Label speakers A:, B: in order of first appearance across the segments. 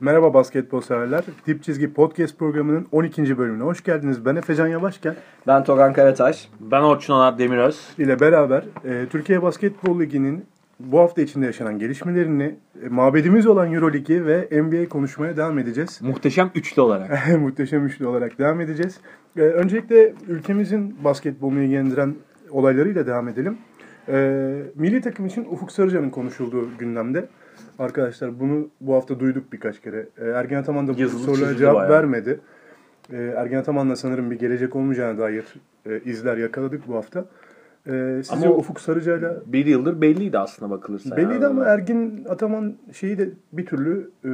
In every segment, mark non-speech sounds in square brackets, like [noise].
A: Merhaba basketbol severler. Dip Çizgi Podcast programının 12. bölümüne hoş geldiniz. Ben Efecan Yavaşken
B: Ben Togan Karataş.
C: Ben Orçun Onat Demiröz.
A: ile beraber e, Türkiye Basketbol Ligi'nin bu hafta içinde yaşanan gelişmelerini, e, mabedimiz olan Euro Ligi ve NBA konuşmaya devam edeceğiz.
C: Muhteşem üçlü olarak.
A: Muhteşem üçlü olarak [laughs] devam edeceğiz. E, öncelikle ülkemizin basketbolunu ilgilendiren olaylarıyla devam edelim. E, milli takım için Ufuk Sarıcan'ın konuşulduğu gündemde. Arkadaşlar bunu bu hafta duyduk birkaç kere. E, Ergen Ataman da bu
C: Yazılı
A: sorulara
C: çizildi
A: cevap
C: bayağı.
A: vermedi. E, Ergen Ataman'la sanırım bir gelecek olmayacağına dair e, izler yakaladık bu hafta. E, sizce
C: Ama o-
A: Ufuk Sarıca'yla
C: Bir yıldır belliydi aslında bakılırsa.
A: Belliydi
C: yani.
A: ama Ergin Ataman şeyi de bir türlü e,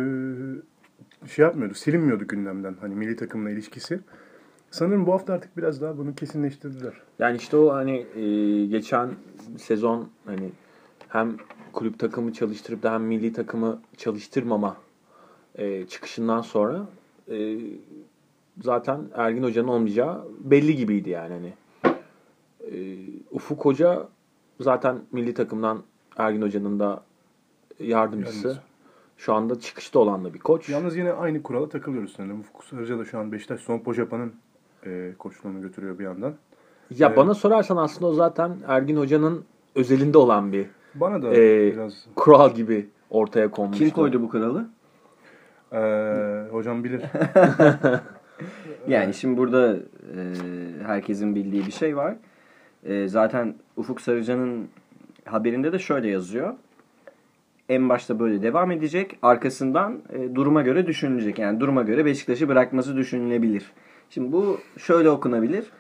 A: şey yapmıyordu, silinmiyordu gündemden hani milli takımla ilişkisi. Sanırım bu hafta artık biraz daha bunu kesinleştirdiler.
C: Yani işte o hani e, geçen sezon hani hem kulüp takımı çalıştırıp da hem milli takımı çalıştırmama e, çıkışından sonra e, zaten Ergin Hoca'nın olmayacağı belli gibiydi yani hani. E, Ufuk Hoca zaten milli takımdan Ergin Hoca'nın da yardımcısı.
A: Yardımcısı.
C: Şu anda çıkışta olan da bir koç.
A: Yalnız yine aynı kurala takılıyoruz sanırım. Ufuk Sarıca da şu an Beşiktaş son Pojapa'nın e, koçluğunu götürüyor bir yandan.
C: Ya
A: Evet.
C: bana sorarsan aslında o zaten Ergin Hoca'nın özelinde olan bir
A: Bana da
B: E,
C: Ee,
A: biraz
C: kural gibi ortaya konmuştu.
B: Kim koydu bu kuralı?
A: e, hocam bilir.
B: Yani şimdi burada e, herkesin bildiği bir şey var. E, zaten Ufuk Sarıcan'ın haberinde de şöyle yazıyor. En başta böyle devam edecek. Arkasından e, duruma göre düşünülecek. Yani duruma göre Beşiktaş'ı bırakması düşünülebilir. Şimdi bu şöyle okunabilir.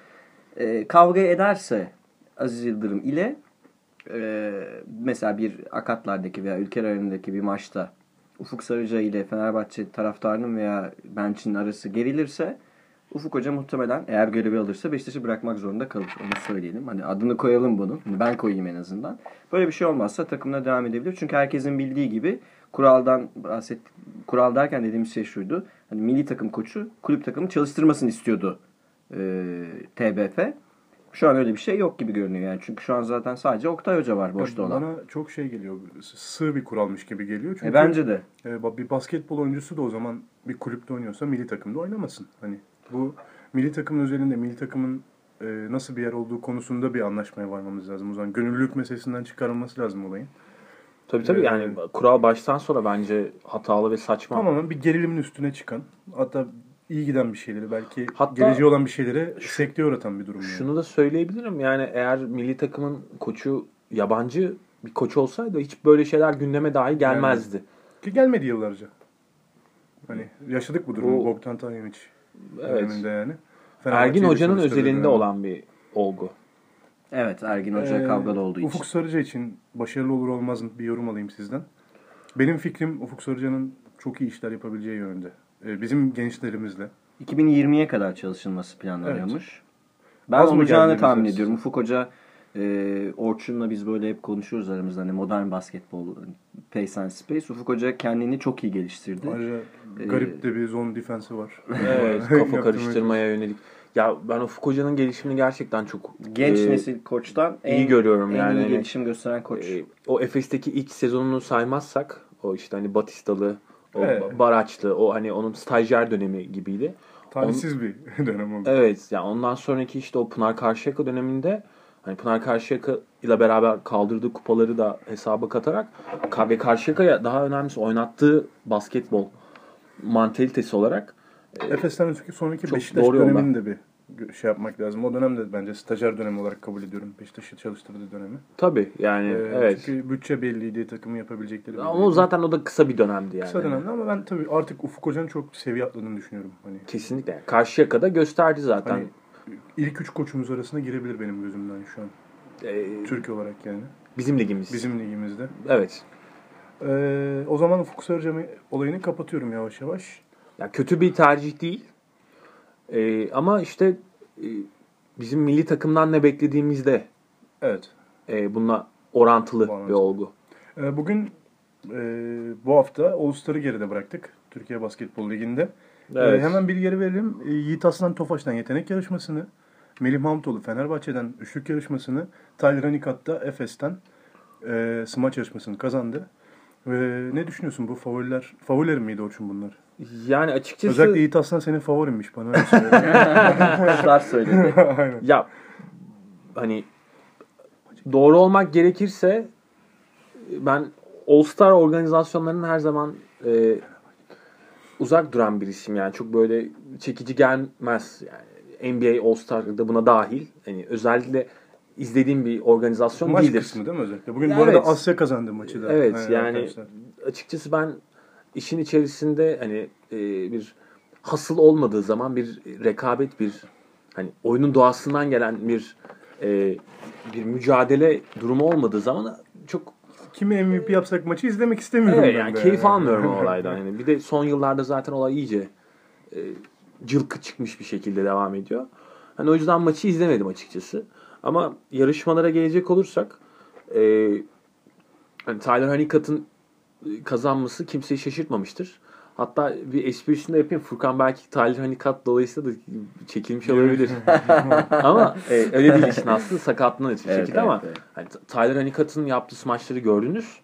B: E, kavga ederse Aziz Yıldırım ile e, mesela bir akatlardaki veya ülkeler arasındaki bir maçta Ufuk Sarıca ile Fenerbahçe taraftarının veya bençinin arası gerilirse Ufuk Hoca muhtemelen eğer görevi alırsa Beşiktaş'ı bırakmak zorunda kalır. Onu söyleyelim. Hani adını koyalım bunu. Hani Ben koyayım en azından. Böyle bir şey olmazsa takımına devam edebilir. Çünkü herkesin bildiği gibi kuraldan bahset kural derken dediğimiz şey şuydu. Hani milli takım koçu kulüp takımı çalıştırmasını istiyordu e, TBF. Şu an öyle bir şey yok gibi görünüyor yani. Çünkü şu an zaten sadece Oktay Hoca var boşta olan.
A: Bana çok şey geliyor, sığ bir kuralmış gibi geliyor. Çünkü
B: E, bence de.
A: E, ba- bir basketbol oyuncusu da o zaman bir kulüpte oynuyorsa milli takımda oynamasın. Hani bu milli takımın üzerinde milli takımın e, nasıl bir yer olduğu konusunda bir anlaşmaya varmamız lazım. O zaman gönüllülük meselesinden çıkarılması lazım olayın.
C: Tabii tabii yani kural baştan sonra bence hatalı ve saçma.
A: Tamamen bir gerilimin üstüne çıkan hatta iyi giden bir şeyleri belki
C: Hatta-
A: geleceği olan bir şeylere sekteye uğratan bir durum. yani.
C: Şunu da söyleyebilirim yani eğer milli takımın koçu yabancı bir koç olsaydı hiç böyle şeyler gündeme dahi gelmezdi.
A: Ki gelmedi yıllarca. Hani yaşadık bu durumu
C: Bu-
A: Bogdan Tanjanic
C: Evet.
A: döneminde yani.
C: Ergin
A: Fenerbahçe'yi
C: Hoca'nın
A: çalıştırdığı
C: özelinde
A: dönemde.
C: olan bir olgu.
B: Evet Ergin Hoca
A: Ee,
B: kavgalı olduğu için.
A: Ufuk Sarıca için başarılı olur olmaz bir yorum alayım sizden. Benim fikrim Ufuk Sarıca'nın çok iyi işler yapabileceği yönünde. Ee, bizim gençlerimizle.
B: 2020'ye kadar çalışılması planlanıyormuş. Ben
A: Az mı
B: olacağını
A: geldiğimiz
B: tahmin
A: arası?
B: ediyorum. Ufuk Hoca e, Orçun'la biz böyle hep konuşuyoruz aramızda. Hani modern basketbol, pace and space. Ufuk Hoca kendini çok iyi geliştirdi.
A: Ayrıca
B: Ee,
A: garip de bir zone defense'i var.
C: [laughs] Evet,
B: [laughs]
A: Yaptırmaya-
C: kafa karıştırmaya yönelik. Ya ben Ufuk Hoca'nın gelişimini gerçekten çok
B: Genç
C: e,
B: nesil koçtan en,
C: iyi görüyorum
B: en
C: yani. hani-
B: iyi gelişim gösteren koç.
C: E, o Efes'teki ilk sezonunu saymazsak o işte hani Batistalı, o
A: Evet.
C: Baraçlı, o hani onun stajyer dönemi gibiydi.
A: Talihsiz
C: Ee,
A: bir [laughs] dönem oldu.
C: Evet yani ondan sonraki işte o Pınar Karşıyaka döneminde hani Pınar Karşıyaka ile beraber kaldırdığı kupaları da hesaba katarak Ka- ve Karşıyaka'ya daha önemlisi oynattığı basketbol mantalitesi olarak
A: Efes'ten önceki sonraki
C: Çok
A: Beşiktaş
C: doğru
A: dönemini de bir gö- şey yapmak lazım. O dönemde bence stajyer dönemi olarak kabul ediyorum. Beşiktaş'ı çalıştırdığı dönemi.
C: tabii yani
A: Ee,
C: evet.
A: Çünkü bütçe belliydi, takımı yapabilecekleri
C: Ama o
A: belliydi.
C: zaten o da kısa bir dönemdi yani.
A: Kısa dönemde ama ben tabii artık Ufuk Hoca'nın çok seviye atladığını düşünüyorum. Hani
C: Kesinlikle. Yani Karşıyaka'da gösterdi zaten.
A: Hani ilk üç koçumuz arasına girebilir benim gözümden şu an.
C: Ee,
A: Türkiye olarak yani.
C: bizim ligimiz.
A: Bizim ligimizde.
C: Evet.
A: Ee, o zaman Ufuk Sarıcam olayını kapatıyorum yavaş yavaş.
C: Ya kötü bir tercih değil. Ee, ama işte e, bizim milli takımdan ne beklediğimizde
A: Evet.
C: e, bununla orantılı bir
A: Orantılı.
C: olgu.
A: Ee, bugün e, bu hafta All-Star'ı geride bıraktık. Türkiye Basketbol Ligi'nde. Ee,
C: Evet.
A: hemen bilgileri verelim. Ee, Yiğit Aslan Tofaş'tan yetenek yarışmasını, Melih Mahmutoğlu Fenerbahçe'den üçlük yarışmasını, Tyler Hanikat'ta Efes'ten e, smaç yarışmasını kazandı. Ee, ne düşünüyorsun bu favoriler? Favorilerin miydi Orçun bunlar?
C: Yani açıkçası
A: Özellikle Yiğit Aslan senin favorinmiş bana öyle söylüyor.
C: [laughs]
B: Kuşlar söyledi.
A: Aynen.
C: ya hani doğru olmak gerekirse ben All Star organizasyonlarının her zaman e, uzak duran birisiyim yani çok böyle çekici gelmez yani NBA All Star da buna dahil hani özellikle izlediğim bir organizasyon
A: Maç
C: değildir.
A: kısmı değil mi özellikle? Bugün bu
C: Evet.
A: arada Asya kazandı maçı da.
C: Evet,
A: Aynen
C: yani
A: arkadaşlar.
C: açıkçası ben işin içerisinde hani e, bir hasıl olmadığı zaman bir rekabet bir hani oyunun doğasından gelen bir e, bir mücadele durumu olmadığı zaman çok
A: Kimi MVP yapsak maçı izlemek istemiyorum
C: evet,
A: ben
C: yani
A: de
C: keyif almıyorum
A: [laughs]
C: o olaydan. Yani bir de son yıllarda zaten olay iyice e, cılkı çıkmış bir şekilde devam ediyor. Hani o yüzden maçı izlemedim açıkçası. Ama yarışmalara gelecek olursak e, hani Tyler Honeycutt'ın e, kazanması kimseyi şaşırtmamıştır. Hatta bir espri üstünde yapayım. Furkan belki Tyler Honeycutt dolayısıyla da çekilmiş
B: [laughs]
C: olabilir. ama e, öyle değil işin aslı. Sakatlığından ötürü
B: Evet,
C: çekildi
B: evet,
C: ama
B: evet.
C: hani Tyler Honeycutt'ın yaptığı smaçları gördünüz.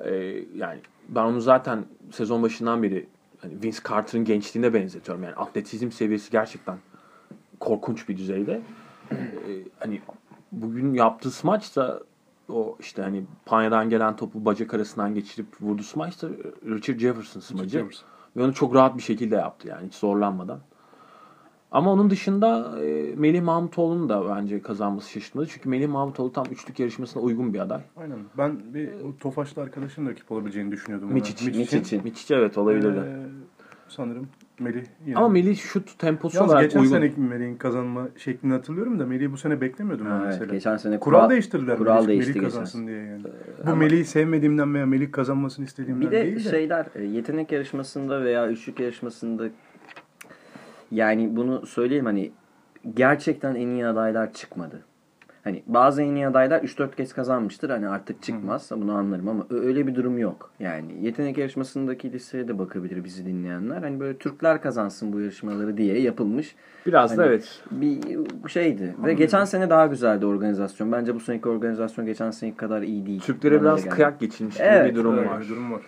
C: E, yani ben onu zaten sezon başından beri hani Vince Carter'ın gençliğine benzetiyorum. Yani atletizm seviyesi gerçekten korkunç bir düzeyde. E, hani bugün yaptığı smaç da o işte hani panyadan gelen topu bacak arasından geçirip vurdu smaç da Richard Jefferson smacı.
A: Jefferson.
C: Ve onu çok rahat bir şekilde yaptı yani hiç zorlanmadan. Ama onun dışında e, Melih Mahmutoğlu'nun da bence kazanması şaşırtmadı. Çünkü Melih Mahmutoğlu tam üçlük yarışmasına uygun bir aday.
A: Aynen. Ben bir bu Tofaşlı arkadaşın rakip olabileceğini düşünüyordum. ona.
C: Miçic,
A: Miçic'in.
B: Miçic'in.
C: Miçic evet olabilirdi.
A: Ee, sanırım Melih yine.
C: Ama Melih şut temposu
A: Yalnız
C: olarak
A: geçen
C: uygun.
A: seneki Melih'in kazanma şeklini hatırlıyorum da Melih'i bu sene beklemiyordum ben
B: Ha, evet,
A: mesela.
B: geçen sene
A: Kural
B: kural-
A: değiştirdiler
B: kural
A: Melih,
B: değişti
A: Melih
B: geçen
A: kazansın diye yani. Bu
C: Ee,
B: ama-
A: Melih'i sevmediğimden veya Melih kazanmasını istediğimden
B: Bir de
A: değil de.
C: şey
B: şeyler e, yetenek yarışmasında veya üçlük yarışmasında yani bunu söyleyeyim hani gerçekten en iyi adaylar çıkmadı. Hani bazı en iyi adaylar 3-4 kez kazanmıştır. Hani artık çıkmaz. Bunu anlarım ama ö- öyle bir durum yok. Yani yetenek yarışmasındaki listeye de bakabilir bizi dinleyenler. Hani böyle Türkler kazansın bu yarışmaları diye yapılmış
C: Biraz da
B: Hani-
C: evet.
B: bir şeydi. Ve geçen sene daha güzeldi organizasyon. Bence bu seneki organizasyon geçen seneki kadar iyi değil.
C: Türklere
B: Bana da
C: biraz
B: geldi.
C: kıyak geçilmiş gibi
B: Evet,
C: bir durum
A: Öyle
C: var.
A: bir durum var.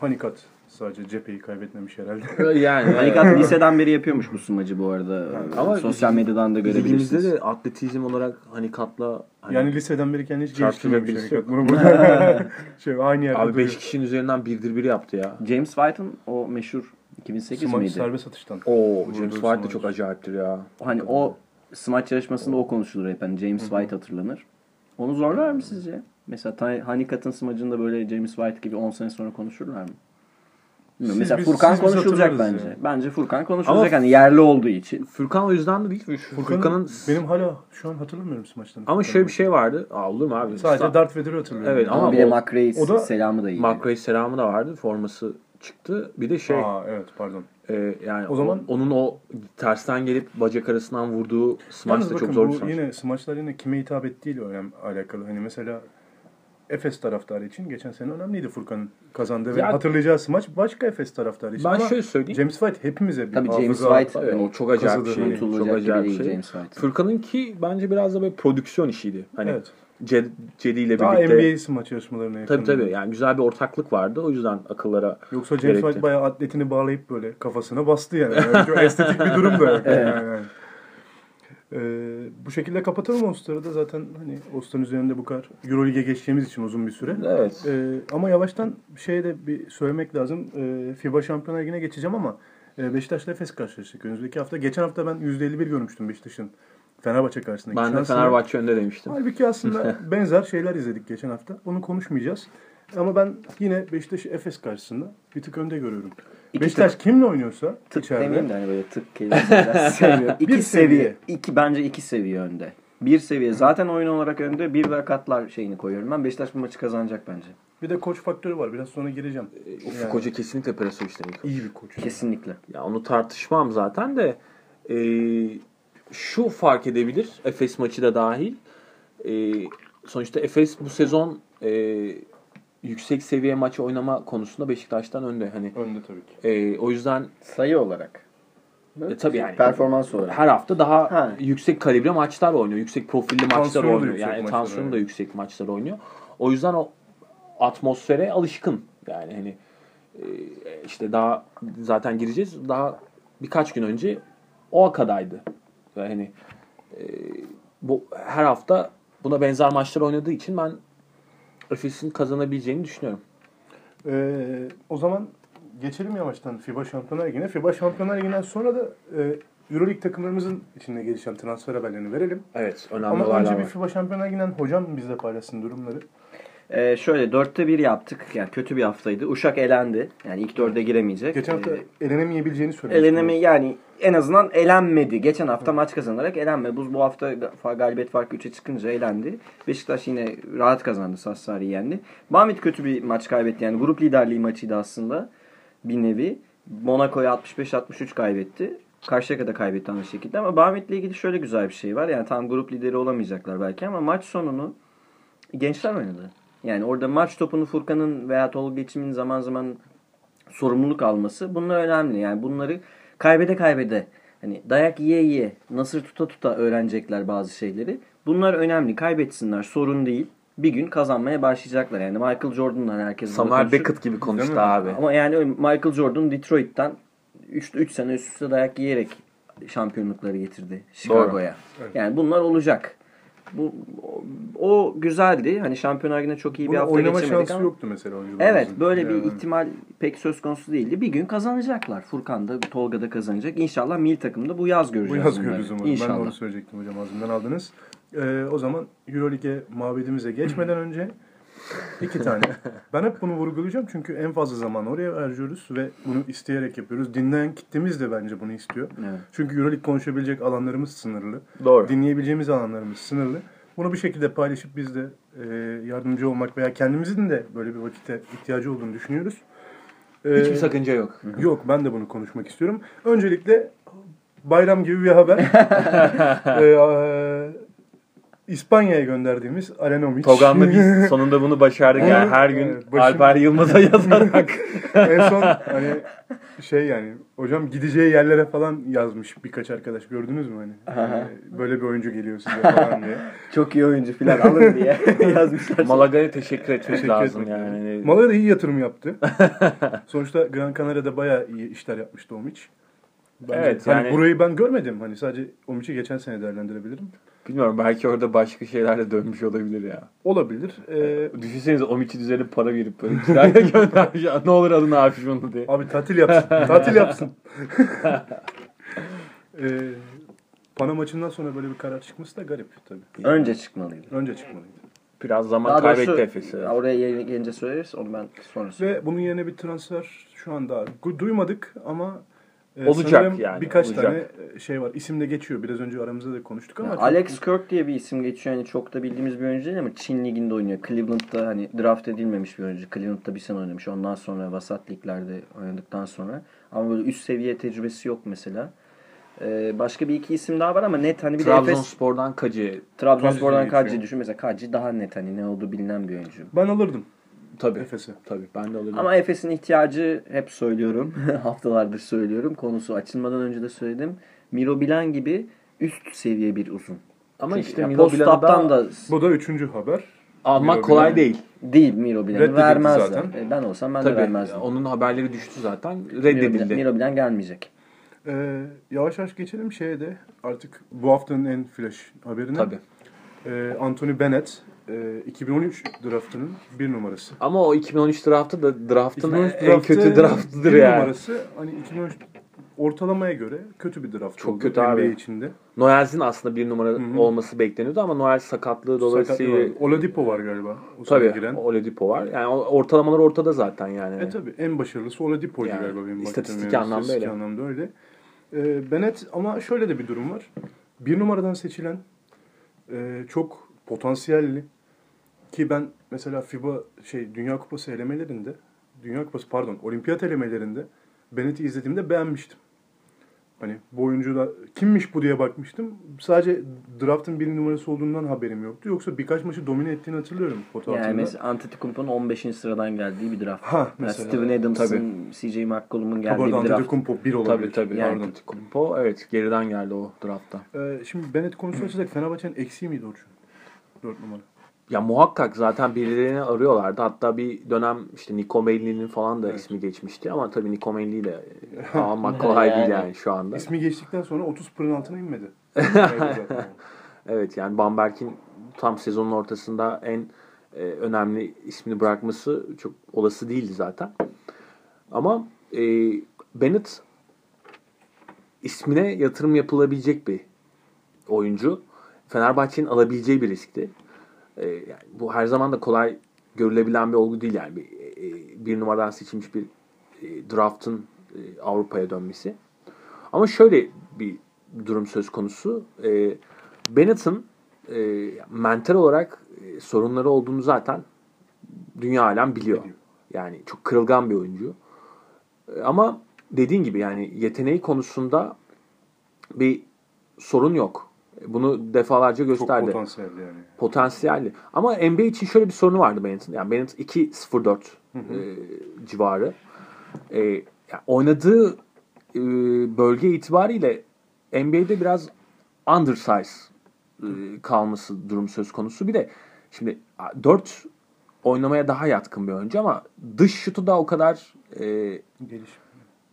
A: Hanikat sadece cepheyi kaybetmemiş herhalde.
C: [laughs] yani
B: Hani
C: evet.
B: kat liseden beri yapıyormuş bu smacı bu arada. Ee,
C: Ama
B: sosyal medyadan da
C: Ligimizde
B: görebilirsiniz.
C: de atletizm olarak hani katla hani
A: yani liseden beri kendini hiç
C: Çarptırma
A: geliştirmemiş
C: birisi
A: Hanikat. Bunu
C: [laughs]
A: burada şey aynı yerde
C: abi 5
A: duruyor.
C: kişinin üzerinden birdir biri yaptı ya.
B: James White'ın o meşhur 2008
A: Smaç
B: miydi?
A: serbest atıştan.
C: Oo
A: Vurdu
C: James White de
A: smaç.
C: çok acayiptir ya.
B: Hani o smaç yarışmasında o konuşulur hep. Hani James White hatırlanır. Onu zorlar mı sizce? Mesela Tay- Hanikat'ın smacında böyle James White gibi 10 sene sonra konuşurlar mı?
A: Siz
B: Bilmiyorum. Mesela
A: biz-
B: Furkan
A: siz biz
B: konuşulacak
A: hatırlarız
B: bence.
A: yani.
B: Bence Furkan konuşulacak hani yerli olduğu için.
C: Furkan o yüzden de değil. Furkan'ın,
A: Furkan'ın benim hala şu an hatırlamıyorum smaçtan.
C: ama şöyle bir şey vardı. Aa, olur mu abi?
A: Sadece
C: Sa-
A: Darth Vader'ı hatırlıyorum.
C: Evet,
B: Ama,
C: Ama
B: bir de
C: o-
B: McRae
A: o da-
B: selamı da iyi.
C: Mark Ray selamı da vardı. Forması çıktı. Bir de şey
A: Aa, evet pardon.
C: e, yani
A: O zaman-
C: o- onun o tersten gelip bacak arasından vurduğu smaç
A: Yalnız
C: da
A: bakın
C: çok zor bir
A: bu
C: smaç.
A: yine smaçlar yine kime hitap ettiğiyle önem alakalı. Hani mesela Efes taraftarı için geçen sene önemliydi Furkan'ın kazandığı ve
C: Ya-
A: hatırlayacağı smaç başka Efes taraftarı için.
C: Ben
A: ama
C: şöyle söyleyeyim.
A: James White hepimize bir
B: Tabii James
A: hafıza-
B: White
C: Evet,
B: hani
C: o çok acayip bir
A: kazıdı.
C: şey.
B: unutulacak
C: Çok acayip
B: gibi
C: bir
B: değil
C: şey.
B: James White.
C: Furkan'ınki bence biraz da böyle prodüksiyon işiydi. Hani
A: Evet.
C: Ced- Cedi ile
A: Daha
C: birlikte.
A: NBA smaç yarışmalarına yakın.
C: Tabii tabii. Yani güzel bir ortaklık vardı. O yüzden akıllara
A: Yoksa James
C: gerekti.
A: White bayağı atletini bağlayıp böyle kafasına bastı yani. yani
C: [laughs]
A: çok estetik bir durum da yok. Yani, yani. Ee, bu şekilde kapatalım Oster'ı da zaten hani Oster'ın üzerinde bu kadar Euroleague'e geçtiğimiz için uzun bir süre.
C: Evet.
A: Ee, ama yavaştan şeye de bir söylemek lazım. Ee, FIBA Şampiyonlar Ligi'ne geçeceğim ama e, Beşiktaş'la Efes karşılaştık önümüzdeki hafta. Geçen hafta ben %51 görmüştüm Beşiktaş'ın Fenerbahçe karşısındaki
C: Ben de
A: şansını.
C: Fenerbahçe önde demiştim.
A: Halbuki aslında
B: [laughs]
A: benzer şeyler izledik geçen hafta. Onu konuşmayacağız. Ama ben yine Beşiktaş'ı Efes karşısında bir tık önde görüyorum.
B: İki
A: Beşiktaş kimle oynuyorsa
B: Tık demeyeyim
A: içeride
B: de hani böyle tık [laughs] kelimesini biraz sevmiyorum. İki
A: Bir seviye.
B: seviye. iki bence iki seviye önde. Bir seviye zaten oyun olarak önde. Bir ve katlar şeyini koyuyorum. Ben Beşiktaş bu maçı kazanacak bence.
A: bir de koç faktörü var. Biraz sonra gireceğim.
C: E, Ufuk
A: Yani.
C: Hoca kesinlikle Perasovic demek.
A: İyi bir koç.
B: Kesinlikle.
C: Ya onu tartışmam zaten de e, şu fark edebilir Efes maçı da dahil. E, sonuçta Efes bu sezon e, yüksek seviye maçı oynama konusunda Beşiktaş'tan önde. Hani
A: Önde tabii ki.
C: e, o yüzden
B: Sayı olarak.
C: e, tabii yani
B: Performans olarak.
C: her hafta daha
B: Ha.
C: yüksek kalibre maçlar oynuyor. Yüksek profilli maçlar
A: Tansiyonu da
C: oynuyor.
A: yüksek
C: Yani
A: maçlar
C: tansiyonu da
A: oynuyor.
C: yüksek maçlar oynuyor. O yüzden o atmosfere alışkın. Yani hani e, işte daha zaten gireceğiz. Daha birkaç gün önce o akadaydı. Yani hani e, bu her hafta buna benzer maçlar oynadığı için ben Efes'in kazanabileceğini düşünüyorum.
A: Ee, o zaman geçelim yavaştan FIBA Şampiyonlar Ligi'ne. FIBA Şampiyonlar Ligi'nden sonra da e, Euroleague takımlarımızın içinde gelişen transfer haberlerini verelim.
C: Evet, önemli
A: Ama
C: olaylar
A: önce bir
C: var.
A: FIBA Şampiyonlar Ligi'nden hocam bizle paylaşsın durumları.
B: Ee, şöyle dörtte bir yaptık. Yani kötü bir haftaydı. Uşak elendi. Yani ilk dörde giremeyecek.
A: Geçen hafta
B: Ee,
A: elenemeyebileceğini söylemiştim.
B: eleneme yani en azından elenmedi. Geçen hafta maç kazanarak elenme. Bu, bu hafta ga- galibiyet farkı 3'e çıkınca elendi. Beşiktaş yine rahat kazandı. Sassari'yi yendi. Bamit kötü bir maç kaybetti. Yani grup liderliği maçıydı aslında. Bir nevi. Monaco'ya 65-63 kaybetti. Karşıyaka'da kaybetti aynı şekilde ama Bamit'le ilgili şöyle güzel bir şey var. Yani tam grup lideri olamayacaklar belki ama maç sonunu gençler oynadı. Yani orada maç topunu Furkan'ın veya Tolga Geçim'in zaman zaman sorumluluk alması bunlar önemli. Yani bunları kaybede kaybede hani dayak yiye yiye nasır tuta tuta öğrenecekler bazı şeyleri. Bunlar önemli. Kaybetsinler sorun değil. Bir gün kazanmaya başlayacaklar. Yani Michael Jordan'dan herkes burada
C: Samuel
B: konuşur.
C: Beckett gibi konuştu
A: mi?
C: abi.
B: Ama yani öyle Michael Jordan Detroit'ten 3 3 sene üst üste dayak yiyerek şampiyonlukları getirdi Chicago'ya. Yani bunlar olacak. Bu o, o güzeldi. Hani Şampiyonlar Ligi'nde çok iyi bir
A: Bunu
B: hafta
A: oynama
B: geçemedik
A: şansı
B: ama.
A: yoktu mesela oyuncularımızın.
B: Evet, böyle
A: Yani.
B: bir ihtimal pek söz konusu değildi. Bir gün kazanacaklar. Furkan da Tolga da kazanacak. İnşallah milli takımda bu yaz
A: Bu
B: göreceğiz.
A: yaz
B: bunları.
A: görürüz umarım. Ben de
B: İnşallah.
A: onu söyleyecektim hocam ağzımdan aldınız. Ee, o zaman Euroleague'e mabedimize geçmeden önce iki
B: [laughs]
A: tane. ben hep bunu vurgulayacağım çünkü en fazla zaman oraya harcıyoruz ve bunu isteyerek yapıyoruz. Dinleyen kitlemiz de bence bunu istiyor.
B: Evet.
A: Çünkü Euroleague konuşabilecek alanlarımız sınırlı.
C: Doğru.
A: Dinleyebileceğimiz alanlarımız sınırlı. Bunu bir şekilde paylaşıp biz de e, yardımcı olmak veya kendimizin de böyle bir vakite ihtiyacı olduğunu düşünüyoruz.
C: Hiçbir
A: Ee,
C: sakınca yok.
A: Yok ben de bunu konuşmak istiyorum. Öncelikle bayram gibi bir
C: [laughs]
A: haber. Ee, e, İspanya'ya gönderdiğimiz Alenomic.
C: Togan'la
A: [laughs]
C: biz sonunda bunu başardık. Yani her gün
A: Evet, başım-
C: Alper
A: [laughs]
C: Yılmaz'a [laughs] yazarak.
A: en son hani şey yani hocam gideceği yerlere falan yazmış birkaç arkadaş gördünüz mü hani? Ee, böyle bir oyuncu geliyor size falan
C: [laughs]
A: diye.
B: Çok iyi oyuncu falan alın [laughs] diye yazmışlar.
C: Malaga'ya teşekkür etmek
A: Teşekkür
C: lazım
A: etmek lazım.
C: yani. Hani
A: Malaya da iyi yatırım
C: [laughs]
A: yaptı. Sonuçta Gran Canaria'da bayağı iyi işler yapmış Omic.
C: Evet,
A: hani
C: yani-
A: burayı ben görmedim. Hani sadece Omic'i geçen sene değerlendirebilirim.
C: Bilmiyorum belki orada başka şeylerle dönmüş olabilir ya. E,
A: Olabilir. Ee,
C: Düşünsenize Omic'i düzelip para verip böyle kiraya [laughs] göndermiş. Ya ne olur alın abi şunu diye.
A: Abi tatil
C: [laughs]
A: yapsın. tatil yapsın. [laughs] ee, Pana maçından sonra böyle bir karar çıkması da garip tabii.
B: Önce çıkmalıydı.
A: Önce çıkmalıydı.
C: Biraz zaman
B: Daha
C: kaybetti
B: doğrusu
C: Efes'i.
B: oraya yeni- gelince söyleriz. Onu ben sonra söyleyeyim.
A: Ve bunun yerine bir transfer şu anda gu- duymadık ama e,
C: Olacak
A: sanırım
C: yani,
A: Birkaç
C: olacak.
A: tane e, şey var. İsim de geçiyor. Biraz önce aramızda da konuştuk ama
B: Ya
A: çok-
B: Alex Kirk diye bir isim geçiyor. Yani çok da bildiğimiz bir oyuncu değil ama Çin liginde oynuyor. Cleveland'da hani draft edilmemiş bir oyuncu. Cleveland'da bir sene oynamış. Ondan sonra vasat liglerde oynadıktan sonra. Ama böyle üst seviye tecrübesi yok mesela. Ee, başka bir iki isim daha var ama net hani bir de Efes
C: Trabzonspor'dan Kacı.
B: Trabzonspor'dan
A: Kaci'yi geçiyor.
B: Kaci düşün. Mesela Kaci daha net hani ne olduğu bilinen bir oyuncu.
A: ben alırdım
C: Tabii.
A: Efes'e.
C: Tabii ben de alırım.
B: Ama Efes'in ihtiyacı hep söylüyorum. [laughs] Haftalardır söylüyorum. Konusu açılmadan önce de söyledim. Miro Bilan gibi üst seviye bir uzun.
C: Ama
B: Çünkü
C: işte
B: ya
C: Milo Bilan'ı
B: post-up'tan
C: da
B: da
A: Bu da üçüncü haber.
C: almak
A: Milo
C: kolay
A: Bilan.
C: değil.
B: Değil Miro Bilen'i
A: Reddedildi
B: vermezler.
A: zaten.
B: E, Ben olsam ben de
C: Tabii
B: vermezdim.
C: onun haberleri düştü zaten.
B: Miro Bilen,
C: Reddedildi.
B: Miro Bilen gelmeyecek.
A: Ee, yavaş yavaş geçelim şeye de artık bu haftanın en flash haberine.
C: Tabii.
A: Ee, Anthony Bennett e, 2013 draftının bir numarası.
C: Ama o 2013 draftı da draftın
A: 2013
C: en kötü draftıdır
A: bir
C: yani.
A: numarası hani 2013 ortalamaya göre kötü bir draft
C: Çok
A: oldu
C: kötü
A: NBA
C: abi.
A: içinde.
C: Noel's'in aslında bir numara
A: hı.
C: olması bekleniyordu ama Noel sakatlığı dolayısıyla
A: Sakatlığı var. Oladipo var galiba. O sene
C: tabii
A: giren.
C: Oladipo var. Yani o- ortalamalar ortada zaten yani.
A: E tabii en başarılısı Oladipo'ydu
C: Yani
A: galiba benim
C: istatistik
A: baktığım yerine.
C: anlamda
A: İstatistik
C: öyle.
A: anlamda öyle. Ee, Bennett ama şöyle de bir durum var. Bir numaradan seçilen e, çok potansiyelli ki ben mesela FIBA şey Dünya Kupası elemelerinde Dünya Kupası pardon Olimpiyat elemelerinde Bennett'i izlediğimde beğenmiştim. Hani bu oyuncu da kimmiş bu diye bakmıştım. Sadece draftın bir numarası olduğundan haberim yoktu. Yoksa birkaç maçı domine ettiğini hatırlıyorum pota
B: Yani
A: altında.
B: mesela Antetokounmpo'nun 15. sıradan geldiği bir draft.
A: Ha,
B: yani
A: mesela.
B: Steven Adams'ın, CJ McCollum'un
A: Ha, bu
B: geldiği
A: arada
B: bir draft.
A: Antetokounmpo bir
C: Tabii
A: olabilir.
C: tabii.
B: Yani-
C: Pardon. Kumpo evet geriden geldi o draftta.
A: Ee, şimdi Bennett konusu açacak. Fenerbahçe'nin eksiği miydi Orçun? 4 numara.
C: ya muhakkak zaten birilerini arıyorlardı. Hatta bir dönem işte Nico Melli'nin falan da ismi geçmişti ama tabii Nico
A: [laughs]
C: Melli'yi de e, almak kolay değil
B: Yani.
C: yani şu anda.
A: İsmi geçtikten sonra 30 pırın altına
C: [laughs]
A: inmedi. Öyle zaten.
C: Evet yani Bamberg'in tam sezonun ortasında en e, önemli ismini bırakması çok olası değildi zaten. Ama e, Bennett ismine yatırım yapılabilecek bir oyuncu. Fenerbahçe'nin alabileceği bir riskti. E, yani bu her zaman da kolay görülebilen bir olgu değil yani bir, e, bir numaradan seçilmiş bir e, draftın e, Avrupa'ya dönmesi. Ama şöyle bir durum söz konusu. E, Bennett'ın e, mental olarak e, sorunları olduğunu zaten dünya alem biliyor. Yani çok kırılgan bir oyuncu. E, ama dediğin gibi yani yeteneği konusunda bir sorun yok. E, Bunu defalarca
A: Çok
C: gösterdi
A: potansiyeldi yani.
C: potansiyelli. Ama NBA için şöyle bir sorunu vardı Bennett'in. Yani Bennett 2.04 e, civarı. E, yani oynadığı e, bölge itibariyle NBA'de biraz undersize e, kalması durum söz konusu. Bir de şimdi 4 oynamaya daha yatkın bir oyuncu ama dış şutu da o kadar e,
A: Geliş.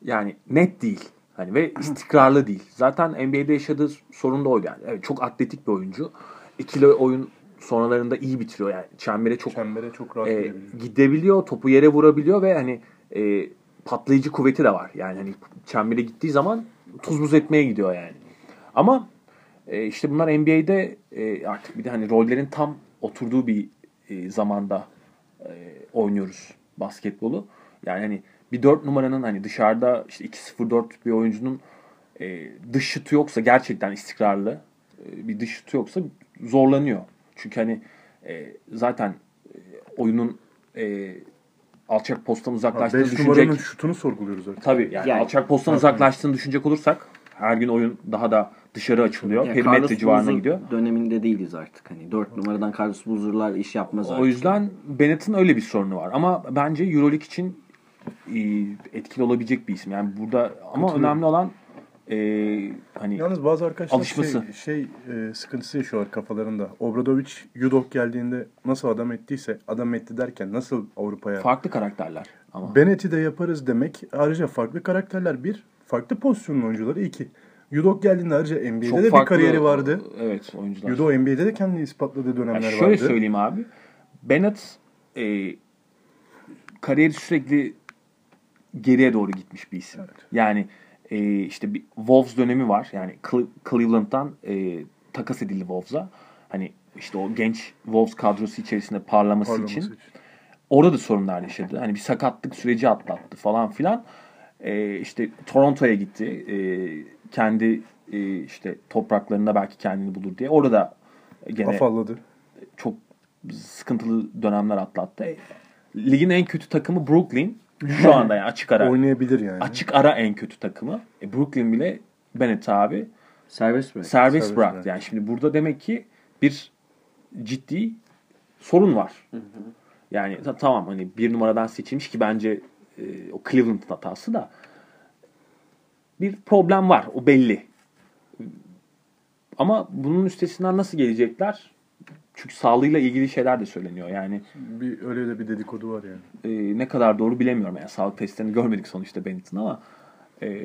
C: yani net değil. Hani ve istikrarlı değil. Zaten NBA'de yaşadığı sorun da oydu yani. Evet, çok atletik bir oyuncu. İkili oyun sonralarında iyi bitiriyor yani. Çembere çok
A: Çembere çok rahat
C: e,
A: girebiliyor.
C: gidebiliyor, topu yere vurabiliyor ve hani e, patlayıcı kuvveti de var. Yani hani çembere gittiği zaman tuz buz etmeye gidiyor yani. Ama e, işte bunlar NBA'de e, artık bir de hani rollerin tam oturduğu bir e, zamanda e, oynuyoruz basketbolu. Yani hani bir 4 numaranın hani dışarıda işte 2-0-4 bir oyuncunun e, dış şutu yoksa gerçekten istikrarlı e, bir dış şutu yoksa zorlanıyor. Çünkü hani e, zaten e, oyunun e, alçak postan uzaklaştığını
A: 5
C: düşünecek.
A: numaranın şutunu sorguluyoruz artık.
C: Tabii yani,
D: Yani-
C: alçak postan uzaklaştığını düşünecek olursak her gün oyun daha da dışarı açılıyor.
D: Yani Carlos
C: Perimetre civarına
D: Boozer
C: gidiyor.
D: Döneminde değiliz artık hani. 4 numaradan Carlos Boozer'lar iş yapmaz artık.
C: O yüzden Bennett'in öyle bir sorunu var. Ama bence Euroleague için e, etkili olabilecek bir isim. Yani burada ama önemli olan e, hani
A: Yalnız bazı arkadaşlar
C: Alışması.
A: şey, şey e, sıkıntısı yaşıyorlar kafalarında. Obradovic, Yudok geldiğinde nasıl adam ettiyse, adam etti derken nasıl Avrupa'ya
C: farklı karakterler ama.
A: Bennett'i de yaparız demek. Ayrıca farklı karakterler bir, farklı pozisyonlu oyuncuları iki. Yudok geldiğinde ayrıca NBA'de de bir kariyeri vardı.
C: Evet oyuncular.
A: Yudo NBA'de de kendini ispatladığı dönemler
C: Yani şöyle
A: vardı.
C: söyleyeyim abi. Bennett e, kariyeri sürekli geriye doğru gitmiş bir isim. Yani e, işte bir Wolves dönemi var. Yani Cle- Cleveland'dan e, takas edildi Wolves'a. Hani işte o genç Wolves kadrosu içerisinde parlaması,
A: Parlaması
C: için.
A: için.
C: Orada da sorunlar yaşadı. Hani bir sakatlık süreci atlattı falan filan. Ee, işte Toronto'ya gitti. Ee, kendi e, işte topraklarında belki kendini bulur diye. Orada da gene
A: Afalladı.
C: çok sıkıntılı dönemler atlattı. Ligin en kötü takımı Brooklyn. Şu anda yani açık ara.
A: Oynayabilir yani.
C: Açık ara en kötü takımı. E, Brooklyn bile Bennett abi
D: Serbest mi?
C: serbest,
A: serbest
C: bıraktı.
A: bıraktı.
C: Yani şimdi burada demek ki bir ciddi sorun var. Yani ta- tamam hani bir numaradan seçilmiş ki bence e, o Cleveland hatası da bir problem var. O belli. Ama bunun üstesinden nasıl gelecekler? Çünkü sağlığıyla ilgili şeyler de söyleniyor. Yani
A: Bir, öyle de bir dedikodu var yani.
C: e, ne kadar doğru bilemiyorum. Yani sağlık testlerini görmedik sonuçta Bennett'in ama e,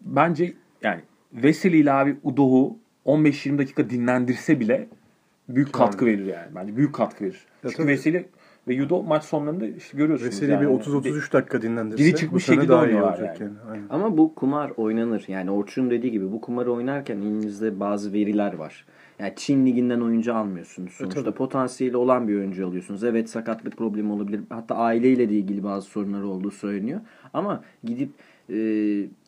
C: bence yani Veseli ile abi Udoh'u 15-20 dakika dinlendirse bile büyük katkı verir yani. Bence büyük katkı verir. Çünkü
A: tabii.
C: Veseli ve Udo maç sonlarında işte görüyorsunuz.
A: Veseli
C: yani.
A: bir 30-33 dakika dinlendirse
C: Dili çıkmış
A: bu sene
C: şekilde
A: daha iyi
C: oynuyorlar
A: olacak
C: yani.
A: yani. Aynen.
D: Ama bu kumar oynanır. Yani Orçun dediği gibi bu kumarı oynarken elinizde bazı veriler var. Yani Çin liginden oyuncu almıyorsunuz.
C: E,
D: Sonuçta potansiyeli olan bir oyuncu alıyorsunuz. Evet sakatlık problemi olabilir. Hatta aileyle de ilgili bazı sorunları olduğu söyleniyor. Ama gidip e,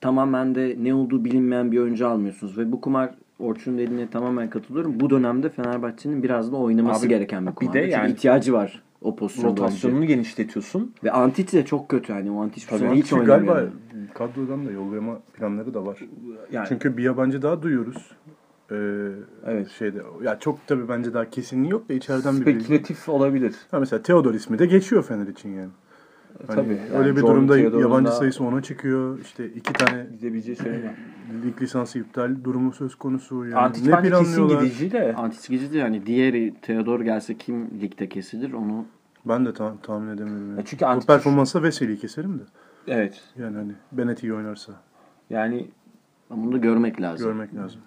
D: tamamen de ne olduğu bilinmeyen bir oyuncu almıyorsunuz. Ve bu kumar Orçun dediğine tamamen katılıyorum. Bu dönemde Fenerbahçe'nin biraz da oynaması
C: Abi,
D: gereken bir kumar.
C: de
D: Çünkü
C: yani-
D: ihtiyacı var o pozisyonda. oyuncu.
C: rotasyonunu genişletiyorsun.
D: Ve Antic de çok kötü. Yani o Antic bu sene hiç
A: Çünkü
D: oynamıyor.
A: galiba kadrodan da yollama planları da var.
C: Yani
A: Çünkü bir yabancı daha duyuyoruz. Ee,
C: Evet.
A: Şeyde, ya çok tabii bence daha kesinliği yok da içeriden bir bilgi.
C: spekülatif olabilir.
A: Ha mesela Theodor ismi de geçiyor Fener için yani. Hani
C: Tabii, yani
A: öyle bir
C: Jordan
A: durumda
C: Theodore'un
A: yabancı
C: da-
A: sayısı ona çıkıyor. İşte iki tane
C: Gidebileceği söyleniyor.
A: lig lisansı iptal durumu söz konusu. Yani ne
C: Antikman kesin
A: planlıyorlar?
C: gidici de.
B: Antis gizli yani diğeri Theodor gelse kim ligde kesilir onu
A: Ben de tam, tahmin edemiyorum.
C: Ya
A: Yani.
C: E Çünkü
A: Bu
C: antik...
A: performansa Veseli'yi keserim de.
C: Evet.
A: Yani hani Bennett iyi oynarsa
C: Yani
B: ama bunu da görmek lazım.
A: görmek lazım.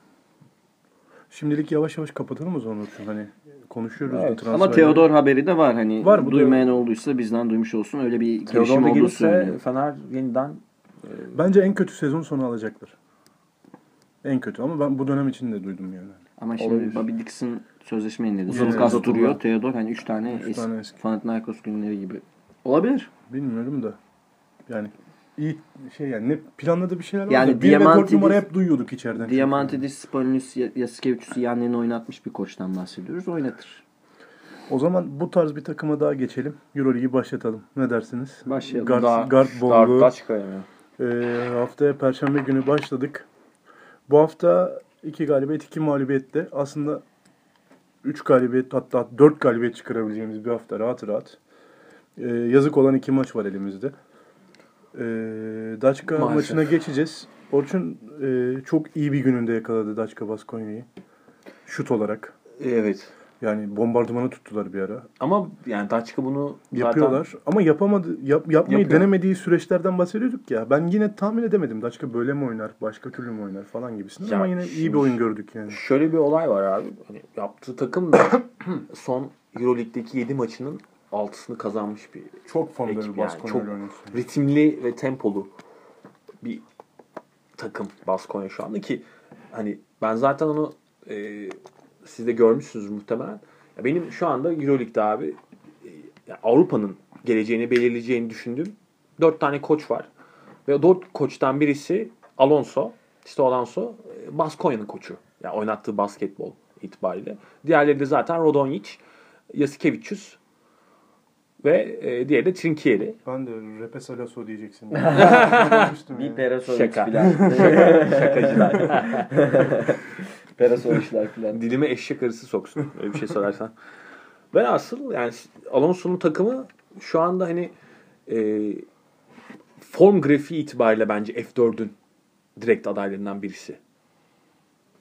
A: Şimdilik yavaş yavaş kapatalım o zaman Utku. Hani konuşuyoruz bu
C: Evet.
A: transfer.
B: Ama Theodor haberi de var hani
A: Var, bu da-
B: duymayan olduysa bizden duymuş olsun öyle bir girişim
C: Teodor da
B: olduğu
C: gelirse
B: söyleniyor.
C: Fener yeniden
A: Bence en kötü sezon sonu alacaklar. En kötü ama ben bu dönem için de duydum yani.
B: Ama şimdi
C: Olabilir.
B: Bobby Dixon sözleşme yeniledi.
A: Uzun
B: Zulkas
A: uzun.
B: duruyor. Theodor hani 3 tane,
A: Üç
B: eski,
A: tane eski.
B: Panathinaikos günleri gibi. Olabilir.
A: Bilmiyorum da yani iyi şey yani ne planladığı bir şeyler var.
B: Yani
A: Yani 1 ve 4
B: Diamantidis-
A: numara hep duyuyorduk içeriden. çünkü.
B: Diamantidis, Spanulis, Yasikevicius'u yan yana oynatmış bir koçtan bahsediyoruz. Oynatır.
A: O zaman bu tarz bir takıma daha geçelim. Euroligi başlatalım. Ne dersiniz?
B: Başlayalım.
A: Gar-
C: daha
A: Guard
C: daha
A: Bowl'u.
C: daha çıkaramıyor.
A: Ee, haftaya Perşembe günü başladık. Bu hafta iki galibiyet, iki mağlubiyette aslında üç galibiyet hatta dört galibiyet çıkarabileceğimiz bir hafta rahat rahat. Ee, yazık olan iki maç var elimizde. Ee, Daçka
C: Maalesef.
A: maçına geçeceğiz. Orçun e, çok iyi bir gününde yakaladı Daçka Baskonya'yı. Şut olarak.
C: Evet.
A: Yani bombardımanı tuttular bir ara.
C: Ama yani Daçka bunu zaten-
A: Yapıyorlar ama yapamadı yap, yapmayı
C: Yapıyor.
A: denemediği süreçlerden bahsediyorduk ya. Ben yine tahmin edemedim. Başka böyle mi oynar, başka türlü mü oynar falan gibisinden
C: Ya
A: ama yine iyi
C: şimdi-
A: bir oyun gördük yani.
C: Şöyle bir olay var abi. Hani yaptığı takım da son Euroleague'deki 7 maçının 6'sını kazanmış bir
A: Çok formda
C: Ekip
A: bir
C: yani,
A: Baskonya
C: çok- ritimli ve tempolu bir takım Baskonya şu anda ki hani ben zaten onu e, siz de görmüşsünüz muhtemelen. Ya benim şu anda EuroLeague'de abi e, ya Avrupa'nın geleceğini belirleyeceğini düşündüğüm dört tane koç var. Ve dört koçtan birisi Alonso, işte Alonso e, Baskonya'nın koçu. Yani oynattığı basketbol itibariyle. Diğerleri de zaten Rodonjic, Yasikevicius ve e, diğeri de Trinkieri.
A: Ben de Repes Alaso
C: [laughs]
A: diyeceksin.
D: Bir Perasovic
C: Şaka.
D: filan.
B: [laughs]
C: Şakacılar.
D: Perasovic'ler filan.
C: [laughs] Dilime eşek arısı soksun. Öyle bir şey sorarsan. Ben asıl yani Alonso'nun takımı şu anda hani e, form grafiği itibariyle bence F4'ün direkt adaylarından birisi.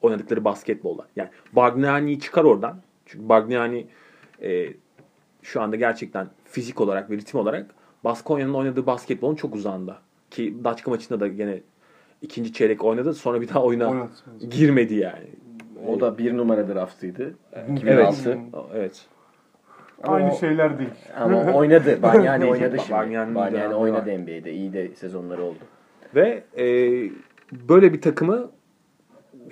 C: Oynadıkları basketbolla. Yani Bagnani'yi çıkar oradan. Çünkü Bagnani e, şu anda gerçekten fizik olarak ve ritim olarak Baskonya'nın oynadığı basketbolun çok uzağında. Ki Daçka maçında da gene ikinci çeyrek oynadı. Sonra bir daha oyuna
A: Oynatmadı.
C: girmedi yani.
D: O da bir numara draftıydı. 2006.
A: Hmm.
C: Evet. Evet.
A: Aynı şeyler
C: [laughs]
A: değil. [laughs]
D: Ama oynadı. Banyani oynadı şimdi.
C: Banyani
D: Banyani,
C: devam
D: oynadı NBA'de. İyi de sezonları oldu.
C: Ve e, böyle bir takımı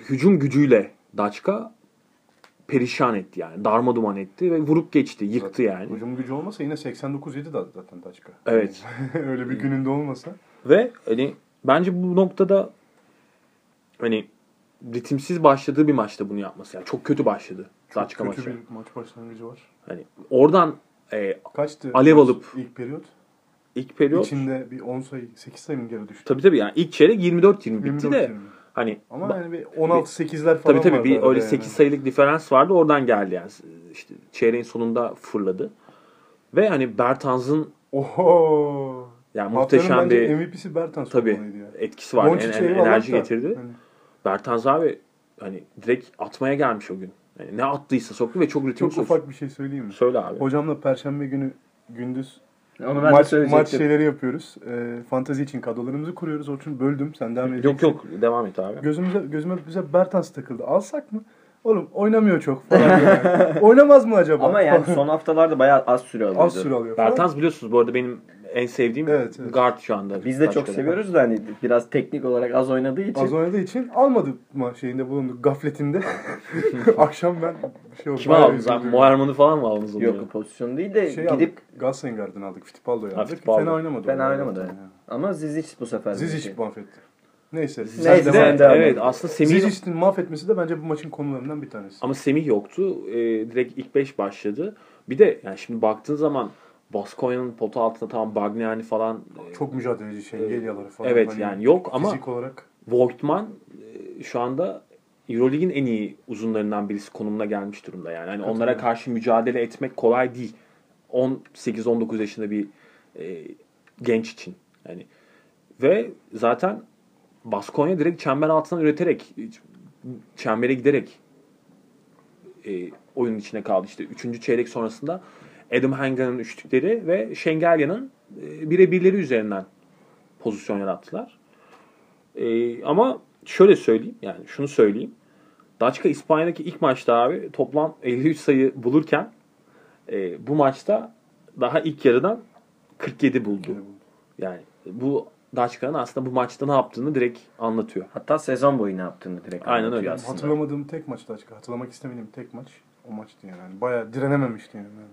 C: hücum gücüyle Daçka perişan etti yani. Darma duman etti ve vurup geçti. Yıktı yani.
A: Hücum gücü olmasa yine 89-7 da zaten Daçka.
C: Evet.
A: [laughs] Öyle bir gününde olmasa.
C: Ve hani bence bu noktada hani ritimsiz başladığı bir maçta bunu yapması. Yani çok kötü başladı Daçka
A: kötü
C: maçı.
A: bir maç başlangıcı var.
C: Hani oradan e,
A: Kaçtı?
C: Alev
A: maç
C: alıp-
A: ilk periyot.
C: ilk periyot
A: İçinde bir 10 sayı, 8 sayı mı geri düştü?
C: tabii tabii yani ilk çeyrek 24-20 bitti de
A: 24-20.
C: hani
A: Ama yani bir 16-8'ler falan
C: Tabii tabii
A: vardı
C: bir
A: arada
C: öyle
A: yani.
C: 8 sayılık diferans vardı oradan geldi yani. İşte çeyreğin sonunda fırladı. Ve hani Bertans'ın
A: Oho.
C: yani
A: Haftanın
C: muhteşem
A: bence
C: bir
A: MVP'si Bertans
C: tabii
A: olmalıydı yani.
C: etkisi vardı.
A: Doncic
C: En- en-
A: eyvallah
C: enerji
A: da.
C: getirdi.
A: Hani
C: Bertans abi hani direkt atmaya gelmiş o gün. Yani ne attıysa soktu ve çok ritim
A: çok
C: soktu.
A: ufak bir şey söyleyeyim mi?
C: Söyle abi.
A: Hocamla perşembe günü gündüz
D: Onu ben de
A: maç, maç şey-
D: söyleyecektim.
A: şeyleri yapıyoruz. Ee, fantezi için kadrolarımızı kuruyoruz. Orçun böldüm. Sen devam edeceksin.
C: Yok yok devam et abi.
A: Gözümüze, gözüme bize Bertans takıldı. Alsak mı? Oğlum oynamıyor çok falan.
C: [laughs]
A: diyor. Oynamaz mı acaba?
D: Ama
A: [laughs]
D: yani son haftalarda bayağı az süre alıyordu.
A: Az süre alıyor falan.
C: Bertans biliyorsunuz bu arada benim en sevdiğim
A: Evet, evet.
C: guard şu anda.
D: Biz de çok
C: Başka
D: seviyoruz da hani biraz teknik olarak az oynadığı için.
A: Az oynadığı için almadı mı şeyinde bulundu
C: [laughs]
A: gafletinde. Akşam ben şey oldu.
C: Kime
A: bayağı
C: aldınız abi?
A: üzüldüm.
C: Moerman'ı falan mı aldınız?
D: Yok o pozisyon değil de
A: şey
D: gidip
A: aldık. Galatasaray'ın aldık. Fittipaldo'yu
C: Ha,
A: aldık.
C: Fittipaldo.
A: Fena oynamadı.
D: fena
A: onlar
D: oynamadı.
A: zaten ya.
D: Ama Zizic bu sefer.
A: Zizic mahvetti. Neyse.
D: Neyse,
A: sen devam
D: sen
A: et.
D: de-
C: de,
D: devam
C: evet
D: et.
C: aslında Semih'in
A: Zizic'in mahvetmesi de bence bu maçın konularından bir tanesi.
C: Ama Semih yoktu. Ee, direkt ilk 5 başladı. Bir de yani şimdi baktığın zaman Baskonya'nın pota altında tamam Bagnani falan e,
A: Çok mücadeleci şey, Gelyaları falan.
C: evet
A: Hani
C: yani yok ama
A: Fizik olarak
C: Voigtman e, şu anda EuroLeague'in en iyi uzunlarından birisi konumuna gelmiş durumda yani. Hani onlara karşı mücadele etmek kolay değil. 18-19 yaşında bir e, genç için. Yani ve zaten Baskonya direkt çember altından üreterek çembere giderek e, oyunun içine kaldı. İşte 3. çeyrek sonrasında Adam Hanga'nın üçlükleri ve Şengelya'nın e, birebirleri üzerinden pozisyon yarattılar. E, ama şöyle söyleyeyim yani şunu söyleyeyim. Daçka İspanya'daki ilk maçta abi toplam 53 sayı bulurken e, bu maçta daha ilk yarıdan 47 buldu. Yani bu Daçka'nın aslında bu maçta ne yaptığını direkt anlatıyor.
B: Hatta sezon boyu ne yaptığını direkt
C: Aynen
B: anlatıyor
C: öyle.
B: aslında.
A: Hatırlamadığım tek maçtı açık. Hatırlamak istemediğim tek maç o maçtı yani. yani bayağı direnememişti yani. Yani
C: Yani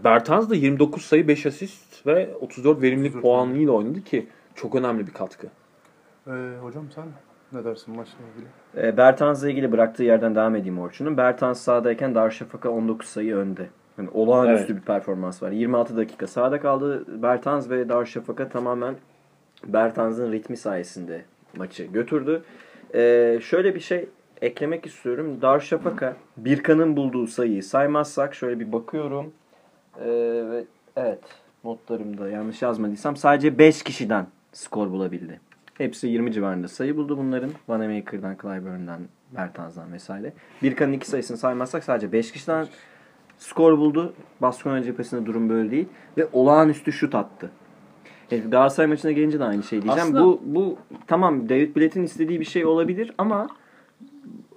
C: E, Bertans da 29 sayı 5 asist ve 34 verimlilik
A: 34
C: puanıyla oynadı ki çok önemli bir katkı.
A: Ee, hocam sen ne dersin maçla ilgili?
B: E, Bertans'la ilgili bıraktığı yerden devam edeyim Orçun'un. Bertans sahadayken Darüşşafaka 19 sayı önde. Yani olağanüstü bir performans var. 26 dakika sahada kaldı Bertans ve Darüşşafaka tamamen Bertans'ın ritmi sayesinde maçı götürdü. E, şöyle bir şey eklemek istiyorum. Darüşşafaka Birkan'ın bulduğu sayıyı saymazsak şöyle bir bakıyorum. E, ve- evet notlarımda yanlış yazmadıysam sadece 5 kişiden skor bulabildi. Hepsi 20 civarında sayı buldu bunların. Vanamaker'dan, Clyburn'dan, Bertans'dan vesaire. Birkan'ın iki sayısını saymazsak sadece 5 kişiden skor buldu. Baskonya cephesinde durum böyle değil. Ve olağanüstü şut attı. Evet, Galatasaray maçına gelince de aynı şey diyeceğim.
C: Aslında-
B: Bu, bu tamam David Blatt'in istediği bir şey olabilir ama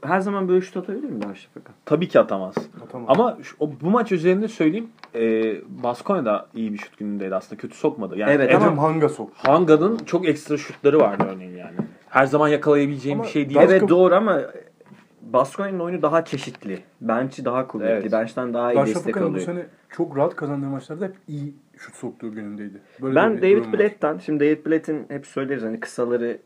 B: her zaman böyle şut atabilir mi Darüşşafaka?
C: Tabii ki atamaz.
A: Atamam.
C: Ama şu- o- bu maç üzerinde söyleyeyim e, Baskonya da iyi bir şut günündeydi aslında. Kötü sokmadı. Yani
B: Evet,
C: Adam-
A: Adam hanga sok.
C: Hanga'nın çok ekstra şutları vardı örneğin yani. Her zaman yakalayabileceğim
A: Ama
C: bir şey değil.
A: Darüşşafaka-
B: Evet doğru ama Baskonya'nın oyunu daha çeşitli. Bench'i daha kuvvetli.
C: Evet.
B: Bench'ten daha iyi destek
A: Darüşşafaka'nın bu
B: alıyor.
A: sene çok rahat kazandığı maçlarda hep iyi şut soktuğu günündeydi. Böyle
B: Ben
A: de bir durum
B: David
A: var.
B: Blatt'tan, şimdi David Blatt'in hep söyleriz hani kısaları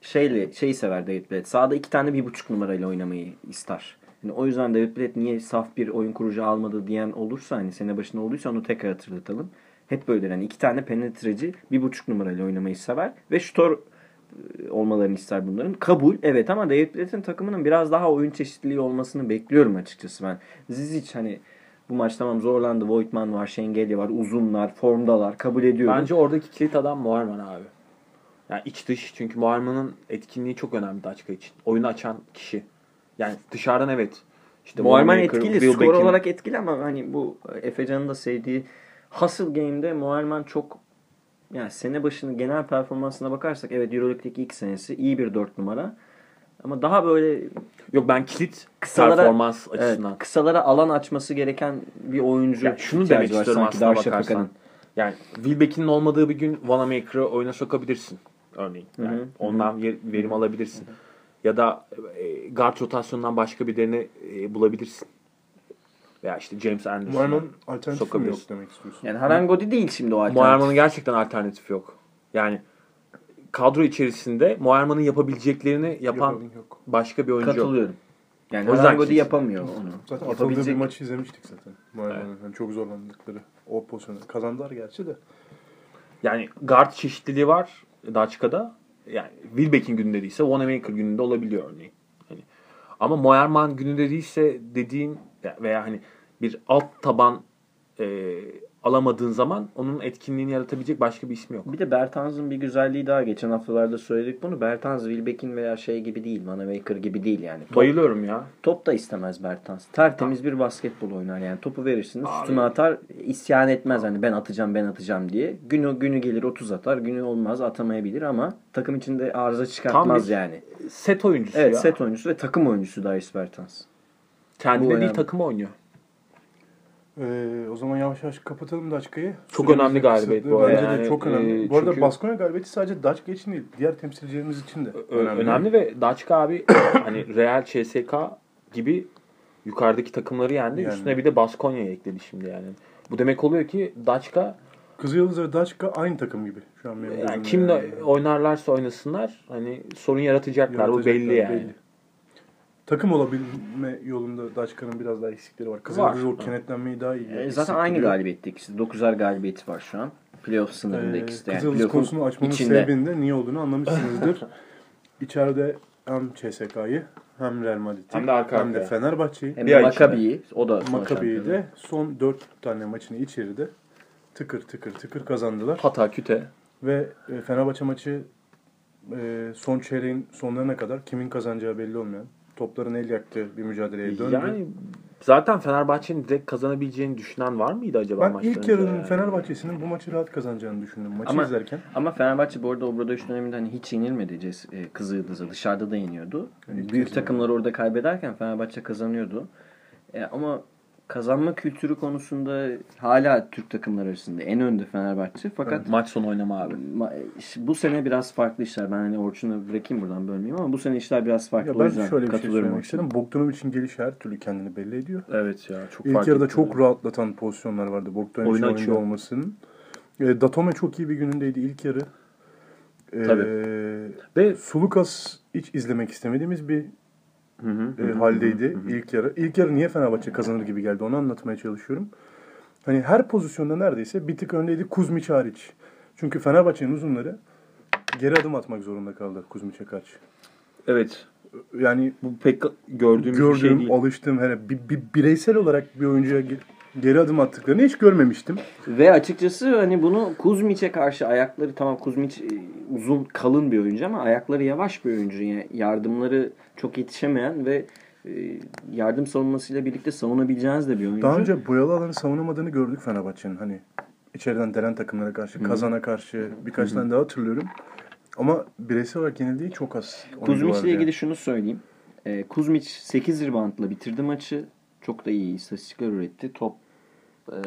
B: şeyle şeyi sever David Blatt. Sağda iki tane bir buçuk numarayla oynamayı ister. Yani o yüzden David Blatt niye saf bir oyun kurucu almadı diyen olursa hani sene başında olduysa onu tekrar hatırlatalım. Hep böyle yani iki tane penetreci bir buçuk numarayla oynamayı sever ve şutör e, olmalarını ister bunların. Kabul evet ama David Blatt'in takımının biraz daha oyun çeşitliliği olmasını bekliyorum açıkçası ben. Zizic hani bu maç tamam zorlandı. Voigtman var, Şengelya var, uzunlar, formdalar. Kabul ediyorum.
C: Bence oradaki kilit adam Muharman abi. Yani iç dış çünkü Muharman'ın etkinliği çok önemli Daçka için. Oyunu açan kişi. Yani dışarıdan evet. İşte
B: Muharman
C: Wanamaker,
B: hani etkili,
C: Will
B: skor
C: Beck'in-
B: olarak etkili ama hani bu Efecan'ın da sevdiği hustle game'de Muharman çok yani sene başının genel performansına bakarsak evet Euroleague'deki ilk senesi iyi bir dört numara. Ama daha böyle
C: Yok ben kilit
B: Kısalara-
C: performans
B: evet,
C: açısından.
B: kısalara alan açması gereken bir oyuncu.
C: Ya şunu
B: ihtiyacı
C: demek
B: var
C: istiyorum
B: sanki
C: aslında
B: Darüşşafaka'nın.
C: bakarsan. Yani Wilbeck'in olmadığı bir gün Wanamaker'ı oyuna sokabilirsin örneğin. Yani
B: Hı hı.
C: Ondan yer- verim alabilirsin. Ya da e, guard rotasyonundan başka birilerini e, bulabilirsin. Veya işte James
A: Muharman
C: Anderson.
A: alternatif mi
C: Sokabilir.
A: yok demek istiyorsun?
B: Yani Harangodi değil şimdi o
C: Moerman'ın
B: alternatif.
C: gerçekten alternatifi yok. Yani kadro içerisinde Moerman'ın yapabileceklerini
A: Yapan
C: yapan
A: yok.
C: başka bir oyuncu yok.
B: Katılıyorum. Yani
C: O yüzden
B: Harangodi
C: kimse-
B: yapamıyor onu.
A: Zaten atıldığı bir
B: Yapabilecek.
A: maçı izlemiştik zaten. Muharman'ın Yani çok zorlandıkları o pozisyonu. Kazandılar gerçi de.
C: Yani guard çeşitliliği var Daçka'da. Yani Wilbeck'in gününde değilse Wanamaker gününde olabiliyor örneğin. Hani. Ama Moerman gününde değilse dediğin veya hani bir alt taban e, alamadığın zaman onun etkinliğini yaratabilecek başka bir ismi yok.
B: Bir de Bertans'ın bir güzelliği daha. Geçen haftalarda söyledik bunu. Bertans, Wilbeck'in veya şey gibi değil. Manamaker gibi değil yani. Top,
C: Bayılıyorum ya.
B: top da istemez Bertans. Tertemiz bir basketbol oynar yani. Topu verirsiniz üstüne atar. isyan etmez hani ben atacağım ben atacağım diye. Günü günü gelir 30 atar. Günü olmaz atamayabilir ama takım içinde arıza çıkartmaz
C: bir-
B: yani.
C: Set oyuncusu
B: Evet
C: ya.
B: set oyuncusu ve takım oyuncusu Darius Bertans.
C: Kendine
B: Bu
C: değil
B: önemli.
C: takıma oynuyor.
A: Ee, o zaman yavaş yavaş kapatalım Daçka'yı.
C: Çok
A: Süremiz
C: önemli
A: de
C: galibiyet
A: kısıtlı.
C: bu arada.
A: Bence de
C: Yani,
A: çok
C: e,
A: önemli. bu arada
C: çünkü-
A: Baskonya galibiyeti sadece Daçka için değil. Diğer temsilcilerimiz için de
C: Ö- önemli. ve Daçka abi [coughs] hani Real CSK gibi yukarıdaki takımları yendi.
A: Yani.
C: Üstüne bir de Baskonya'yı ekledi şimdi yani. Bu demek oluyor ki Daçka
A: Kızılyıldız ve Daçka aynı takım gibi. Şu an benim
C: yani
A: gözümde
C: kimle
A: yani.
C: oynarlarsa oynasınlar hani sorun yaratacaklar. Bu
A: Yaratacaklar
C: belli yani.
A: Takım olabilme yolunda Daçka'nın biraz daha eksikleri var. Kızılyıldız o kenetlenmeyi daha iyi.
B: E, zaten
A: hissettiriyor.
B: aynı galibiyette ikisi. 9'ar galibiyeti var şu an. Playoff sınırında
C: Ee,
B: ikisi de. Yani
A: Ee, Kızıldız
B: playoff'un
A: konusunu açmamın
B: içinde.
A: sebebinin de niye olduğunu anlamışsınızdır. [laughs] İçeride hem CSK'yı hem Real Madrid'i
C: Hem de arka
A: hem de
C: arkaya.
A: Fenerbahçe'yi
B: Hem
C: Bir
B: de
C: ay içinde.
B: Maccabi'yi. O da son
A: Maccabi'yi
B: şampiyonu.
A: de son 4 tane maçını içeride tıkır tıkır tıkır kazandılar.
C: Hata küte.
A: Ve e, Fenerbahçe maçı e, son çeyreğin sonlarına kadar kimin kazanacağı belli olmayan topların el yaktığı bir mücadeleye E, döndü.
C: Yani zaten Fenerbahçe'nin direkt kazanabileceğini düşünen var mıydı acaba
A: ben
C: maçtan
A: ilk
C: önce
A: yarının
C: yani?
A: Fenerbahçe'sinin bu maçı rahat kazanacağını düşündüm maçı
B: Ama-
A: izlerken.
B: Ama Fenerbahçe bu arada Obradoviç döneminde hani hiç yenilmedi Ces- e, Kızıldız'a. Dışarıda da yeniyordu.
A: Yani ilk
B: Büyük
A: kez
B: takımlar orada kaybederken Fenerbahçe kazanıyordu. E, ama kazanma kültürü konusunda hala Türk takımlar arasında en önde Fenerbahçe. Fakat
C: Maç sonu oynama abi.
B: ma- e, iş- bu sene biraz farklı işler. Ben hani Orçun'a bırakayım buradan bölmeyeyim ama bu sene işler biraz farklı.
A: Ya
B: o
A: ben
B: yüzden
A: şöyle bir şey
B: katılıyorum
A: söylemek
B: Orçun'a.
A: istedim. Bogdanovic'in gelişi her türlü kendini belli ediyor.
C: Evet ya çok
A: İlk
C: fark
A: yarıda
C: etti.
A: çok rahatlatan pozisyonlar vardı. Bogdanovic'in
C: Oyunu
A: oyunda
C: açıyor.
A: olmasının. E, Datome çok iyi bir günündeydi ilk yarı. E,
C: Ve
A: Sulukas hiç izlemek istemediğimiz bir
C: Hı hı.
A: e, haldeydi ilk yarı. İlk yarı niye Fenerbahçe kazanır gibi geldi onu anlatmaya çalışıyorum. Hani her pozisyonda neredeyse bir tık öndeydi Kuzmiç hariç. Çünkü Fenerbahçe'nin uzunları geri adım atmak zorunda kaldı Kuzmiç'e karşı.
C: evet
A: Yani
C: bu pek gördüğümüz bir şey
A: gördüğüm,
C: değil.
A: alıştığım hani bir, bir bireysel olarak bir oyuncuya ge- geri adım attıklarını hiç görmemiştim.
B: Ve açıkçası hani bunu Kuzmiç'e karşı ayakları tamam Kuzmiç e, uzun kalın bir oyuncu ama ayakları yavaş bir oyuncu. Yani yardımları çok yetişemeyen ve e, yardım savunmasıyla birlikte savunabileceğiniz de bir oyuncu.
A: Daha önce boyalı alanı savunamadığını gördük Fenerbahçe'nin hani içeriden delen takımlara karşı, Kazan'a karşı birkaç tane daha hatırlıyorum. Ama bireysel olarak yenildiği çok az. oyuncu
B: Kuzmiç'le
A: vardı
B: ilgili
A: yani.
B: şunu söyleyeyim. E, Kuzmiç 8 ribantla bitirdi maçı. Çok da iyi istatistikler üretti. Top e,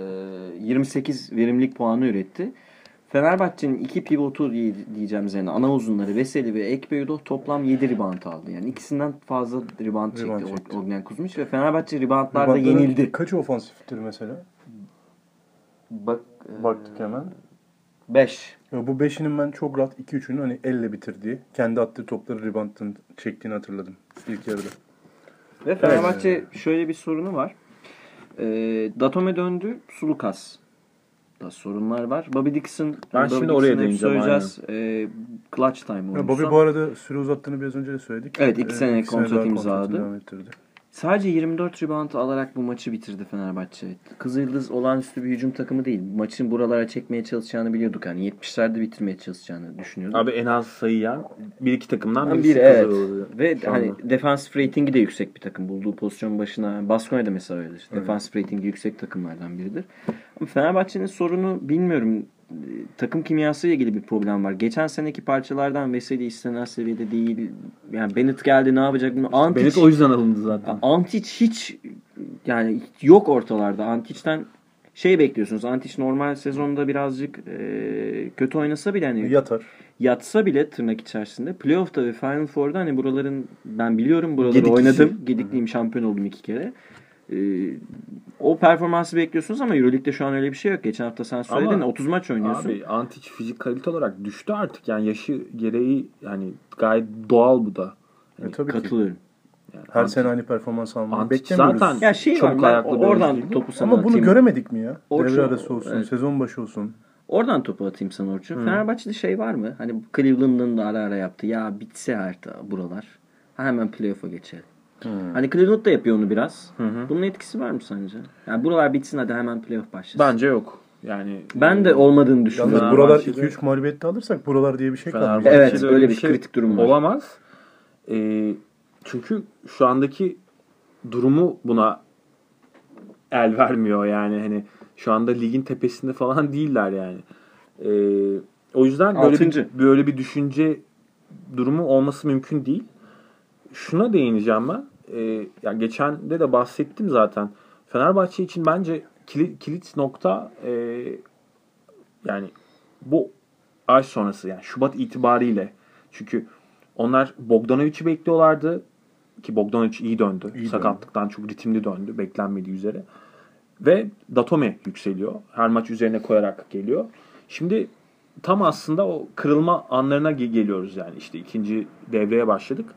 B: 28 verimlilik puanı üretti. Fenerbahçe'nin iki pivotu diye- diyeceğimiz yani ana uzunları Veseli ve Ekbeyudo toplam 7 ribant aldı. Yani ikisinden fazla ribant
A: Rebound
B: çekti,
A: çekti.
B: çekti. Ognen Kuzmiç ve Fenerbahçe ribantlarda
A: Reboundların
B: yenildi.
A: Kaçı ofansiftir mesela?
B: Bak
A: Baktık hemen.
B: 5.
A: Ya bu beşinin ben çok rahat 2-3'ünü hani elle bitirdiği, kendi attığı topları rebound'ın çektiğini hatırladım ilk yarıda.
B: Ve Fenerbahçe şöyle bir sorunu var. E, Datome döndü, Sulukas da sorunlar var. Bobby Dixon,
C: Ben
B: Bobby
C: şimdi oraya
B: Dixon'ı hep
C: değineceğim,
B: söyleyeceğiz. E, clutch time
A: Ya
B: oyuncusu.
A: Bobby bu arada süre uzattığını biraz önce de söyledik.
B: Evet, iki
A: Ee,
B: sene
A: iki
B: kontrat
A: daha
B: imzaladı.
A: kontratını devam ettirdi.
B: Sadece 24 rebound alarak bu maçı bitirdi Fenerbahçe. Kızıldız olağanüstü bir hücum takımı değil. Maçın buralara çekmeye çalışacağını biliyorduk. Yani 70'lerde bitirmeye çalışacağını düşünüyorduk.
C: Abi en az sayı yer bir iki takımdan
B: Yani
C: birisi
B: biri
C: kazanır
B: evet.
C: oluyor
B: Ve
C: şu
B: hani
C: anda.
B: defense ratingi de yüksek bir takım. Bulduğu pozisyon başına Baskonya'da mesela öyledir. Defense ratingi yüksek takımlardan biridir. Ama Fenerbahçe'nin sorunu bilmiyorum. Ee, Takım kimyasıyla ilgili bir problem var. Geçen seneki parçalardan Veseli istenen seviyede değil. Yani Bennett geldi ne yapacak bilmiyorum. Antic,
C: Bennett o yüzden alındı zaten.
B: Antic hiç yani yok ortalarda. Antic'ten şey bekliyorsunuz. Antic normal sezonda birazcık e, kötü oynasa bile hani
A: Yatar. E,
B: yatsa bile tırnak içerisinde playoff'ta ve Final Four'da hani buraların ben biliyorum buraları
C: Gediklisi.
B: oynadım. Gedikliyim şampiyon oldum iki kere. Ee, o performansı bekliyorsunuz ama Euroleague'de şu an öyle bir şey yok. Geçen hafta sen söyledin
C: Ama-
B: 30 maç oynuyorsun.
C: Abi Antic fizik kalite olarak düştü artık. Yani yaşı gereği yani gayet doğal bu da.
A: E, tabii ki.
B: Katılıyorum.
C: Yani
A: Her
C: Antic-
A: sene aynı performans almayı
C: Antic
A: beklemiyoruz.
C: zaten-
B: Ya şey
C: Çabuk
B: var ben
C: ayaklı bir
B: oradan
C: oyuncu.
B: topu sana
A: Ama bunu
B: atayım.
A: göremedik mi ya?
B: Orçun-
A: Devre arası olsun,
B: evet.
A: sezon başı olsun.
B: Oradan topu atayım sana Orçun. Fenerbahçe'de şey var mı? Hani Cleveland'ın da ara ara yaptı. Ya bitse artık buralar. Ha, Hemen playoff'a geçelim. Hani Cleveland da yapıyor onu biraz. Bunun etkisi var mı sence? Yani buralar bitsin hadi hemen playoff başlasın.
C: Bence yok. Yani
B: Ben de olmadığını
A: Yalnız
B: düşünüyorum.
C: Fenerbahçe'de-
A: buralar 2-3 mağlubiyette alırsak buralar diye bir şey kalmıyor.
C: Fenerbahçe'de şey
B: Evet, öyle bir kritik durum var.
C: Olamaz. Ee, çünkü şu andaki durumu buna el vermiyor yani hani şu anda ligin tepesinde falan değiller yani. Ee, o yüzden böyle
B: Altıncı.
C: bir, böyle bir düşünce durumu olması mümkün değil. Şuna değineceğim ben. Ee, ya geçen de de bahsettim zaten. Fenerbahçe için bence kilit, kilit nokta ee, yani bu ay sonrası yani Şubat itibariyle. Çünkü onlar Bogdanovic'i bekliyorlardı ki Bogdanovic iyi döndü.
A: İyi
C: Sakatlıktan çok ritimli döndü beklenmediği üzere. Ve Datome yükseliyor. Her maç üzerine koyarak geliyor. Şimdi tam aslında o kırılma anlarına ge- geliyoruz yani. işte ikinci devreye başladık.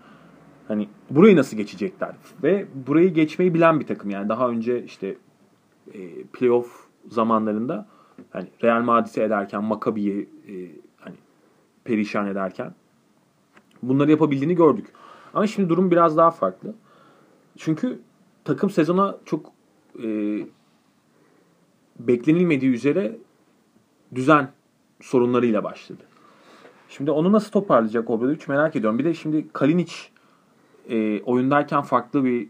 C: Hani burayı nasıl geçecekler? Ve burayı geçmeyi bilen bir takım yani. Daha önce işte e, playoff zamanlarında hani Real Madrid'i ederken, Maccabi'yi e, hani perişan ederken bunları yapabildiğini gördük. Ama şimdi durum biraz daha farklı. Çünkü takım sezona çok e, beklenilmediği üzere düzen sorunlarıyla başladı. Şimdi onu nasıl toparlayacak Obradovic merak ediyorum. Bir de şimdi Kalinic e, oyundayken farklı bir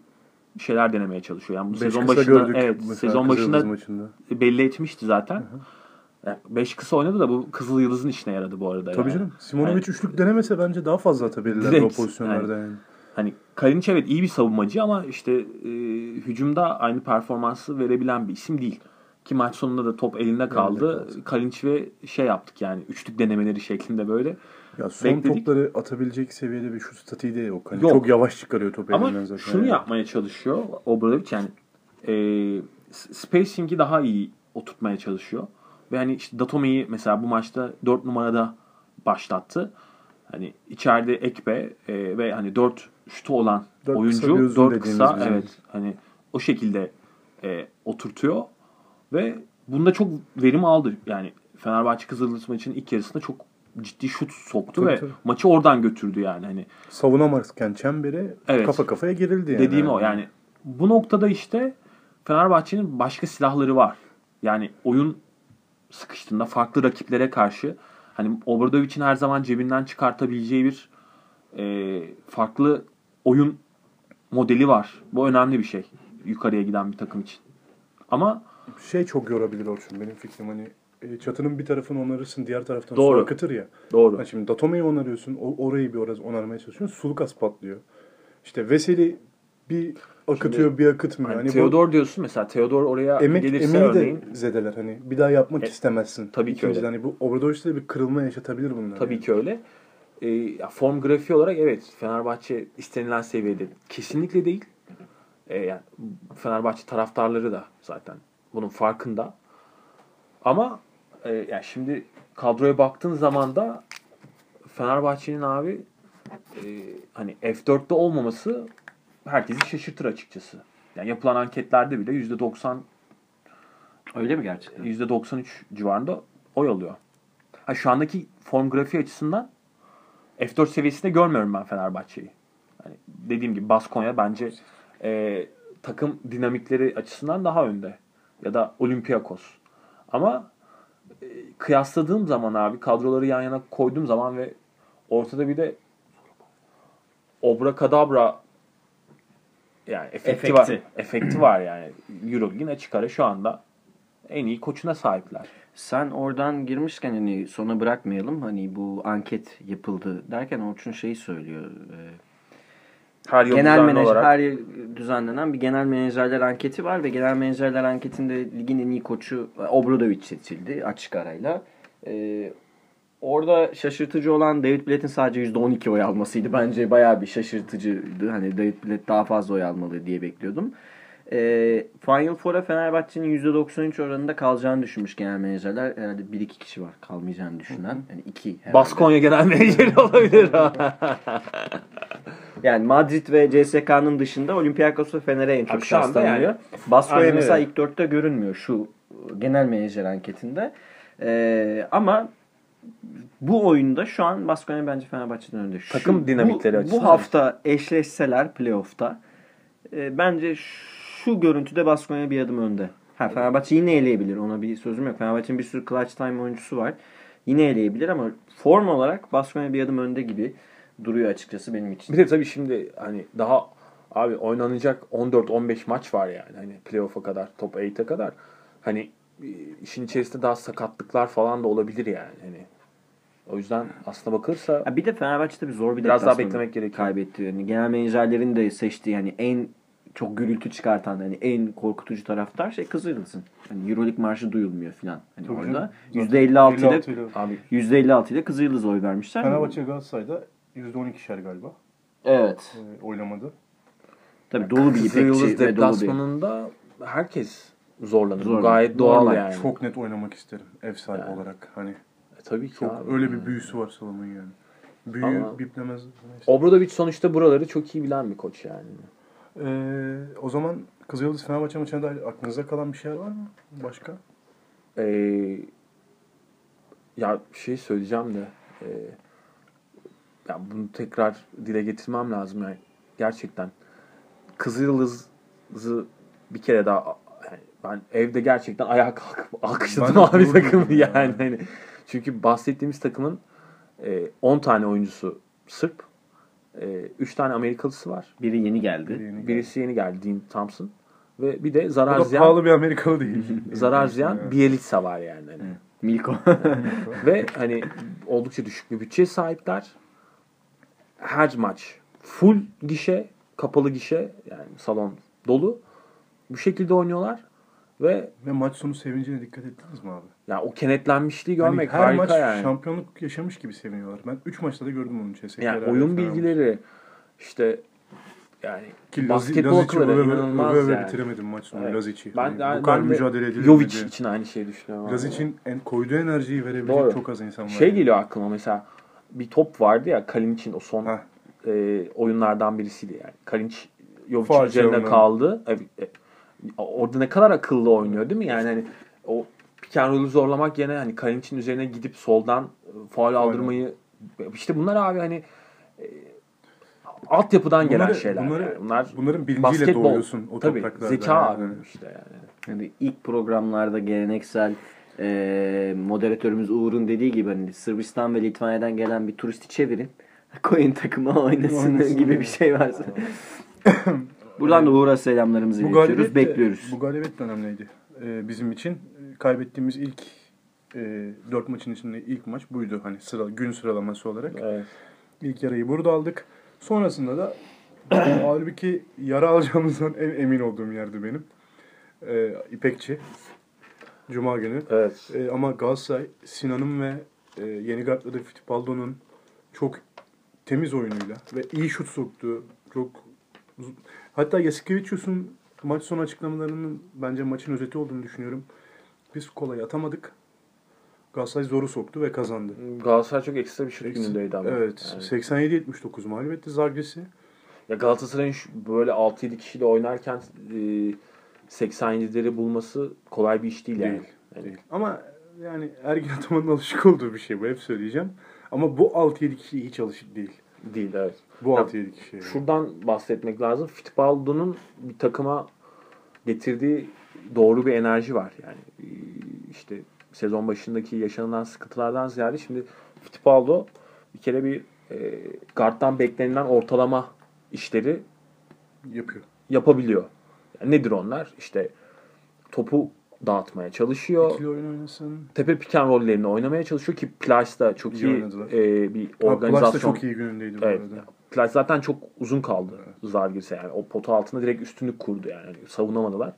C: şeyler denemeye çalışıyor. Yani bu
A: Beş
C: sezon
A: kısa
C: başında
A: gördük
C: evet,
A: mesela
C: sezon
A: Kızıldız
C: başında
A: maçında.
C: belli etmişti zaten. 5 kısa oynadı da bu Kızıl Yıldız'ın işine yaradı bu arada.
A: Tabii
C: yani.
A: canım. Simonovic
C: Yani-
A: üçlük denemese bence daha fazla atabilirler o
C: Direkt,
A: pozisyonlarda yani.
C: Hani Kalinic evet iyi bir savunmacı ama işte e, hücumda aynı performansı verebilen bir isim değil. Ki maç sonunda da top elinde kaldı. Kalinic ve şey yaptık yani üçlük denemeleri şeklinde böyle.
A: Ya son
C: Bekledik.
A: topları atabilecek seviyede bir şut statiği de yok. Hani
C: Yok.
A: Çok yavaş çıkarıyor topu elinden
C: Ama
A: zaten.
C: şunu
A: yani.
C: yapmaya çalışıyor Obradovic yani e, s- spacing'i daha iyi oturtmaya çalışıyor. Ve hani işte Datome'yi mesela bu maçta 4 numarada başlattı. Hani içeride Ekpe e, ve hani 4 şutu olan
A: Dört kısa bir
C: oyuncu
A: uzun
C: 4
A: dediğimiz
C: kısa
A: bizim.
C: evet hani o şekilde e, oturtuyor ve bunda çok verim aldı. Yani Fenerbahçe Kızıldız maçının ilk yarısında çok ciddi şut soktu
A: Tabii,
C: ve
A: tabii.
C: maçı oradan götürdü yani hani
A: Savunamazken çembere
C: Evet.
A: kafa kafaya gerildi yani.
C: Dediğim o yani bu noktada işte Fenerbahçe'nin başka silahları var. Yani oyun sıkıştığında farklı rakiplere karşı hani Obradovic'in her zaman cebinden çıkartabileceği bir e, farklı oyun modeli var. Bu önemli bir şey yukarıya giden bir takım için. Ama
A: Şey çok yorabilir Orçun benim fikrim hani e, çatının bir tarafını onarırsın diğer taraftan
C: Doğru.
A: su akıtır ya.
C: doğru.
A: Ha şimdi Datome'yi onarıyorsun o, orayı bir orası onarmaya çalışıyorsun Sulukas patlıyor. İşte Veseli bir akıtıyor bir akıtmıyor.
C: Hani
A: Hani bu
C: Theodor diyorsun mesela Theodor oraya
A: emek,
C: gelirse
A: emeği
C: örneğin
A: de zedeler hani bir daha yapmak
C: E,
A: istemezsin.
C: tabii ki
A: İkinciden
C: öyle.
A: Hani bu Obradoviç'te de bir kırılma yaşatabilir bunlar.
C: Tabii
A: yani.
C: ki öyle. E, ya form grafiği olarak evet Fenerbahçe istenilen seviyede kesinlikle değil. E, yani Fenerbahçe taraftarları da zaten bunun farkında. Ama e, ya şimdi kadroya baktığın zaman da Fenerbahçe'nin abi e, hani F4'te olmaması herkesi şaşırtır açıkçası. Yani yapılan anketlerde bile %90
B: Öyle mi gerçekten?
C: %93 civarında oy alıyor. Ha, şu andaki form grafiği açısından F4 seviyesinde görmüyorum ben Fenerbahçe'yi. Hani dediğim gibi Baskonya bence e, takım dinamikleri açısından daha önde. Ya da Olympiakos. Ama e, kıyasladığım zaman abi kadroları yan yana koyduğum zaman ve ortada bir de obra kadabra yani efekti,
D: Efekti.
C: var. Efekti var yani. Euroleague'in açık ara şu anda en iyi koçuna sahipler.
B: Sen oradan girmişken hani sona bırakmayalım. Hani bu anket yapıldı derken Orçun şeyi söylüyor. e,
C: Her yıl
B: genel
C: düzenli
B: menajer
C: olarak.
B: her yıl düzenlenen bir genel menajerler anketi var ve genel menajerler anketinde ligin en iyi koçu Obradovic seçildi açık arayla. Ee, orada şaşırtıcı olan David Blatt'in sadece %12 oy almasıydı. Bence bayağı bir şaşırtıcıydı. Hani David Blatt daha fazla oy almalı diye bekliyordum. Ee, Final Four'a Fenerbahçe'nin %93 oranında kalacağını düşünmüş genel menajerler. Herhalde 1-2 kişi var kalmayacağını düşünen. Yani 2
C: Baskonya genel menajeri [laughs] olabilir.
B: Yani Madrid ve CSK'nın dışında Olympiakos ve Fener'e en çok
C: Abi şu anda
B: şanslanıyor.
C: yani-
B: Baskonya
C: Aynen
B: mesela
C: öyle.
B: ilk dörtte görünmüyor şu genel menajer anketinde. Ee, ama bu oyunda şu an Baskonya bence Fenerbahçe'den önde. Şu-
C: Takım
B: bu-
C: dinamikleri açısından.
B: Bu hafta eşleşseler playoff'ta e, bence şu görüntüde Baskonya bir adım önde. Ha, Fenerbahçe yine eleyebilir. Ona bir sözüm yok. Fenerbahçe'nin bir sürü clutch time oyuncusu var. Yine eleyebilir ama form olarak Baskonya bir adım önde gibi duruyor açıkçası benim için.
C: bir de tabii şimdi hani daha abi oynanacak 14-15 maç var yani. Hani playoff'a kadar, top 8'e kadar. Hani e, işin içerisinde daha sakatlıklar falan da olabilir yani. Hani o yüzden aslına bakılırsa
B: Ya bir de Fenerbahçe tabii zor bir
C: Biraz daha
B: deplasmanı
C: beklemek gerekiyor.
B: Kaybetti. Yani genel menajerlerin de seçtiği hani en çok gürültü çıkartan hani en korkutucu taraftar şey Kızıldız'ın. Hani EuroLeague marşı duyulmuyor filan hani
A: Tabii
B: orada.
A: canım.
B: %56 ile
A: ile-
C: abi
B: %56 ile Kızıldız oy vermişler.
A: Fenerbahçe Galatasaray'da %12'şer galiba
B: Evet.
A: e, oylamada.
B: Tabii dolu bir
C: Kızılyıldız
B: ipekçi ve dolu bir.
C: deplasmanında herkes zorlanır. Bu
B: Zorlanır.
C: Gayet doğal
B: Normal,
C: yani.
A: Çok net oynamak isterim ev sahibi olarak. Hani
C: E, tabii ki
A: çok
C: abi.
A: öyle bir büyüsü var salonun yani. Büyü
C: Ama-
A: biplemez. Neyse.
C: Obradovic sonuçta buraları çok iyi bilen bir koç yani.
A: Ee, o zaman Kızılyıldız Fenerbahçe maçına dair aklınıza kalan bir şeyler var mı? Başka?
C: Ee, ya bir şey söyleyeceğim de ee, ya bunu tekrar dile getirmem lazım yani gerçekten Kızılyıldız'ı bir kere daha yani ben evde gerçekten ayağa kalkıp [laughs]
A: Ben
C: alkışladım
A: de
C: abi
A: gurur duydum
C: takımı
A: ya.
C: yani. Hani çünkü bahsettiğimiz takımın E, 10 tane oyuncusu Sırp. E, 3 tane Amerikalısı var.
B: Biri yeni geldi.
A: Yeni geldi.
C: Birisi yeni geldi Dean Thompson. Ve bir de
A: Bu
C: zarar
A: da
C: ziyan,
A: pahalı bir Amerikalı
C: [laughs]
A: değil.
C: zarar ziyan Bielitsa var yani. Hani.
B: Milko.
C: Ve hani oldukça düşük bir bütçeye sahipler. Her maç full gişe, kapalı gişe yani salon dolu. Bu şekilde oynuyorlar ve
A: Ve maç sonu sevincine dikkat ettiniz mi abi?
C: ya o kenetlenmişliği
A: Hani
C: görmek
A: her
C: harika
A: maç
C: yani.
A: şampiyonluk yaşamış gibi seviniyorlar. Ben 3 maçta da gördüm onun CSK'ları.
C: yani oyun bilgileri işte yani
A: Ki
C: basketbol akılları inanılmaz
A: öve, öve
C: yani.
A: bitiremedim maç sonu
C: Evet.
A: Lazic'i.
C: Ben,
A: Hani
C: ben,
A: bu kadar
C: ben de
A: mücadele edilmedi.
C: Jovic için aynı şeyi düşünüyorum.
A: Lazic'in en, koyduğu enerjiyi verebilecek
C: Doğru.
A: çok az insan var.
C: Şey
A: yani.
C: geliyor aklıma mesela bir top vardı ya Kalinic'in o son
A: Heh.
C: e, oyunlardan birisiydi yani. Kalinic Jovic'in
A: Faul
C: üzerine
A: çalımı.
C: kaldı. Evet, e, orada ne kadar akıllı oynuyor değil mi? Yani hani o pick and roll'u zorlamak yerine hani Kalinic'in üzerine gidip soldan e, faul aldırmayı işte bunlar abi hani e, altyapıdan gelen
A: Bunları-
C: şeyler.
A: bunları-
C: yani. Bunlar
A: Bunların bilinciyle
C: basketbol.
A: doğuyorsun o
C: Tabii
A: topraklarda.
C: zeka
A: yani.
C: abi işte yani.
B: Yani Hani ilk programlarda geleneksel e, moderatörümüz Uğur'un dediği gibi hani Sırbistan ve Litvanya'dan gelen bir turisti çevirin. [laughs] Koyun takıma oynasın
A: Oynasın,
B: gibi
A: evet.
B: bir şey
A: [laughs]
B: varsa. Buradan da Uğur'a selamlarımızı
A: Bu
B: iletiyoruz.
A: galibiyet, de-
B: Bekliyoruz.
A: bu galibiyet de önemliydi e, bizim için. E, Kaybettiğimiz ilk e, dört maçın içinde ilk maç buydu. Hani sıra, gün sıralaması olarak.
C: Evet.
A: İlk yarayı burada aldık. Sonrasında da [coughs] halbuki yara alacağımızdan en emin olduğum yerdi benim. Ee, İpekçi. Cuma günü.
C: Evet.
A: Ee, ama Galatasaray Sinan'ın ve e, yeni gardları Fittipaldo'nun çok temiz oyunuyla ve iyi şut soktu. Çok uz- hatta Yasikevicius'un maç sonu açıklamalarının bence maçın özeti olduğunu düşünüyorum. Biz kolay atamadık. Galatasaray zoru soktu ve kazandı.
C: Galatasaray çok ekstra bir şut günündeydi ama.
A: Evet.
C: Yani.
A: 87-79 mağlup etti Zagres'i.
C: Ya Galatasaray'ın şu- böyle 6-7 kişiyle oynarken e, 87'leri bulması kolay bir iş değil yani.
A: Değil,
C: Yani
A: Değil. Ama yani Ergin Ataman'ın alışık olduğu bir şey bu. Hep söyleyeceğim. Ama bu 6-7 kişi hiç alışık değil.
C: değil, evet.
A: Bu
C: Ya,
A: 6-7 kişi.
C: Şuradan bahsetmek lazım. Fittipaldo'nun bir takıma getirdiği doğru bir enerji var. Yani e, işte sezon başındaki yaşanılan sıkıntılardan ziyade şimdi Fittipaldo bir kere bir e, guard'dan beklenilen ortalama işleri
A: yapıyor.
C: yapabiliyor. Yani nedir onlar? İşte topu dağıtmaya çalışıyor.
A: İkili oyun oynasın.
C: tepe pick and roll'lerini oynamaya çalışıyor ki Plyce da çok
A: İyi
C: iyi,
A: oynadılar.
C: e, bir
A: Organizasyon.
C: organizasyon.
A: da çok iyi günündeydi bu
C: Evet.
A: arada.
C: Plyce zaten çok uzun kaldı Zalgiris'e yani. O pota altında direkt üstünlük kurdu yani. Hani Savunamadılar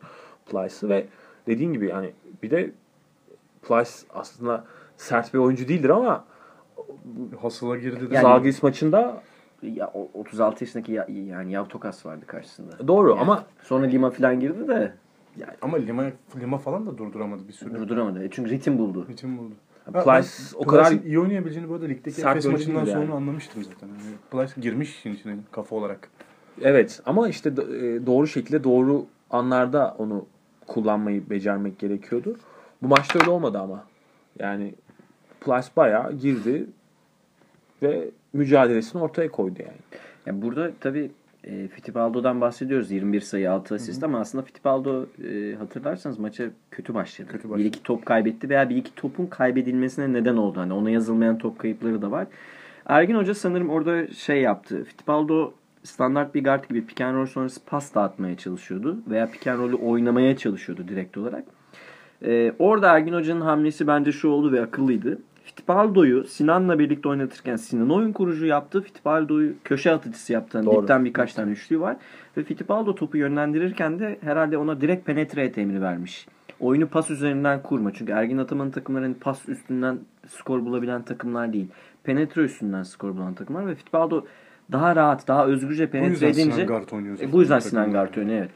C: Plyce'ı ve dediğin gibi yani bir de Plyce aslında sert bir oyuncu değildir ama
A: Hasıla girdi de.
C: yani, Zalgiris maçında
B: Ya, o- 36 yaşındaki ya- yani Yav Tokas vardı karşısında.
C: doğru ama
B: Sonra Lima falan girdi de
A: Ama Lima, Lima falan da durduramadı bir sürü.
B: durduramadı. E Çünkü ritim buldu.
A: Ritim buldu.
C: Plyce
A: ben
C: o kadar-
A: Plyce'in iyi oynayabileceğini bu arada ligdeki
C: Sert
A: Efes
C: bir oyuncu
A: maçından
C: değil
A: sonra
C: yani.
A: anlamıştım zaten. Yani Plyce girmiş işin içine kafa olarak.
C: evet ama işte do- e, doğru şekilde doğru anlarda onu kullanmayı becermek gerekiyordu. Bu maçta öyle olmadı ama. Yani Plyce bayağı girdi ve mücadelesini ortaya koydu yani.
B: Ya burada tabii e, Fittipaldo'dan bahsediyoruz. 21 sayı 6 asist ama aslında Fittipaldo e, hatırlarsanız maça kötü başladı.
A: Kötü başladı.
B: Bir iki top kaybetti veya bir iki topun kaybedilmesine neden oldu. Hani ona yazılmayan top kayıpları da var. Ergin Hoca sanırım orada şey yaptı. Fittipaldo standart bir guard gibi pick and roll sonrası pas dağıtmaya çalışıyordu. Veya pick and roll'ü oynamaya çalışıyordu direkt olarak. Ee, orada Ergin Hoca'nın hamlesi bence şu oldu ve akıllıydı. Fittipaldo'yu Sinan'la birlikte oynatırken Sinan oyun kurucu yaptı. Fittipaldo'yu köşe atıcısı yaptı. Hani
C: Doğru.
B: Dipten birkaç tane üçlü var. Ve Fittipaldo topu yönlendirirken de herhalde ona direkt penetre et emri vermiş. Oyunu pas üzerinden kurma. Çünkü Ergin Ataman'ın takımları hani pas üstünden skor bulabilen takımlar değil. Penetre üstünden skor bulan takımlar ve Fittipaldo daha rahat, daha özgürce
A: Bu yüzden
B: penetre edince...
C: şey-
A: Sinan Gart oynuyor. zaten
B: E, bu yüzden
A: takımda.
B: Sinan Gart oynuyor evet.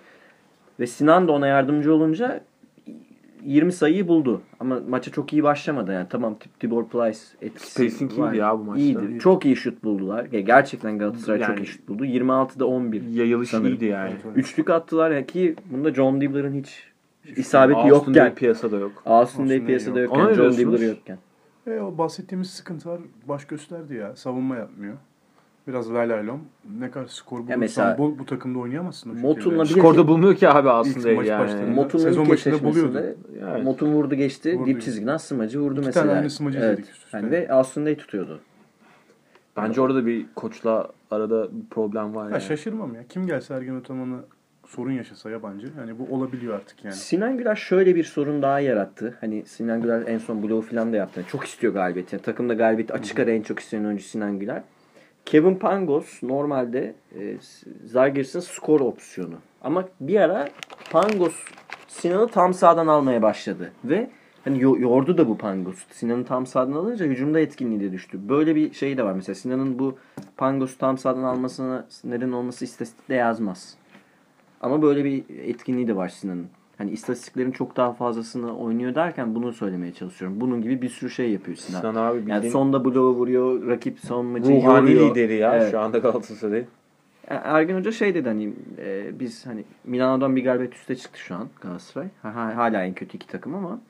B: Ve Sinan da ona yardımcı olunca 20 sayıyı buldu. Ama maça çok iyi başlamadı yani. Tamam Tib- Tibor Plyce etkisi
C: Spacing
B: var.
C: iyiydi ya bu maçta.
B: İyiydi. Çok iyi şut buldular. Ya Gerçekten Galatasaray
C: Yani-
B: çok iyi şut buldu. 26'da 11.
C: Yayılış
B: sanırım.
C: iyiydi yani.
B: Üçlük attılar ya ki bunda John Dibbler'ın hiç isabeti
C: Austin Day
B: yokken.
C: piyasada yok.
B: Austin Day
A: Austin Day
B: piyasada
A: yok.
C: Ona
B: yokken.
C: ne
B: John
C: diyorsunuz?
B: Dibbler yokken.
A: E, o bahsettiğimiz sıkıntılar baş gösterdi ya. Savunma yapmıyor. Biraz lay lay lom. Ne kadar skor bulursan
B: mesela-
A: bul, bu takımda oynayamazsın o şekilde.
B: Motun'la bir-
C: Skorda bulmuyor ki abi
A: İlk
C: Austin Day
A: maç başladı.
C: yani.
A: Mo-
B: Motun'un
A: Sezon
B: ilk
A: başında
B: eşleşmesinde
C: Yani.
B: Motun vurdu geçti.
A: Vurdu.
B: Dip çizgiden sımacı vurdu
A: İki
B: mesela.
A: tane aynı smacı izledik üst üste.
B: Yani ve Austin Day tutuyordu.
C: Bence orada bir koçla arada bir problem var.
A: Ya
B: şey-
C: Yani.
A: şaşırmam ya. Kim gelse Ergen Ataman'a sorun yaşasa yabancı. Hani bu olabiliyor artık yani.
B: Sinan Güler şöyle bir sorun daha yarattı. Hani Sinan Güler en son bloğu falan da yaptı. Çok istiyor galibiyeti. Yani takımda galibiyeti açık ara en çok isteyen oyuncu Sinan Güler. Kevin Pangos normalde e, Zagiris'in skor opsiyonu. Ama bir ara Pangos Sinan'ı tam sahadan almaya başladı. Ve hani yo- yordu da bu Pangos. Sinan'ı tam sahadan alınca hücumda etkinliği de düştü. Böyle bir şey de var. Mesela Sinan'ın bu Pangos'u tam sahadan almasına neden olması istatistikte yazmaz. Ama böyle bir etkinliği de var Sinan'ın. Hani istatistiklerin çok daha fazlasını oynuyor derken bunu söylemeye çalışıyorum. Bunun gibi bir sürü şey yapıyor Sinan.
C: Sinan abi bildiğin
B: Yani sonda bloğu vuruyor, rakip savunmacıyı
C: ruhani
B: yoruyor.
C: lideri ya
B: Evet.
C: şu anda Galatasaray'ın.
B: Yani Ergin Hoca şey dedi hani e, biz hani Milano'dan bir galibiyet üste çıktı şu an Galatasaray. Ha, ha- hala en kötü iki takım ama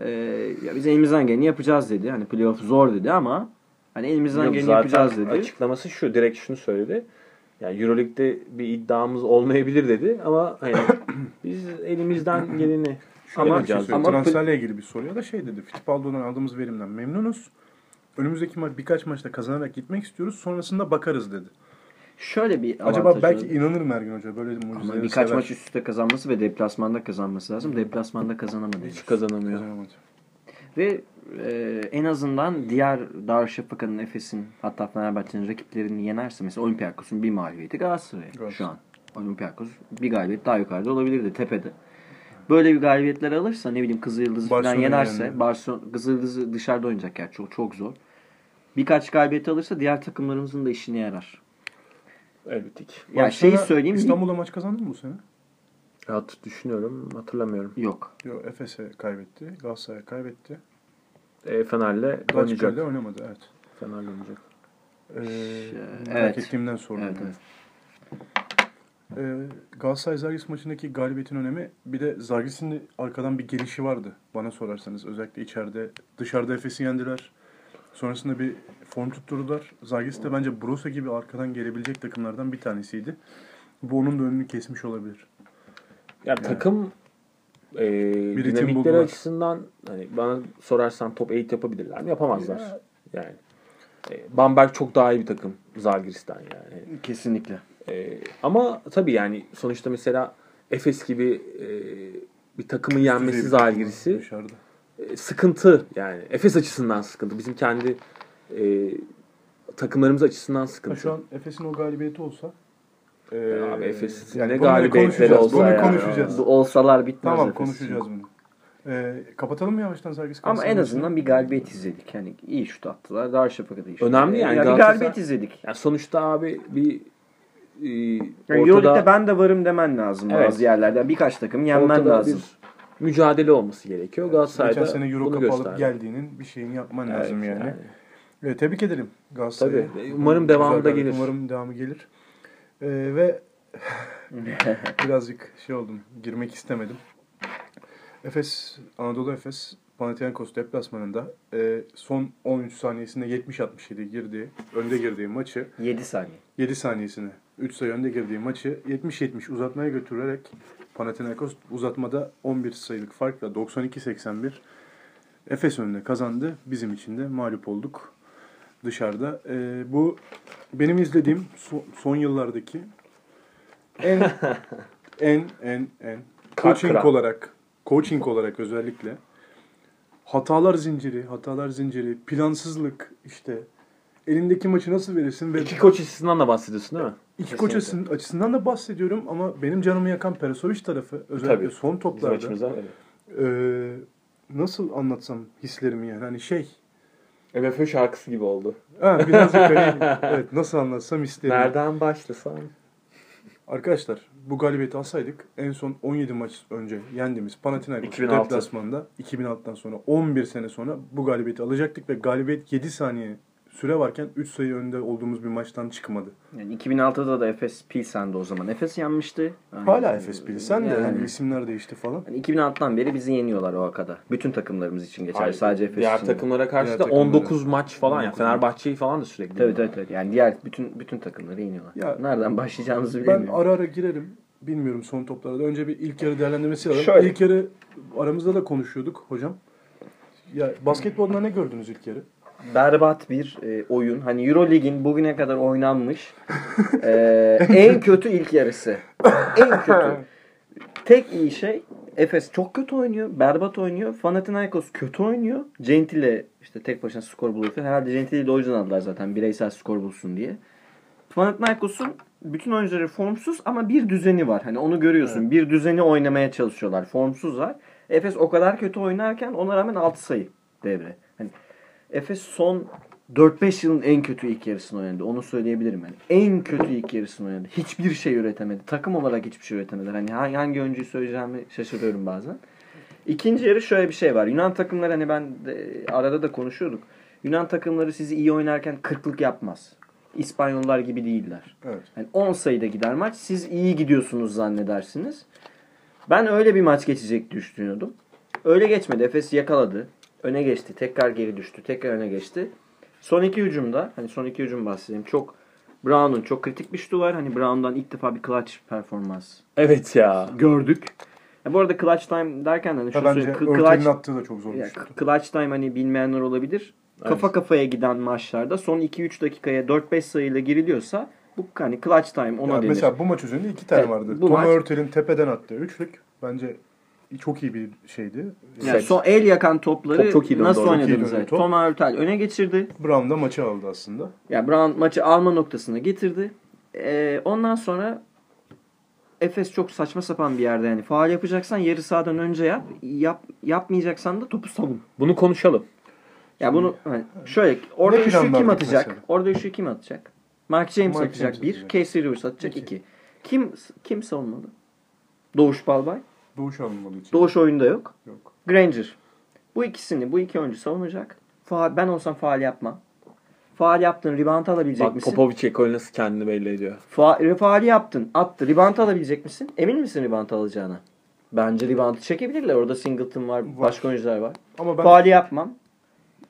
B: e, ya biz elimizden geleni yapacağız dedi. Hani playoff zor dedi ama hani elimizden
C: Yok,
B: geleni
C: zaten
B: yapacağız dedi.
C: Açıklaması şu direkt şunu söyledi. Yani EuroLeague'de bir iddiamız olmayabilir dedi ama [coughs] hani biz [coughs] elimizden geleni
A: Şöyle
C: Ama-
A: bir şey söyleyeyim.
B: ama-
A: Transferle ilgili bir soruya da şey dedi. Fittipaldo'dan aldığımız verimden memnunuz. Önümüzdeki maç birkaç maçta kazanarak gitmek istiyoruz. Sonrasında bakarız dedi.
B: Şöyle bir
A: Acaba
B: avantajı-
A: belki inanır mı Ergin Hoca böyle
B: ama
A: mucizeleri
B: birkaç
A: sever.
B: maç üst üste kazanması ve deplasmanda kazanması lazım. Deplasmanda kazanamadı. henüz.
C: hiç kazanamıyor.
A: Kazanamadı.
B: Ve e, en azından diğer Darüşşafaka'nın, Efes'in hatta Fenerbahçe'nin rakiplerini yenerse mesela Olympiakos'un bir mağlubiyeti Galatasaray'a şu an. Olympiakos bir galibiyet daha yukarıda olabilirdi tepede. Böyle bir galibiyetler alırsa ne bileyim Kızılyıldız'ı falan
A: Barcelona'yı
B: yenerse
A: yendi.
B: Barcelona Kızılyıldız'ı dışarıda oynayacak yani çok çok zor. Birkaç galibiyet alırsa diğer takımlarımızın da işine yarar.
C: Elbette ki.
B: Ya
A: Barcelona
B: şeyi söyleyeyim mi?
A: İstanbul'a maç kazandı mı bu sene?
C: Hat düşünüyorum hatırlamıyorum.
B: Yok.
A: Yo, Efes'e kaybetti. Galatasaray'a kaybetti.
C: E, Fener'le
A: Belçika'yla
C: oynayacak.
A: oynamadı evet.
C: Fener'le oynayacak.
A: Ee,
B: Şey, evet.
A: Merak ettiğimden sordum.
B: Evet,
A: yani.
B: evet.
A: Ee, Galatasaray Zagris maçındaki galibiyetin önemi bir de Zagris'in de arkadan bir gelişi vardı bana sorarsanız. Özellikle içeride dışarıda Efes'i yendiler. Sonrasında bir form tutturdular. Zagris de bence Brosa gibi arkadan gelebilecek takımlardan bir tanesiydi. Bu onun da önünü kesmiş olabilir.
C: Ya takım e,
A: ritim
C: dinamikleri
A: buldular.
C: açısından hani bana sorarsan top 8 yapabilirler mi? Yapamazlar. Yani. E, Bamberg çok daha iyi bir takım Zalgiris'ten yani.
B: Kesinlikle.
C: E, ama tabii yani sonuçta mesela Efes gibi e, bir takımın yenmesi Zalgiris'i
A: Dışarıda.
C: e, sıkıntı yani. Efes açısından sıkıntı. Bizim kendi e, takımlarımız açısından
A: Ha,
C: sıkıntı.
A: şu an Efes'in o galibiyeti olsa
C: E,
A: ee,
C: abi Efes
A: yani
C: ne
A: bunu da
C: galibiyetleri
A: konuşacağız,
C: olsa
A: bunu
C: ya.
A: konuşacağız.
B: Bu olsalar bitmez.
A: Tamam
B: Efes için.
A: konuşacağız bunu. Ee, kapatalım mı yavaştan Zagris
B: Ama en
A: Galatasaray
B: azından bir galibiyet izledik. Yani iyi şut attılar. Darüşşafaka'da iyi şut.
C: Önemli yani
B: Bir
C: Galatasaray-
B: galibiyet izledik.
C: Yani sonuçta abi bir e,
B: Yani
C: ortada,
B: Euroleague'de ben de varım demen lazım
C: Evet.
B: bazı yerlerden. Birkaç takım yenmen
C: ortada
B: lazım.
C: bir mücadele olması gerekiyor.
A: Geçen
C: Galatasaray'da
A: sene Euro
C: bunu
A: Cup'ı alıp
C: gösterdi.
A: geldiğinin bir şeyini yapman
C: Evet,
A: lazım yani.
C: yani.
A: Ee, tebrik edelim Galatasaray'ı.
C: Tabii. Umarım devamı da
A: Güzel
C: gelir.
A: Umarım devamı gelir. Ee, ve [laughs] birazcık şey oldum. Girmek istemedim. Efes, Anadolu Efes Panathinaikos deplasmanında e, son 13 saniyesinde 70-67 girdiği, önde girdiği maçı
B: 7 saniye.
A: 7 saniyesine 3 sayı önde girdiği maçı 70-70 uzatmaya götürerek Panathinaikos uzatmada 11 sayılık farkla 92-81 Efes önünde kazandı. Bizim için de mağlup olduk dışarıda. Ee, bu benim izlediğim so- son yıllardaki en en en en
C: Kalp
A: coaching
C: kıran.
A: olarak coaching olarak özellikle hatalar zinciri, hatalar zinciri, plansızlık işte elindeki maçı nasıl verirsin ve
C: İki koç açısından da bahsediyorsun değil mi?
A: İki koç açısın- açısından da bahsediyorum ama benim canımı yakan Perosovic tarafı özellikle
C: Tabii.
A: son
C: Bizim
A: toplarda
C: açımızdan.
A: eee, nasıl anlatsam hislerimi yani hani şey
C: MFÖ şarkısı gibi oldu.
A: ha, birazcık [laughs] hani, evet, nasıl anlatsam hislerimi.
C: Nereden başlasam?
A: Arkadaşlar bu galibiyeti alsaydık en son 17 maç önce yendiğimiz Panathinaikos
C: 2006.
A: deplasmanında 2006'dan sonra 11 sene sonra bu galibiyeti alacaktık ve galibiyet 7 saniye süre varken 3 sayı önde olduğumuz bir maçtan çıkmadı.
B: Yani 2006'da da Efes Pilsen'de o zaman. Efes yenmişti. Yani-
A: Hala Efes Pilsen de
B: Yani- hani
A: hani isimler değişti falan.
B: Yani 2006'dan beri bizi yeniyorlar o akada. Bütün takımlarımız için geçer.
C: Hayır,
B: Sadece Efes
C: diğer
B: için. değil.
C: takımlara karşı
A: Diğer
C: da
A: takımlara.
C: 19 maç falan ya. Fenerbahçe'yi falan da sürekli.
B: Tabii tabii tabii. Yani diğer bütün bütün takımları yeniyorlar.
A: Ya-
B: Nereden başlayacağımızı
A: Ben
B: bilemiyorum.
A: ara ara girerim. Bilmiyorum son toplarda. Önce bir ilk yarı değerlendirmesi alalım.
B: Şöyle.
A: İlk yarı aramızda da konuşuyorduk hocam. Ya basketbolda ne gördünüz ilk yarı?
B: berbat bir e, oyun. Hani Euro Lig'in bugüne kadar oynanmış e, en kötü ilk yarısı. En kötü. Tek iyi şey Efes çok kötü oynuyor. Berbat oynuyor. Panathinaikos kötü oynuyor. Gentile işte tek başına skor buluyor. Herhalde Gentile'yi de o yüzden aldılar zaten bireysel skor bulsun diye. Panathinaikos'un bütün oyuncuları formsuz ama bir düzeni var. Hani onu görüyorsun. Bir düzeni oynamaya çalışıyorlar. Formsuzlar. Efes o kadar kötü oynarken ona rağmen 6 sayı devre. Hani Efes son 4-5 yılın en kötü ilk yarısını oynadı. Onu söyleyebilirim yani. En kötü ilk yarısını oynadı. Hiçbir şey üretemedi. Takım olarak hiçbir şey üretemediler. Hani hangi, hangi oyuncuyu söyleyeceğimi şaşırıyorum bazen. İkinci yarı şöyle bir şey var. Yunan takımları hani ben de- arada da konuşuyorduk. Yunan takımları sizi iyi oynarken kırklık yapmaz. İspanyollar gibi değiller.
A: Evet.
B: Yani 10 sayıda gider maç. Siz iyi gidiyorsunuz zannedersiniz. Ben öyle bir maç geçecek diye düşünüyordum. Öyle geçmedi. Efes yakaladı. Öne geçti. Tekrar geri düştü. Tekrar öne geçti. Son iki hücumda hani son iki hücum bahsedeyim. Çok Brown'un çok kritik bir şutu var. Hani Brown'dan ilk defa bir clutch performans
C: Evet ya.
B: gördük. Ya bu arada clutch time derken hani
A: Ha,
B: şunu
A: bence
B: söyleyeyim. Kı- clutch-
A: Örtel'in attığı da çok zor bir
B: ya,
A: şuttu.
B: clutch time hani bilmeyenler olabilir. Kafa kafaya giden maçlarda son 2-3 dakikaya 4-5 sayıyla giriliyorsa bu hani clutch time ona
A: Ya
B: denir.
A: mesela bu maç üzerinde iki tane
B: Evet,
A: vardı.
B: bu
A: Tom
B: maç-
A: Örtel'in tepeden attığı üçlük bence çok iyi bir şeydi.
B: Yani son el yakan topları
C: Top çok iyi döndü
B: nasıl
C: orada.
A: Çok iyi
B: oynadınız?
A: döndü
B: Yani?
A: top.
B: Tom Hurtel öne geçirdi.
A: Brown da maçı aldı aslında.
B: Yani Brown maçı alma noktasına getirdi. Ee, ondan sonra Efes çok saçma sapan bir yerde yani. Faal yapacaksan yarı sahadan önce yap. yap yapmayacaksan da topu savun.
C: Bunu konuşalım.
B: Ya bunu hani şöyle orada
A: Ne plan
B: üçlü kim
A: verdik
B: atacak?
A: mesela?
B: Orada üçlü kim atacak? Mark James
A: Mark
B: atacak
A: James
B: bir,
A: atacak.
B: Casey Rivers atacak iki. Kim kim savunmalı? Doğuş Balbay.
A: Doğuş alınmalı için.
B: Doğuş oyunda yok.
A: Yok.
B: Granger. Bu ikisini, bu iki oyuncu savunacak. Faal, ben olsam faal yapmam. Faal yaptın, rebound alabilecek
C: Bak
B: misin?
C: Popovic ekolü nasıl kendini belli ediyor.
B: Fa- faali yaptın, attı. Rebound alabilecek misin? Emin misin rebound alacağına? Bence rebound'ı çekebilirler. Orada Singleton var, başka oyuncular var.
A: Ama ben
B: Faali yapmam.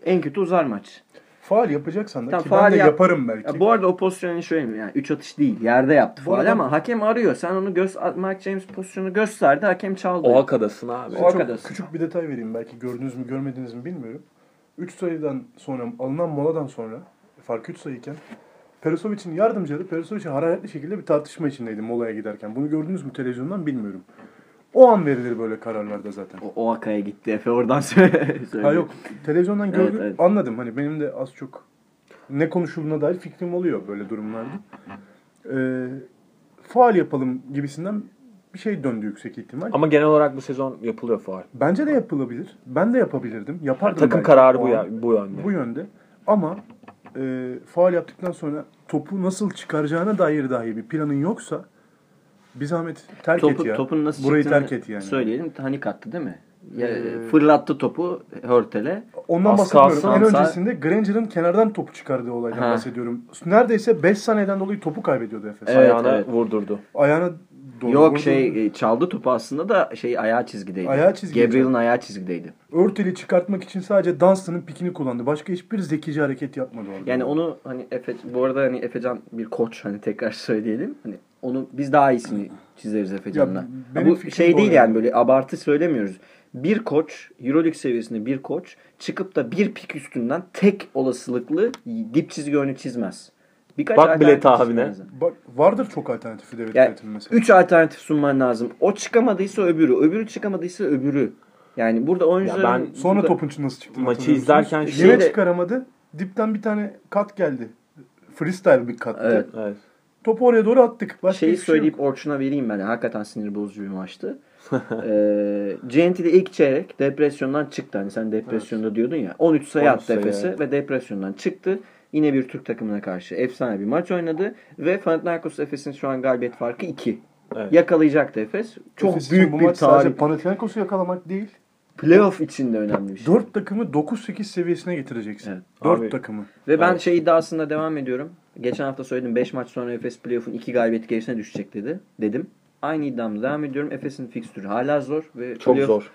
B: En kötü uzar maç.
A: faal yapacaksan da
B: Tamam,
A: ki
B: faal
A: ben de
B: yap-
A: yaparım belki.
B: Ya bu arada o pozisyonu şöyle mi? Yani 3 atış değil. Yerde yaptı
A: Bu
B: faal
A: arada-
B: ama hakem arıyor. Sen onu göz Mark James pozisyonu gösterdi. Hakem çaldı.
C: O kadasın abi.
B: O-
A: Çok
B: arkadaşlar.
A: küçük bir detay vereyim belki gördünüz mü görmediniz mi bilmiyorum. 3 sayıdan sonra alınan moladan sonra fark 3 sayıyken Perisovic'in yardımcıları Perisovic'e hararetli şekilde bir tartışma içindeydi molaya giderken. Bunu gördünüz mü televizyondan bilmiyorum. O an verilir böyle kararlarda zaten.
B: O, o Aka'ya gitti. Efe oradan [laughs] söyle.
A: Ha yok televizyondan
B: Evet,
A: gördüm
B: evet.
A: anladım hani benim de az çok ne konuşulduğuna dair fikrim oluyor böyle durumlarda. Ee, faal yapalım gibisinden bir şey döndü yüksek ihtimal.
C: Ama genel olarak bu sezon yapılıyor faul.
A: Bence de yapılabilir. Ben de yapabilirdim. Yapardım
C: Takım
A: belki
C: kararı
A: o
C: bu,
A: an.
C: ya, bu yönde.
A: Bu yönde. Ama e, faal yaptıktan sonra topu nasıl çıkaracağına dair dahi bir planın yoksa bir zahmet terk
B: Topu,
A: et ya.
B: topun nasıl
A: Burayı
B: çıktığını
A: terk et yani.
B: söyleyelim. Hanik attı değil mi? Ya,
A: Ee,
B: fırlattı topu Hörtel'e.
A: Ondan
C: Az
A: bahsetmiyorum.
C: kalsın.
A: en
B: Sağ-
A: öncesinde Granger'ın kenardan topu çıkardığı olaydan
B: Ha.
A: bahsediyorum. Neredeyse 5 saniyeden dolayı topu kaybediyordu Efes.
B: Evet,
C: Ayağına
B: evet.
C: vurdurdu.
A: Ayağına doğru
B: Yok
A: vurdu.
B: şey e, çaldı topu aslında da şey ayağı çizgideydi.
A: Ayağı çizgide.
B: Gabriel'in ayağı çizgideydi.
A: Örteli çıkartmak için sadece Dunstan'ın pikini kullandı. Başka hiçbir zekice hareket yapmadı orada.
B: Yani onu hani Efe, bu arada hani Efecan bir koç hani tekrar [laughs] söyleyelim. Hani onu biz daha iyisini çizeriz Efecan'la.
A: Ya
B: Ya
A: benim
B: Bu
A: fikrim
B: şey
A: bu
B: değil
A: yani.
B: yani böyle abartı söylemiyoruz. Bir koç, Euroleague seviyesinde bir koç çıkıp da bir pik üstünden tek olasılıklı dip çizgi önü çizmez. Birkaç
C: Bak
B: alternatif
C: Bilet abine.
B: çizmeniz lazım.
A: Bak, vardır çok alternatifi devlet
B: Yani
A: yönetimi mesela.
B: 3 alternatif sunman lazım. O çıkamadıysa öbürü, öbürü çıkamadıysa öbürü. Yani burada oyuncuların...
C: ben
A: Sonra
B: burada-
A: topun nasıl çıktı?
C: Maçı izlerken
A: yine
B: şöyle-
A: çıkaramadı. Dipten bir tane kat geldi. Freestyle bir kattı.
B: Evet.
C: Evet.
A: Topu oraya doğru attık. Başka
B: şeyi
A: hiçbir şey yok.
B: söyleyip Orçun'a vereyim ben. Hakikaten sinir bozucu bir maçtı. [laughs] ee, Gentile ilk çeyrek depresyondan çıktı. Hani sen depresyonda diyordun ya. 13 sayı
C: 13
B: attı
C: sayı,
B: Efes'e
C: evet.
B: ve depresyondan çıktı. Yine bir Türk takımına karşı efsane bir maç oynadı. Ve Panathinaikos Efes'in şu an galibiyet farkı 2.
C: Evet.
B: Yakalayacaktı Efes. Çok
A: Efes için
B: büyük
A: bu
B: bir
A: maç
B: tarih.
A: Sadece Panathinaikos'u yakalamak değil.
B: Playoff için de önemli bir şey.
A: 4 takımı 9-8 seviyesine getireceksin.
B: Evet.
A: 4
C: Abi-
A: takımı.
B: Ve ben
C: Evet.
B: şey iddiasında devam ediyorum. Geçen hafta söyledim 5 maç sonra Efes playoff'un 2 galibiyet gerisine düşecek dedi. Dedim. Aynı iddiamla devam ediyorum. Efes'in fikstürü hala zor ve
C: Çok
B: playoff-
C: zor.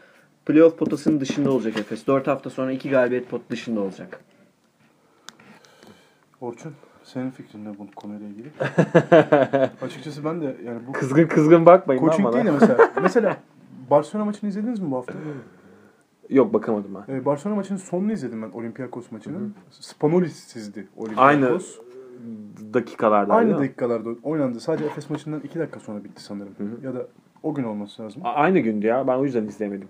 B: Playoff potasının dışında olacak Efes. 4 hafta sonra 2 galibiyet pot dışında olacak.
A: Orçun senin fikrin ne bu konuyla
B: [laughs]
A: ilgili? Açıkçası ben de yani bu
C: Kızgın kızgın bakmayın lan
A: coaching
B: [laughs]
C: bana.
A: değil de mesela. mesela Barcelona maçını izlediniz mi bu hafta?
C: Yok bakamadım ben.
A: Ee, Barcelona maçının sonunu izledim ben Olympiakos maçının. Spanolis'sizdi
C: Aynı
A: Olympiakos.
C: dakikalarda.
A: Aynı
C: değil mi?
A: dakikalarda oynandı. Sadece Efes maçından 2 dakika sonra bitti sanırım. Ya da o gün olması lazım.
C: A- Aynı gündü ya. Ben o yüzden izleyemedim.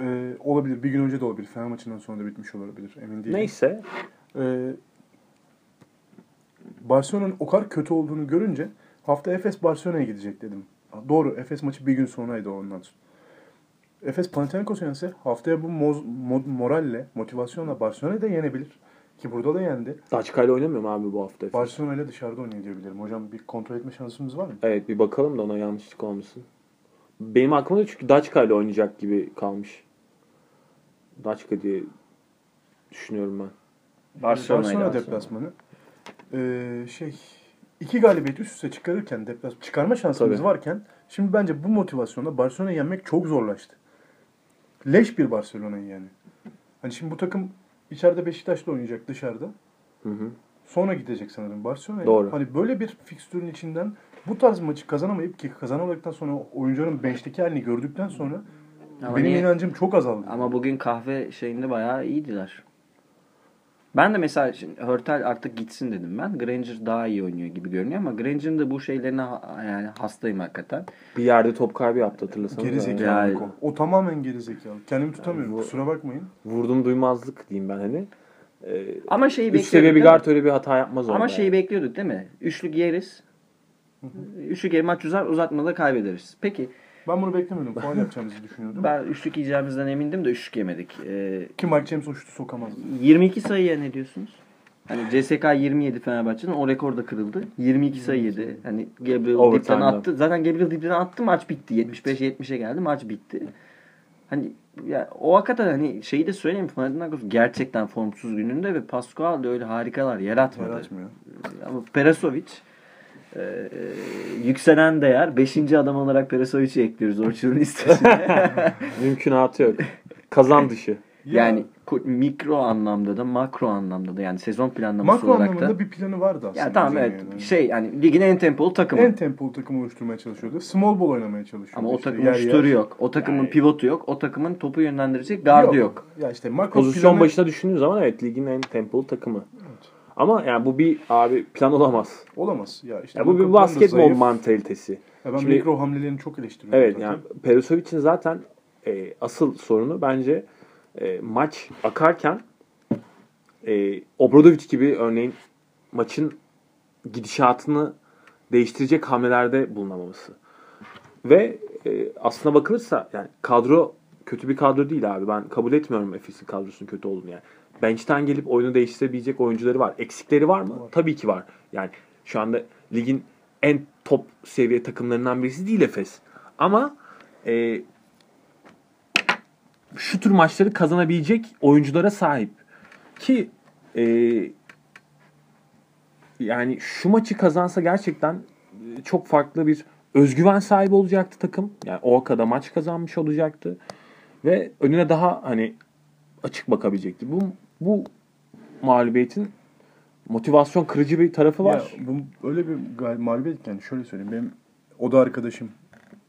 A: Ee, olabilir. Bir gün önce de olabilir. Fener maçından sonra da bitmiş olabilir. Emin değilim.
C: Neyse.
A: Ee, Barcelona'nın o kadar kötü olduğunu görünce hafta Efes Barcelona'ya gidecek dedim. Doğru. Efes maçı bir gün sonraydı ondan sonra. Efes Panathinaikos yense haftaya bu moz- mo- moralle, motivasyonla Barcelona'yı da yenebilir. Ki burada da yendi.
C: Daçka ile oynamıyor mu abi bu hafta? Efes?
A: Barcelona ile dışarıda oynuyor diyebilirim. Hocam bir kontrol etme şansımız var mı?
C: Evet bir bakalım da ona yanlışlık olmasın. Benim aklımda çünkü Daçka ile oynayacak gibi kalmış. Daçka diye düşünüyorum ben.
A: Barcelona deplasmanı. Ee, şey iki galibiyet üst üste çıkarırken deplas çıkarma şansımız
C: Tabii.
A: varken şimdi bence bu motivasyonla Barcelona'yı yenmek çok zorlaştı. Leş bir Barcelona'yı yani. Hani şimdi bu takım içeride Beşiktaş'la oynayacak dışarıda.
C: Hı hı.
A: Sonra gidecek sanırım Barcelona'ya.
C: Doğru.
A: Hani böyle bir fikstürün içinden bu tarz maçı kazanamayıp ki kazanamadıktan sonra oyuncuların bench'teki halini gördükten sonra
B: Ama
A: benim
B: niye-
A: inancım çok azaldı.
B: Ama bugün kahve şeyinde bayağı iyiydiler. Ben de mesela şimdi Hörtel artık gitsin dedim ben. Granger daha iyi oynuyor gibi görünüyor ama Granger'ın da bu şeylerine ha- yani hastayım hakikaten.
C: Bir yerde top kaybı yaptı hatırlasanız.
A: Geri
B: Yani-
A: zekalı. O tamamen geri zekalı. Kendimi tutamıyorum. Kusura bakmayın.
C: Vurdum duymazlık diyeyim ben hani. Ee,
B: Ama şeyi
C: üç
B: bekliyorduk
C: seviye bir
B: değil mi?
C: guard öyle bir hata yapmaz orada.
B: Ama şeyi
C: yani.
B: bekliyorduk değil mi? Üçlük yeriz. Üçlük yer maç uzar uzatmada kaybederiz. Peki
A: Ben bunu beklemiyordum. Faul yapacağımızı düşünüyordum.
B: ben üçlük yiyeceğimizden emindim de üçlük yemedik. Ee,
A: Ki Mike James o şutu sokamazdı.
B: 22 sayıya ne diyorsunuz? Hani CSK 27 Fenerbahçe'nin o rekor da kırıldı. 22 sayı yedi. Hani Gabriel
C: Overtime'da.
B: dipten attı. Zaten Gabriel dipten attı maç bitti. 75-70'e geldi maç bitti. Hani ya, o hakikaten hani şeyi de söyleyeyim Panathinaikos gerçekten formsuz gününde ve Pascual da öyle harikalar yaratmadı.
A: Yaratmıyor.
B: Ama Perasovic e, e, yükselen değer 5. adam olarak Perasovic'i
A: [laughs]
B: ekliyoruz Orçun'un listesine.
C: Mümkünatı yok. Kazan
B: [laughs]
C: dışı.
B: yani ku- mikro anlamda da makro anlamda da yani sezon planlaması
A: Makro
B: olarak
A: anlamında
B: da.
A: bir planı vardı aslında.
B: Ya tamam
A: bizim
B: evet
A: yani.
B: şey yani ligin en tempolu takımı.
A: En tempolu takımı oluşturmaya çalışıyordu. Small ball oynamaya çalışıyordu.
B: Ama o
A: işte,
B: takımın
A: yer yer.
B: şutörü yok. O takımın pivotu yok. O takımın topu yönlendirecek gardı yok.
A: Ya işte makro
C: Pozisyon
A: planı-
C: başına düşündüğün zaman evet ligin en tempolu takımı. Ama yani bu bir abi plan olamaz.
A: olamaz. Ya işte
C: Ya bu
A: makro
C: bir
A: plan da
C: basketbol
A: zayıf.
C: mantalitesi.
A: Ya ben
C: Şimdi-
A: mikro hamlelerini çok eleştiriyorum.
C: Evet
A: zaten.
C: yani Perisovic'in zaten e, asıl sorunu bence e, maç akarken e, Obradovic gibi örneğin maçın gidişatını değiştirecek hamlelerde bulunamaması. Ve e, aslına bakılırsa yani kadro kötü bir kadro değil abi. Ben kabul etmiyorum Efes'in kadrosunun kötü olduğunu yani. Bench'ten gelip oyunu değiştirebilecek oyuncuları var. Eksikleri var mı? Tabii ki var. Yani şu anda ligin en top seviye takımlarından birisi değil Efes. Ama e, şu tür maçları kazanabilecek oyunculara sahip. Ki e, yani şu maçı kazansa gerçekten e, çok farklı bir özgüven sahibi olacaktı takım. Yani o kadar maç kazanmış olacaktı ve önüne daha hani açık bakabilecekti. Bu bu mağlubiyetin motivasyon kırıcı bir tarafı
A: Ya
C: var.
A: bu öyle bir gal- mağlubiyet yani şöyle söyleyeyim. Benim oda arkadaşım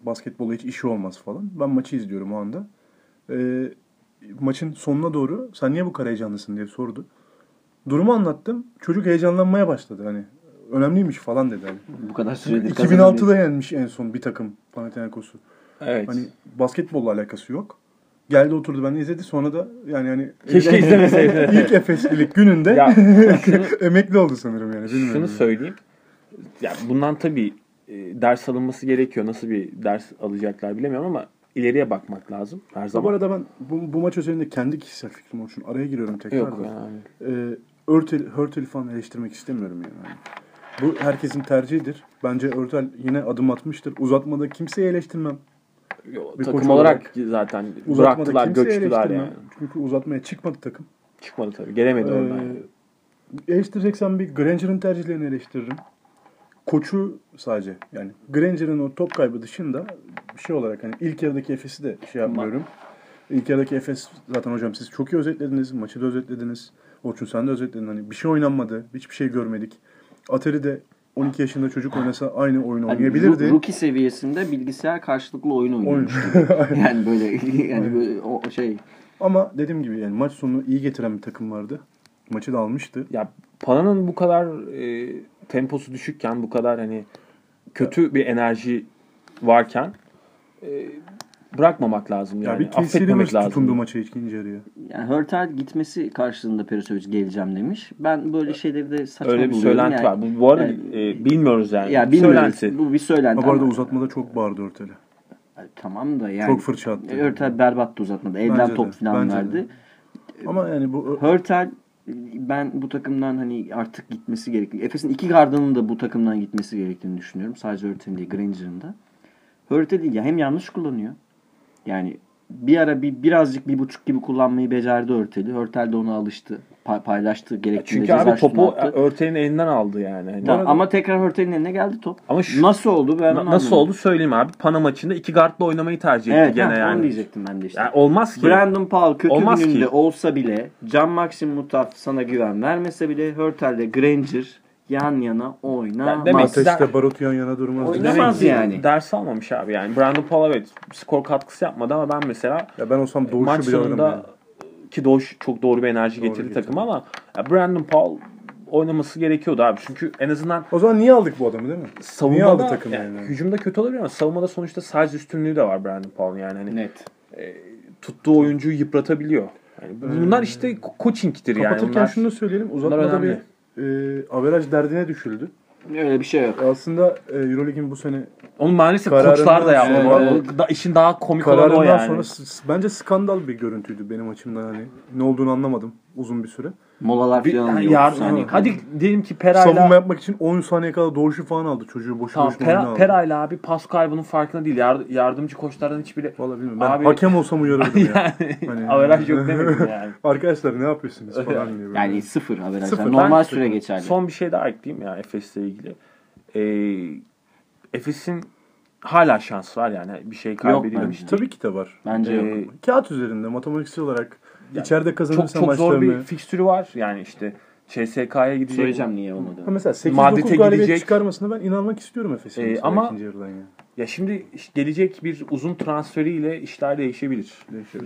A: basketbola hiç işi olmaz falan. Ben maçı izliyorum o anda. Ee, maçın sonuna doğru sen niye bu kadar heyecanlısın diye sordu. Durumu anlattım. Çocuk heyecanlanmaya başladı hani. Önemliymiş falan dedi. Hani.
B: Bu kadar süredir kazanılıyor.
A: 2006'da yenmiş en son bir takım Panathinaikos'u.
C: Evet.
A: Hani basketbolla alakası yok. Geldi oturdu ben izledi sonra da yani hani [laughs]
C: Keşke izlemeseydi.
A: ilk Efeslilik gününde
C: Ya
A: [laughs] emekli oldu sanırım yani bilmiyorum.
C: Şunu söyleyeyim. Ya bundan tabii e, ders alınması gerekiyor. Nasıl bir ders alacaklar bilemiyorum ama ileriye bakmak lazım her
A: Bu
C: zaman.
A: arada ben bu, bu maç özelinde kendi kişisel fikrim olsun. Araya giriyorum tekrar
C: Yok
A: da.
C: yani.
A: Ee, Örtel, Hörtel'i falan eleştirmek istemiyorum yani. Bu herkesin tercihidir. Bence Örtel yine adım atmıştır. Uzatmada kimseyi eleştirmem.
C: Yo,
A: Bir koç
C: takım olarak
A: olarak
C: zaten
A: Uzatmada
C: bıraktılar,
A: kimseyi
C: göçtüler
A: eleştirmem.
C: yani.
A: Çünkü uzatmaya çıkmadı takım.
C: Çıkmadı tabii. Gelemedi
A: Ee,
C: oradan. yani.
A: eleştireceksen bir Granger'ın tercihlerini eleştiririm. Koçu sadece yani Granger'ın o top kaybı dışında şey olarak hani ilk yarıdaki Efes'i de şey yapmıyorum. İlk yarıdaki Efes zaten hocam siz çok iyi özetlediniz. Maçı da özetlediniz. Orçun sen de özetledin. Hani bir şey oynanmadı. Hiçbir şey görmedik. Atari de 12 yaşında çocuk oynasa aynı oyunu
B: Hani
A: oynayabilirdi.
B: ru- rookie [laughs] seviyesinde bilgisayar karşılıklı oyun oynuyor.
A: [laughs] Oyun.
B: yani böyle yani böyle o o şey
A: [laughs] Ama dediğim gibi yani maç sonunu iyi getiren bir takım vardı. Maçı da almıştı.
C: Ya Pana'nın bu kadar e, temposu düşükken bu kadar hani kötü bir enerji varken e, bırakmamak lazım
A: Ya
C: yani.
A: bir
C: Affetmemek
A: Kesslerimiz
C: lazım.
A: tutundu maça ikinci yarıya.
B: Yani Hörtel gitmesi karşılığında Perisovic geleceğim demiş. Ben böyle şeyleri de saçma
C: Öyle bir
B: buluyorum.
C: söylenti
B: yani,
C: var. Bu, bu arada
B: yani-
C: e, bilmiyoruz yani.
B: Ya bilmiyorum.
C: Söylenti.
B: Bu bir söylenti.
A: Ha, bu arada
B: ama-
A: uzatmada çok bağırdı Örtel'e.
B: Ay, Tamam da yani.
A: Çok fırça attı.
C: e,
B: Hörtel berbattı uzatmadı. Elden
A: Bence de,
B: top falan
A: bence de.
B: verdi.
A: Ama yani bu
B: Hörtel ben bu takımdan hani artık gitmesi gerekli. Efes'in iki gardının da bu takımdan gitmesi gerektiğini düşünüyorum. Sadece Hörtel'in değil Granger'ın da. Hörtel'i ya hem yanlış kullanıyor. Yani bir ara bir birazcık bir buçuk gibi kullanmayı becerdi Hörtel'i. Hörtel de ona alıştı. Pa- paylaştı gerektiğinde
C: Çünkü abi
B: ceza şutunu
C: topu
B: attı.
C: örtenin elinden aldı yani. Hani
B: Ta- ama tekrar Hörtel'in eline geldi top.
C: Ama şu-
B: nasıl oldu ben
C: na-
B: onu
C: nasıl
B: anlamadım.
C: oldu söyleyeyim abi. Pana maçında iki guardla oynamayı tercih etti
B: Evet
C: gene
B: ha, onu
C: yani.
B: diyecektim ben de işte.
C: Yani olmaz ki.
B: Brandon Paul kötü
C: Olmaz
B: gününde
C: ki.
B: olsa bile Can Maxim Mutaf sana güven vermese bile Hurtel ile Granger yan yana
C: Ya
B: oynamaz.
C: demek-
A: Mateş'te Barut yan yana durmaz.
B: Oynamaz.
A: Demek-
C: Demek ki
B: yani.
C: Ders almamış abi yani. Brandon Paul evet skor katkısı yapmadı ama ben mesela
A: Ya ben olsam doğuşu
C: maç
A: bile
C: sonunda
A: oynamam.
C: ki Doğuş çok doğru bir enerji getirdi
A: getirdi.
C: takım ama ya Brandon Paul oynaması gerekiyordu abi. Çünkü en azından
A: O zaman niye aldık bu adamı değil mi? Niye aldı
C: savunmada
A: takım
C: yani
A: yani?
C: hücumda kötü olabilir ama savunmada sonuçta size üstünlüğü de var Brandon Paul'un yani. Hani
B: Net.
C: tuttuğu oyuncuyu yıpratabiliyor. Yani bunlar işte ko- coaching'tir yani.
A: Kapatırken
C: Bunlar-
A: şunu da söyleyelim. Uzatmada bir
C: önemli.
A: e, averaj derdine düşüldü.
B: Öyle bir şey yok.
A: Aslında e, Eurolig'in bu sene
C: Onu maalesef
A: Kararından
C: koçlar da yaptı.
A: sonra-
C: bu arada. Da- işin daha komik olanı o
A: kararından
C: yani.
A: sonra s- s- bence skandal bir görüntüydü benim açımdan hani. Ne olduğunu anlamadım uzun bir süre.
B: Molalar
C: Bir-
B: falan
C: yani
B: yok. Hani
C: yardım-
B: saniye.
C: hadi diyelim ki Pera'yla
A: Savunma yapmak için 10 saniye kadar doğuşu falan aldı. Çocuğu boşu
C: Tamam,
A: boşuna oyuna
C: Pera,
A: aldı.
C: Pera'yla abi pas kaybının farkında değil. Yar- yardımcı koçlardan hiçbiri [laughs]
A: Vallahi bilmiyorum. Ben
C: Abi-
A: hakem olsam
C: [laughs]
A: uyarırdım ya. Hani-
C: averaj yok demedim yani.
A: [laughs] Arkadaşlar ne yapıyorsunuz
C: [laughs]
A: falan diye. böyle.
B: Yani sıfır haber
A: Sıfır.
B: Normal
C: Ben-
B: süre geçerli.
C: Son bir şey daha ekleyeyim ya Efes'le ilgili. Ee, Efes'in hala şans var yani bir şey kaybedilmemiş.
B: bence.
A: Tabii ki de var.
B: Bence yok.
C: Ee,
A: Kağıt üzerinde matematiksel olarak içeride kazanırsan
C: çok çok
A: maçlarını...
C: zor bir fikstürü var. Yani işte CSK'ya gidecek.
B: Söyleyeceğim niye olmadı.
A: Ha Mesela 8-9
C: Madrid'e
A: galibiyet
C: gidecek.
A: çıkarmasına ben inanmak istiyorum Efes'in.
C: Ee,
A: mesela
C: ama-
A: ikinci yarıdan ya.
C: Ya şimdi işte gelecek bir uzun transferiyle işler değişebilir.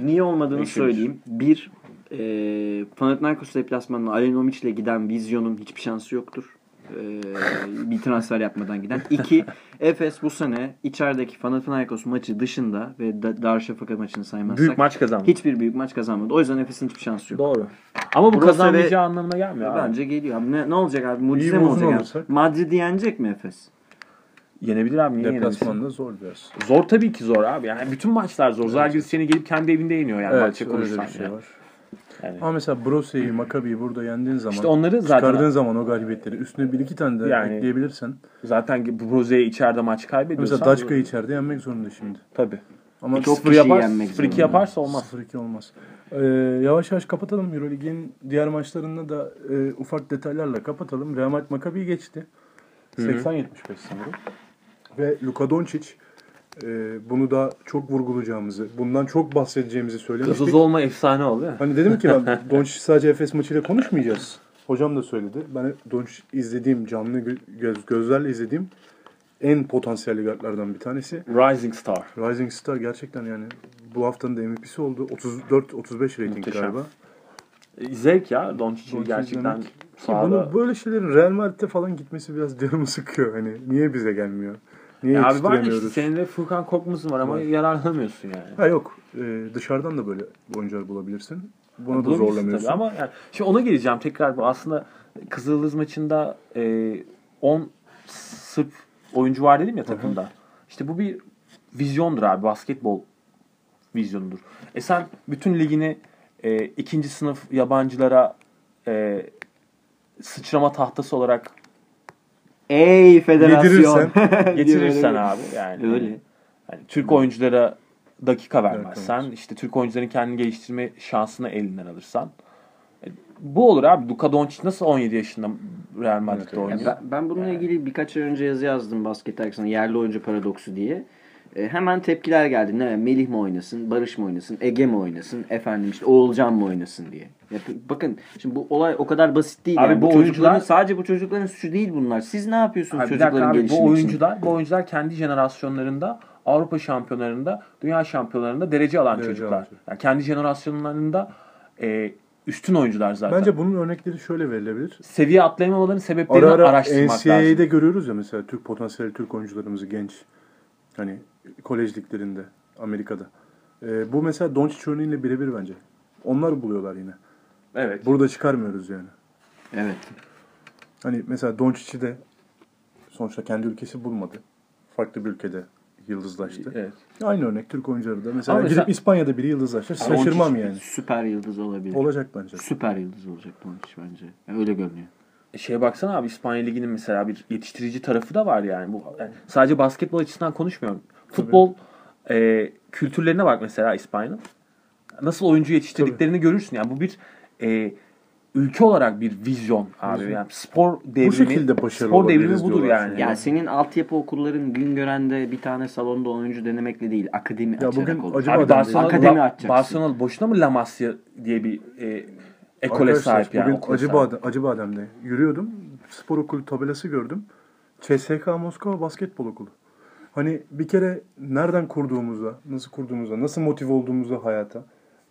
B: Niye olmadığını
C: Değişebilir.
B: söyleyeyim. Bir, e, Panathinaikos deplasmanına Alenomic ile giden vizyonun hiçbir şansı yoktur. E, bir transfer yapmadan giden. İki, Efes bu sene içerideki Panathinaikos maçı dışında ve Da- Darüşşafaka maçını saymazsak
C: Büyük maç kazandı.
B: hiçbir büyük maç kazanmadı. O yüzden Efes'in hiçbir şansı yok.
C: Doğru. Ama bu
B: Burası
C: kazanmayacağı anlamına gelmiyor abi.
B: Bence geliyor. Abi ne, ne olacak abi?
A: İyi
B: Mucize mi
A: bozun
B: olacak? abi?
A: olursak.
B: Madrid'i yenecek mi Efes?
C: Yenebilir abi niye yenemesin?
A: Deplasmanda zor biraz.
C: Zor tabii ki zor abi. Yani bütün maçlar zor. Zalgiris seni gelip kendi evinde yeniyor yani
A: Evet,
C: maçta
A: öyle de
C: konuşsan.
A: bir şey
C: yani.
A: var.
C: Yani.
A: Ama mesela Brose'yi, Maccabi'yi burada yendiğin zaman,
C: İşte onları zaten-
A: çıkardığın zaman o galibiyetleri üstüne bir iki tane de
C: Yani-
A: ekleyebilirsen.
C: Zaten bu Broze'ye içeride maç kaybediyorsan.
A: Mesela Daçka içeride yenmek zorunda şimdi.
C: Tabii.
A: Ama
B: Çok
A: çok
C: Sıfır
B: kişiyi
C: yapar,
B: yenmek
C: sıfır iki
B: zorunda.
C: yaparsa olmaz.
A: 0-2 olmaz. Ee, yavaş yavaş kapatalım Eurolig'in diğer maçlarında da e, ufak detaylarla kapatalım. Real Madrid Maccabi'yi geçti. 80-75 sanırım. Ve Luka Doncic e, bunu da çok vurgulayacağımızı, bundan çok bahsedeceğimizi söylemiştik.
C: Gazoz olma efsane oluyor.
A: Hani dedim ki ben [laughs] Doncic sadece Efes maçıyla konuşmayacağız. Hocam da söyledi. Ben Doncic izlediğim, canlı gö- göz, gözlerle izlediğim en potansiyelli guardlardan bir tanesi.
C: Rising Star.
A: Rising Star gerçekten yani bu haftanın da MVP'si oldu. 34-35 rating
C: Muhteşem.
A: galiba.
C: E, Zevk ya. Doncic'i
A: Doncic
C: gerçekten
A: izlemek.
C: sahada.
A: Bunu böyle şeylerin Real Madrid'e falan gitmesi biraz canımı sıkıyor. Hani niye bize gelmiyor? Niye
C: Ya abi var ya işte
A: yetiştiremiyoruz?
C: senin de Furkan Korkmaz'ın var ama
A: Var.
C: yararlanamıyorsun yani.
A: Ha yok. Ee, dışarıdan da böyle oyuncular bulabilirsin. Bunu da
C: Bulabilirsin
A: zorlamıyorsun.
C: tabii ama yani, şimdi ona geleceğim tekrar bu aslında Kızıldız maçında e, 10 Sırp oyuncu var dedim ya takımda. İşte bu bir vizyondur abi basketbol vizyonudur. E sen bütün ligini e, ikinci sınıf yabancılara e, sıçrama tahtası olarak
B: Ey [laughs] federasyon.
C: getirirsen abi yani.
B: Öyle.
C: Yani Türk oyunculara dakika
A: Evet,
C: vermezsen, işte Türk oyuncuların kendini geliştirme şansını elinden alırsan. E, Bu olur abi. Luka Doncic nasıl 17 yaşında Real Madrid'de
A: Evet, evet.
C: oynuyor?
B: Ya ben, ben bununla ilgili birkaç ay önce yazı yazdım basket dergisine yerli oyuncu paradoksu diye. E, hemen tepkiler geldi. Ne Melih mi oynasın, Barış mı oynasın, Ege mi oynasın, efendim işte Oğulcan mı oynasın diye. Ya b- bakın şimdi bu olay o kadar basit değil.
C: Abi
B: yani.
C: bu
B: bu çocukların
C: oyuncular-
B: sadece bu çocukların suçu değil bunlar. Siz ne yapıyorsunuz
C: Abi bir dakika
B: çocukların
C: abi,
B: gelişimi
C: bu
B: için?
C: oyuncular, bu oyuncular kendi jenerasyonlarında Avrupa şampiyonlarında, dünya şampiyonlarında derece alan
A: Derece
C: çocuklar.
A: alan çocuk.
C: Yani kendi jenerasyonlarında e, üstün oyuncular zaten.
A: Bence bunun örnekleri şöyle verilebilir.
C: seviye atlayamamaların sebeplerini
A: Ara ara
C: araştırmak lazım.
A: NCAA'de görüyoruz ya mesela Türk potansiyel Türk oyuncularımızı genç. Hani kolej liglerinde Amerika'da. Ee, bu mesela Doncic örneğiyle birebir bence. Onlar buluyorlar yine.
C: Evet.
A: Burada çıkarmıyoruz yani.
B: Evet.
A: Hani mesela Doncic'i de sonuçta kendi ülkesi bulmadı. Farklı bir ülkede yıldızlaştı.
C: Evet.
A: Aynı örnek Türk oyuncuları da. Mesela
C: Ama
A: gidip
C: mesela-
A: İspanya'da biri yıldızlaştı. Şaşırmam yani.
B: Süper yıldız olabilir.
A: Olacak bence.
B: Süper yıldız olacak Doncic bence. Yani öyle görünüyor.
C: şeye baksana abi İspanya Ligi'nin mesela bir yetiştirici tarafı da var yani. Bu yani sadece basketbol açısından konuşmuyorum. Futbol e, kültürlerine bak mesela İspanya'nın. Nasıl oyuncu yetiştirdiklerini görürsün. Yani bu bir e, ülke olarak bir vizyon abi.
A: Vizyon.
C: Yani spor devrimi.
A: şekilde başarılı
C: Spor devrimi
A: olabiliriz
C: budur
A: diyorlar
C: yani.
A: çünkü.
B: Ya senin altyapı okulların Güngören'de bir tane salonda oyuncu denemekle değil, akademi
A: Ya
B: açarak
A: bugün
B: olur.
A: acaba
C: Abi
A: adam
C: Barcelona,
A: değil.
B: Akademi
C: La-
B: açacaksın.
C: Barcelona boşuna mı La Masia diye bir e, ekole
A: Arkadaşlar,
C: sahip yani.
A: Bugün
C: okula sahip.
A: Acıbadem, Acıbadem'de yürüyordum. Spor okulu tabelası gördüm. CSK Moskova Basketbol Okulu. Hani bir kere nereden kurduğumuza, nasıl kurduğumuza, nasıl motive olduğumuza hayata,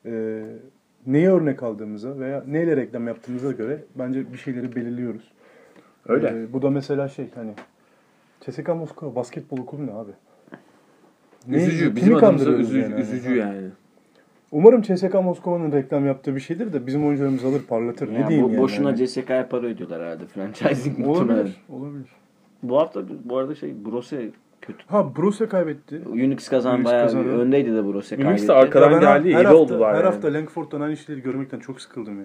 A: e, neye örnek aldığımıza veya neyle reklam yaptığımıza göre bence bir şeyleri belirliyoruz.
C: Öyle.
A: E, bu da mesela şey hani CSK Moskova Basketbol Okulu ne abi? Ne- kimi
C: Üzücü. Bizim adımıza
A: kandırıyoruz
C: üzücü yani.
A: yani?
C: Üzücü yani.
A: Umarım CSK Moskova'nın reklam yaptığı bir şeydir de bizim oyuncularımız alır parlatır.
B: Ya
A: ne diyeyim
B: bu,
A: yani?
B: Boşuna
A: Hani-
B: CSK'ya para ödüyorlar herhalde. Franchising muhtemelen.
A: Olabilir. Olabilir.
B: Bu hafta bu arada şey Brose kötü.
A: Ha Bruse kaybetti.
B: Unix kazan
A: Unix
B: bayağı
A: kazandı.
B: bir öndeydi de Brose
C: Unix de
B: kaybetti.
C: arkada- Kadar
A: Ya ben
C: geldi,
A: her
C: iyi
A: hafta,
C: oldular
A: Her
C: yani.
A: hafta Langford'dan aynı işleri görmekten çok sıkıldım ya.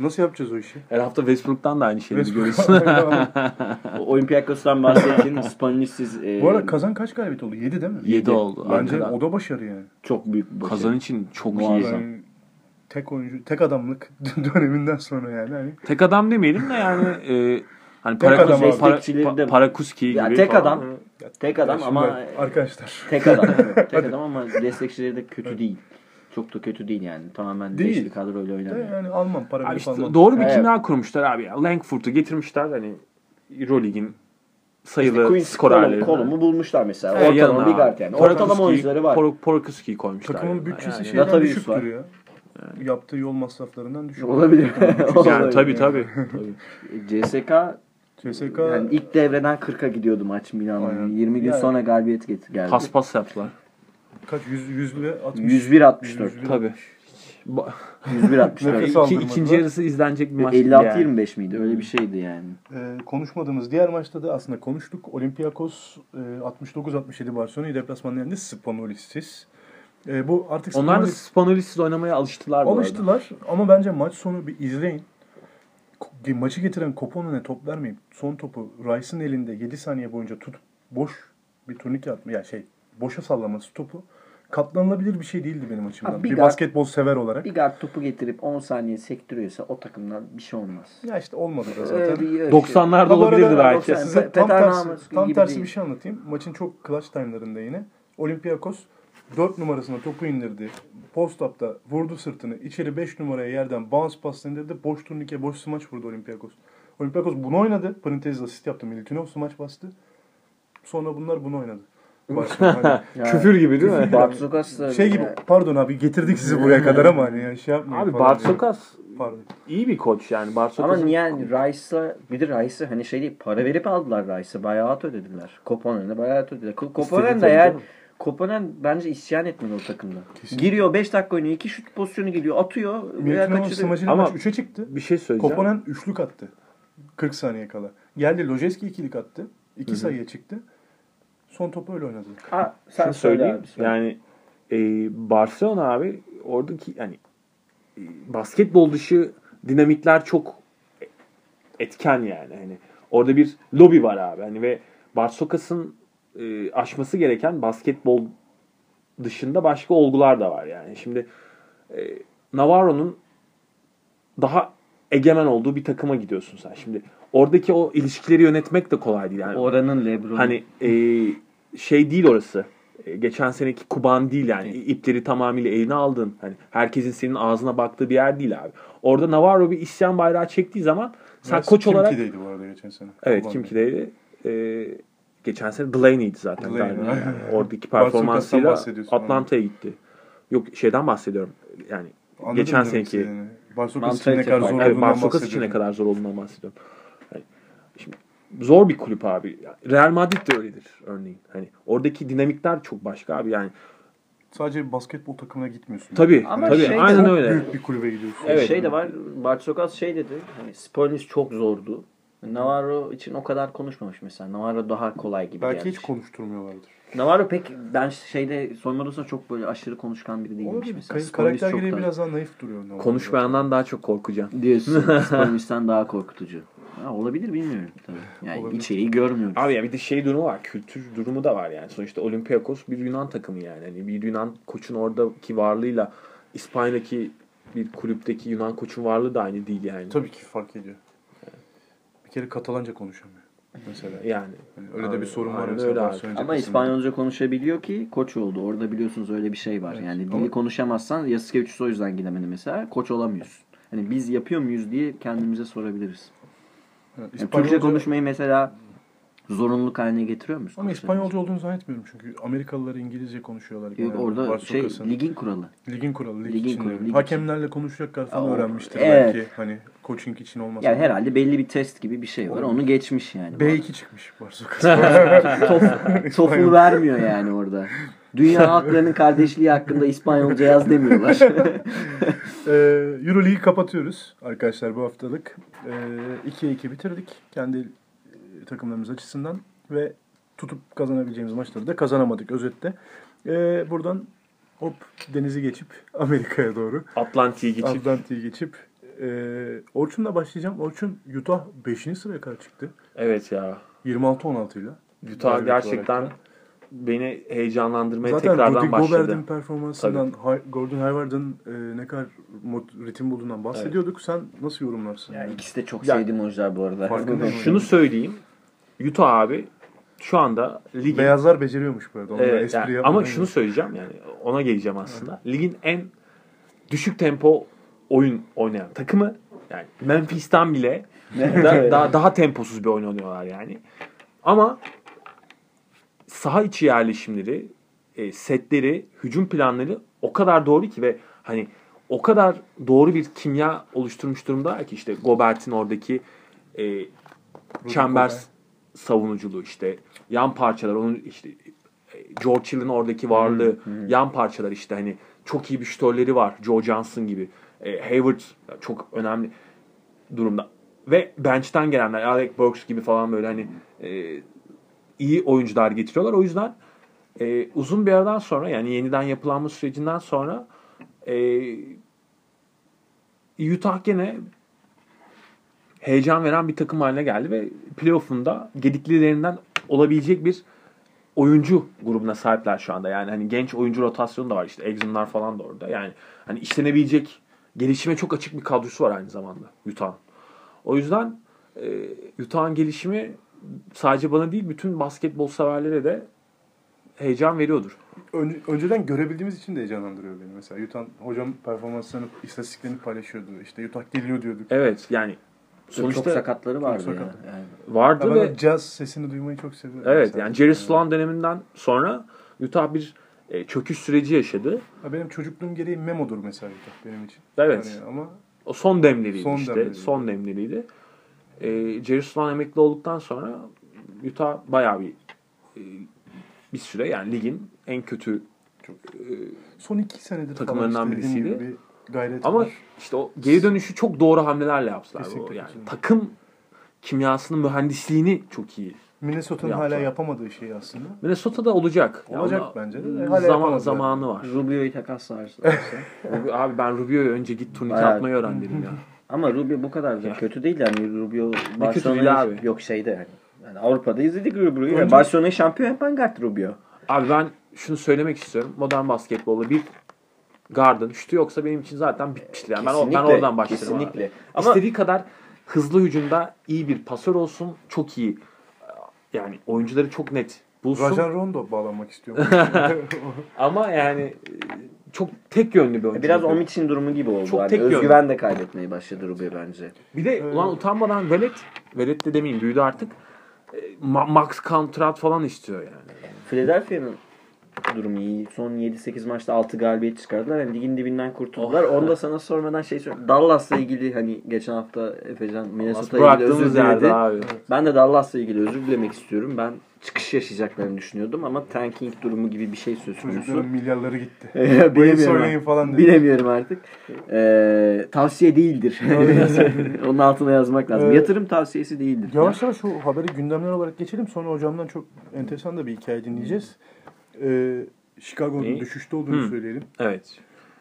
A: Nasıl yapacağız o işi?
C: Her hafta Westbrook'tan da aynı şeyleri görüyorsun. [laughs]
B: O- [laughs]
A: [laughs]
B: Olympiakos'tan bahsettiğin Spanish'siz e,
A: Bu arada kazan kaç kaybet oldu? 7 değil mi?
C: 7 oldu.
A: Bence
C: Arkadan.
A: o da başarı yani.
B: çok büyük bir başarı.
C: Kazan için çok iyi.
B: Muazzam.
A: Yani tek oyuncu, tek adamlık [laughs] döneminden sonra yani. Hani
C: Tek adam demeyelim de yani e, hani
A: Tek adam abi.
C: Parakus, para,
B: Destekçileri de-
C: pa- Parakuski
B: Ya
C: gibi
B: tek
C: falan.
B: adam. Tek adam
A: Ya
B: ama
A: şimdi arkadaşlar. [laughs]
B: tek adam. evet. tek adam ama destekçileri de kötü değil. Çok da kötü değil yani. Tamamen
A: Değil.
B: beşli kadroyla oynanıyor.
A: Yani Alman para
C: Abi
A: verip
C: işte
A: Alman.
C: doğru bir
B: Evet.
C: kimya kurmuşlar abi ya. Langford'u getirmişler hani Euroleague'in sayılı
B: Queen's
C: skorerlerinden.
B: kolumu, kolumu bulmuşlar mesela.
C: Evet,
B: Ortalama
C: yanına
B: bir
C: abi.
B: guard yani.
C: Parakuski-
B: Ortalama oyuncuları var.
C: Por- Parakuski'yi koymuşlar.
A: Takımın
C: yanına.
A: bütçesi şey-
C: yani.
A: şeyden
B: Datavius
A: düşüktür
B: var.
A: ya. Yaptığı yol masraflarından düşük.
B: [laughs] Olabilir.
C: [laughs] Yani tabii tabii. tabii.
B: CSK
A: CSK
B: yani ilk devreden 40'a gidiyordu maç Milan'ın.
A: Aynen.
B: 20 gün
A: Yani-
B: sonra galibiyet get- geldi.
C: pas pas yaptılar.
A: kaç? 100, 100 ve 60.
B: 101 64.
A: 101.
C: Tabii.
B: 101 64.
A: Nefes
C: İki,
A: aldırmadılar.
C: ikinci yarısı izlenecek bir maç. değil
B: 56
C: yani.
B: 25 miydi? Öyle bir şeydi yani.
A: Ee, konuşmadığımız diğer maçta da aslında konuştuk. Olympiakos e, 69-67 Barcelona'yı deplasmanda yendi Spaniolis'siz. E, bu artık
C: Onlar da
A: Spaniolis-
C: Spanolisiz oynamaya alıştılar bu arada.
A: alıştılar ama bence maç sonu bir izleyin. Ko- Maçı getiren Koponen'e top vermeyip son topu Rice'ın elinde 7 saniye boyunca tutup boş bir turnike atma ya şey boşa sallaması topu katlanılabilir bir şey değildi benim açımdan.
B: Abi bir
A: bir
B: daha-
A: basketbol sever olarak.
B: Bir guard topu getirip 10 saniye sektiriyorsa o takımdan bir şey olmaz.
A: Ya işte olmadı da zaten.
B: Öyle bir- öyle bir şey.
C: 90'larda
A: Ha, bu arada
C: olabilirdi belki.
A: arkadaşlar Size
B: Pe-
A: tam
B: Peter
A: tersi,
B: Namus
A: tam
B: gibi
A: tersi
B: değil.
A: bir şey anlatayım. Maçın çok clutch time'larında yine. Olympiakos 4 numarasına topu indirdi. Post-up'ta vurdu sırtını. İçeri 5 numaraya yerden bounce pas indirdi. Boş turnike, boş smaç vurdu Olympiakos. Olympiakos bunu oynadı. Printez asist yaptı. Militinov smaç bastı. Sonra bunlar bunu oynadı. Barcelona.
C: [laughs]
A: Hani
B: Yani-
C: Küfür gibi değil mi?
B: Bartzokas da-
A: şey gibi pardon abi getirdik sizi buraya kadar ama hani yani şey yapmayın
C: Abi
A: falan diye.
C: Barsokas
A: Pardon.
C: iyi bir koç yani.
B: Ama
C: Barsokas'ın
B: niye Rice'a bir de Rice'a hani şey değil para verip aldılar Rice'a bayağı ödediler. Koponen'e bayağı ödediler. Ko- Koponen de
C: tabii
B: eğer
C: canım.
B: Koponen bence isyan etmedi o takımda. Giriyor 5 dakika oynuyor 2 şut pozisyonu geliyor atıyor veya
A: Militinov'un
B: kaçırıyor.
A: smacıyla
C: Ama-
A: maç 3'e çıktı.
C: bir şey söyleyeceğim.
A: Koponen üçlük attı. 40 saniye kala. Geldi Lojeski ikilik attı. İki sayıya çıktı. Son topu öyle oynadı.
B: Ha, sen
C: Şunu
B: söyle
C: söyleyeyim.
B: abi, söyle.
C: Yani e, Barcelona abi oradaki yani e, basketbol dışı dinamikler çok etken yani. Hani orada bir lobi var abi. Hani ve Barsokas'ın e, aşması gereken basketbol dışında başka olgular da var yani. Şimdi e, Navarro'nun daha egemen olduğu bir takıma gidiyorsun sen. Şimdi oradaki o ilişkileri yönetmek de kolay değil. Yani
B: Oranın Lebron.
C: Hani e, şey değil orası. E, geçen seneki Kuban değil yani. İpleri tamamıyla eline aldın. Hani herkesin senin ağzına baktığı bir yer değil abi. Orada Navarro bir isyan bayrağı çektiği zaman sen koç olarak
A: Kimkideydi bu arada geçen sene.
C: Evet
A: Ulan.
C: Kimki'deydi. E, geçen sene Delaney'di zaten.
A: Delaney,
C: galiba.
A: aynen.
C: Yani oradaki
A: Barcelona'dan
C: performansıyla
A: bahsediyorsun,
C: Atlanta'ya gitti. Yok şeyden bahsediyorum. Yani
A: Anladın
C: geçen
A: mı demek
C: seneki-
A: istediğini? Barsokas için
B: Mantalite
A: ne kadar zor
B: farkı.
C: Evet,
A: olduğundan
C: Barsokas için ne
A: bahsediyorum.
C: kadar zor olduğundan bahsediyorum. Yani şimdi zor bir kulüp abi. Real Madrid de öyledir örneğin. Hani oradaki dinamikler çok başka abi. Yani
A: Sadece basketbol takımına gitmiyorsun.
C: tabii
B: Ama
C: tabii
B: şey de-
C: aynen
A: Çok
C: öyle.
A: büyük bir kulübe gidiyorsun.
C: Evet.
B: Şey de var. Bart Sokas şey dedi. Hani Spolnis çok zordu. Navarro için o kadar konuşmamış mesela. Navarro daha kolay gibi
A: Belki
B: gelmiş.
A: hiç konuşturmuyorlardır.
B: Navarro pek ben şeyde soyunma odasında çok böyle aşırı konuşkan biri değilmiş
A: Olabilir.
B: mesela.
A: Kay-
B: Spolnis
A: Karakter
B: çok
A: gereği
B: daha...
A: biraz daha naif duruyor. normalde.
C: Konuşmayandan daha çok korkacaksın.
B: Diyorsun Spolnis'ten daha korkutucu. Ha, olabilir bilmiyorum tabii. Yani
A: Olabilir.
B: içeriği görmüyoruz.
C: Abi ya bir de şey durumu var. Kültür durumu da var yani. Sonuçta Olympiakos bir Yunan takımı yani. Hani bir Yunan koçun oradaki varlığıyla İspanya'daki bir kulüpteki Yunan koçun varlığı da aynı değil yani.
A: Tabii ki fark ediyor. Bir kere Katalanca konuşamıyor. Mesela.
C: Yani.
A: Yani öyle de
C: Aynen,
A: bir sorun var.
C: aynen
A: mesela
C: öyle abi.
A: Barcelona'da
B: Ama
A: kesinlikle.
B: İspanyolca konuşabiliyor ki koç oldu. Orada biliyorsunuz öyle bir şey var. Yani dili konuşamazsan Yasikevicius o yüzden gidemedi mesela. Koç olamıyorsun. Hani biz yapıyor muyuz diye kendimize sorabiliriz.
A: Evet,
B: Yani Türkçe konuşmayı mesela zorunluluk haline getiriyor muyuz?
A: Ama
B: Koçlar?
A: İspanyolca olduğunu zannetmiyorum çünkü Amerikalılar İngilizce konuşuyorlar.
B: Yok,
A: genelde.
B: orada şey
A: Varsokas'ın-
B: ligin kuralı.
A: ligin kuralı, lig
B: ligin
A: içinde.
B: kuralı, lig
A: Hakemlerle konuşacaklar falan
B: Aa,
A: öğrenmiştir
B: evet.
A: belki. Hani coaching için olmasa.
B: Yani herhalde belli bir test gibi bir şey var. Onu geçmiş yani.
A: B2 çıkmış
B: [laughs]
A: Barsokas.
B: Tof, tofu vermiyor yani orada.
C: [laughs]
B: Dünya halklarının kardeşliği hakkında İspanyolca yaz demiyorlar.
A: Ee, Euroleague'i kapatıyoruz arkadaşlar bu haftalık. Ee, 2'ye 2 bitirdik kendi e, takımlarımız açısından ve tutup kazanabileceğimiz maçları da kazanamadık özetle. Ee, buradan hop denizi geçip Amerika'ya doğru,
C: Atlantik'e geçip
A: Atlantik'i geçip e, Orçun'la başlayacağım. Orçun Utah 5. sıraya kadar çıktı.
C: evet ya.
A: 26-16 ile.
C: Utah
A: Evet,
C: gerçekten
A: olarak
C: beni heyecanlandırmaya
A: Zaten Rudy
C: tekrardan başladı.
A: Gobert'in performansından, Hay- Gordon Hayward'ın e, ne kadar mod- ritim bulduğundan bahsediyorduk. Sen nasıl yorumlarsın?
B: yani ikisi de çok
C: Ya-
B: sevdiğim oyuncular bu arada.
A: Farkındayım.
C: Şunu söyleyeyim. Utah abi şu anda ligin
A: Beyazlar beceriyormuş bu arada. Onu da
C: Evet,
A: espri
C: yani
A: yapmadan
C: ama şunu
A: yap-
C: söyleyeceğim yani ona geleceğim aslında. Ligin en düşük tempo oyun oynayan takımı yani Memphis'ten bile da- daha, daha temposuz bir oyun oynuyorlar yani. Ama saha içi yerleşimleri, e, setleri, hücum planları o kadar doğru ki ve hani o kadar doğru bir kimya oluşturmuş durumda ki işte Gobert'in oradaki e, çember
A: Gobert.
C: savunuculuğu işte yan parçalar onun işte e, George Hill'in oradaki varlığı yan parçalar işte hani çok iyi bir şütörleri var Joe Johnson gibi e, Hayward çok önemli durumda ve bench'ten gelenler Alec Burks gibi falan böyle hani e, iyi oyuncular getiriyorlar o yüzden e, uzun bir aradan sonra yani yeniden yapılanma sürecinden sonra e, Utah gene heyecan veren bir takım haline geldi ve playoff'unda gediklilerinden olabilecek bir oyuncu grubuna sahipler şu anda. Yani hani genç oyuncu rotasyonu da var işte Exum'lar falan da orada. Yani hani işlenebilecek gelişime çok açık bir kadrosu var aynı zamanda Utah'ın. O yüzden e, Utah'ın gelişimi sadece bana değil bütün basketbol severlere de heyecan veriyordur.
A: Ön- önceden görebildiğimiz için de heyecanlandırıyor beni. Mesela Utah hocam performanslarını, istatistiklerini paylaşıyordu. İşte Utah geliyor diyorduk.
C: Evet yani sonuçta
B: Çok sakatları vardı ya.
A: sakat.
B: Yani
A: Ya
C: vardı
A: ben
C: ve
A: o caz sesini duymayı çok seviyorum.
C: evet
A: mesela.
C: yani Jerry Sloan döneminden sonra Utah bir e, çöküş süreci yaşadı.
A: Ya Benim çocukluğum gereği Memo'dur mesela Utah benim için.
C: Evet.
A: Yani ama
C: O son demleriydi
A: Son
C: işte.
A: demleriydi.
C: Son demleriydi. Ee, Jerry Sloan emekli olduktan sonra Utah bayağı bir e, bir süre yani ligin en kötü e,
A: son iki senedir
C: Takımlarından
A: falan işte dediğim
C: birisiydi.
A: gibi bir gayret
C: ama
A: var.
C: işte o geri dönüşü çok doğru hamlelerle yaptılar.
A: Kesinlikle,
C: O yani
A: kesinlikle.
C: takım kimyasının mühendisliğini çok iyi.
A: Minnesota'nın
C: Yaptılar.
A: hala yapamadığı şey aslında.
C: Minnesota'da olacak.
A: Olacak
C: ama
A: bence de. E, Hala
C: zaman,
A: yapamadılar.
C: zamanı var.
B: Rubio'yu takaslarsa.
C: Rubi- Abi ben Rubio'yu önce git turnike
B: Bayağı-
C: atmayı öğren dedim ya.
B: Ama Rubio bu kadar da
C: Ya.
B: kötü değil yani. Rubio
C: değil
B: Barcelona
C: abi.
B: yok şeyde yani. Yani Avrupa'da izledik Rubio'yu.
A: Önce-
B: Yani Barcelona'yı şampiyon yapan guard Rubio.
C: Abi ben şunu söylemek istiyorum. Modern basketbolda bir Garden şutu yoksa benim için zaten bitmiştir. Yani ben, o- ben
B: Kesinlikle,
C: oradan başlarım.
B: kesinlikle.
C: abi.
B: Ama-
C: İstediği kadar hızlı hücumda iyi bir pasör olsun. Çok iyi. Yani oyuncuları çok net bulsun.
A: Rajan Rondo bağlanmak
C: [laughs]
A: istiyorum.
C: Ama yani e, çok tek yönlü bir oyuncu.
B: Biraz onun için durumu gibi oldu.
C: Çok
B: abi.
C: tek yönlü.
B: Özgüven de kaybetmeye başladı Rubio bence.
C: Bir de ulan utanmadan Velet, Velet de demeyeyim büyüdü artık. E, ma- max kontrat falan istiyor yani.
B: Philadelphia'nın durumu iyi. Son 7-8 maçta 6 galibiyet çıkardılar. Hani ligin dibinden kurtuldular. Onu da sana sormadan şey söyleyeyim. Dallas'la ilgili hani geçen hafta Efecan Minnesota'ya ilgili özür
C: Bıraktığımız yerde
B: diledi.
C: abi.
B: Ben de Dallas'la ilgili özür dilemek istiyorum. Ben çıkış yaşayacaklarını düşünüyordum ama tanking durumu gibi bir şey söz konusu.
A: Çocukların milyarları
C: [laughs]
A: gitti. Bayıs oynayın
B: Bilemiyorum.
A: falan dedi.
B: Bilemiyorum artık. Ee, tavsiye değildir. [laughs] Onun altına yazmak lazım.
A: Ee,
B: Yatırım tavsiyesi değildir.
A: Yavaş yavaş şu haberi gündemler olarak geçelim. Sonra hocamdan çok enteresan da bir hikaye dinleyeceğiz.
C: Hmm.
A: Ee, Chicago'nun
C: Ne?
A: düşüşte olduğunu
C: Hı.
A: söyleyelim.
C: Evet.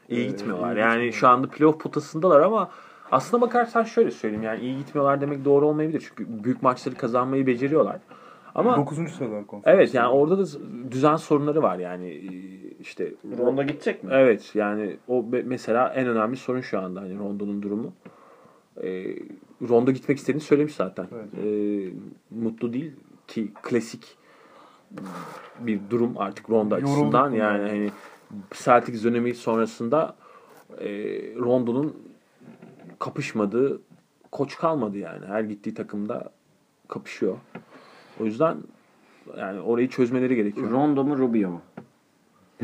A: Ee,
C: İyi gitmiyorlar.
A: iyi
C: yani
A: gitmiyorlar.
C: şu anda playoff potasındalar ama aslına bakarsan şöyle söyleyeyim yani iyi gitmiyorlar demek doğru olmayabilir. Çünkü büyük maçları kazanmayı beceriyorlar. Ama
A: 9. sıradan konferans.
C: evet yani orada da düzen sorunları var yani Ee, işte
B: Ronda gidecek mi?
C: Evet yani o be- mesela en önemli sorun şu anda hani Rondo'nun durumu. Ee, Rondo gitmek istediğini söylemiş zaten.
A: Evet.
C: Ee, mutlu değil ki klasik bir durum artık Rondo
A: Yorulduk
C: açısından
A: bundan.
C: yani hani Celtics dönemi sonrasında e, Rondo'nun kapışmadığı koç kalmadı yani. Her gittiği takımda kapışıyor. O yüzden yani orayı çözmeleri gerekiyor.
B: Rondo mu Rubio mu? [laughs]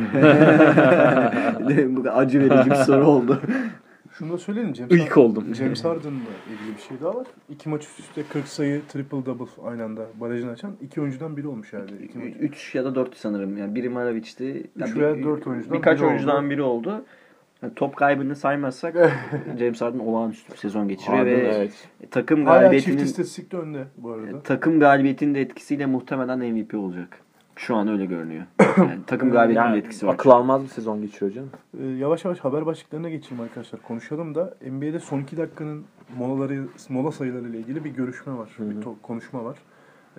B: Bu da acı verici bir soru oldu.
A: Şunu da söyleyelim James,
C: İlk oldum.
A: James Harden'la ilgili bir şey daha var. İki maç üst üste 40 sayı triple double aynı anda barajını açan iki oyuncudan biri olmuş herhalde. İki maç.
B: 3 ya da 4 sanırım. Yani biri Maraviç'ti. Ya
A: Üç
B: bir-
A: veya dört oyuncudan
B: Birkaç
A: biri
B: oyuncudan
A: oldu.
B: biri oldu. Yani top
A: [laughs]
B: kaybını saymazsak James Harden olağanüstü bir sezon geçiriyor
C: Harden,
B: ve
C: evet.
B: takım
A: Hala çift
B: galibiyetinin
A: istatistikte önde bu arada.
B: takım galibiyetinin de etkisiyle muhtemelen MVP olacak. Şu an
A: [laughs]
B: öyle görünüyor. Yani takım galibiyetinin de
C: Yani
B: etkisi var.
C: akıl almaz bir sezon geçiriyor canım.
A: Ee, yavaş yavaş haber başlıklarına geçelim arkadaşlar. Konuşalım da NBA'de son iki dakikanın molaları, mola sayıları ile ilgili bir görüşme var. Bir to- konuşma var.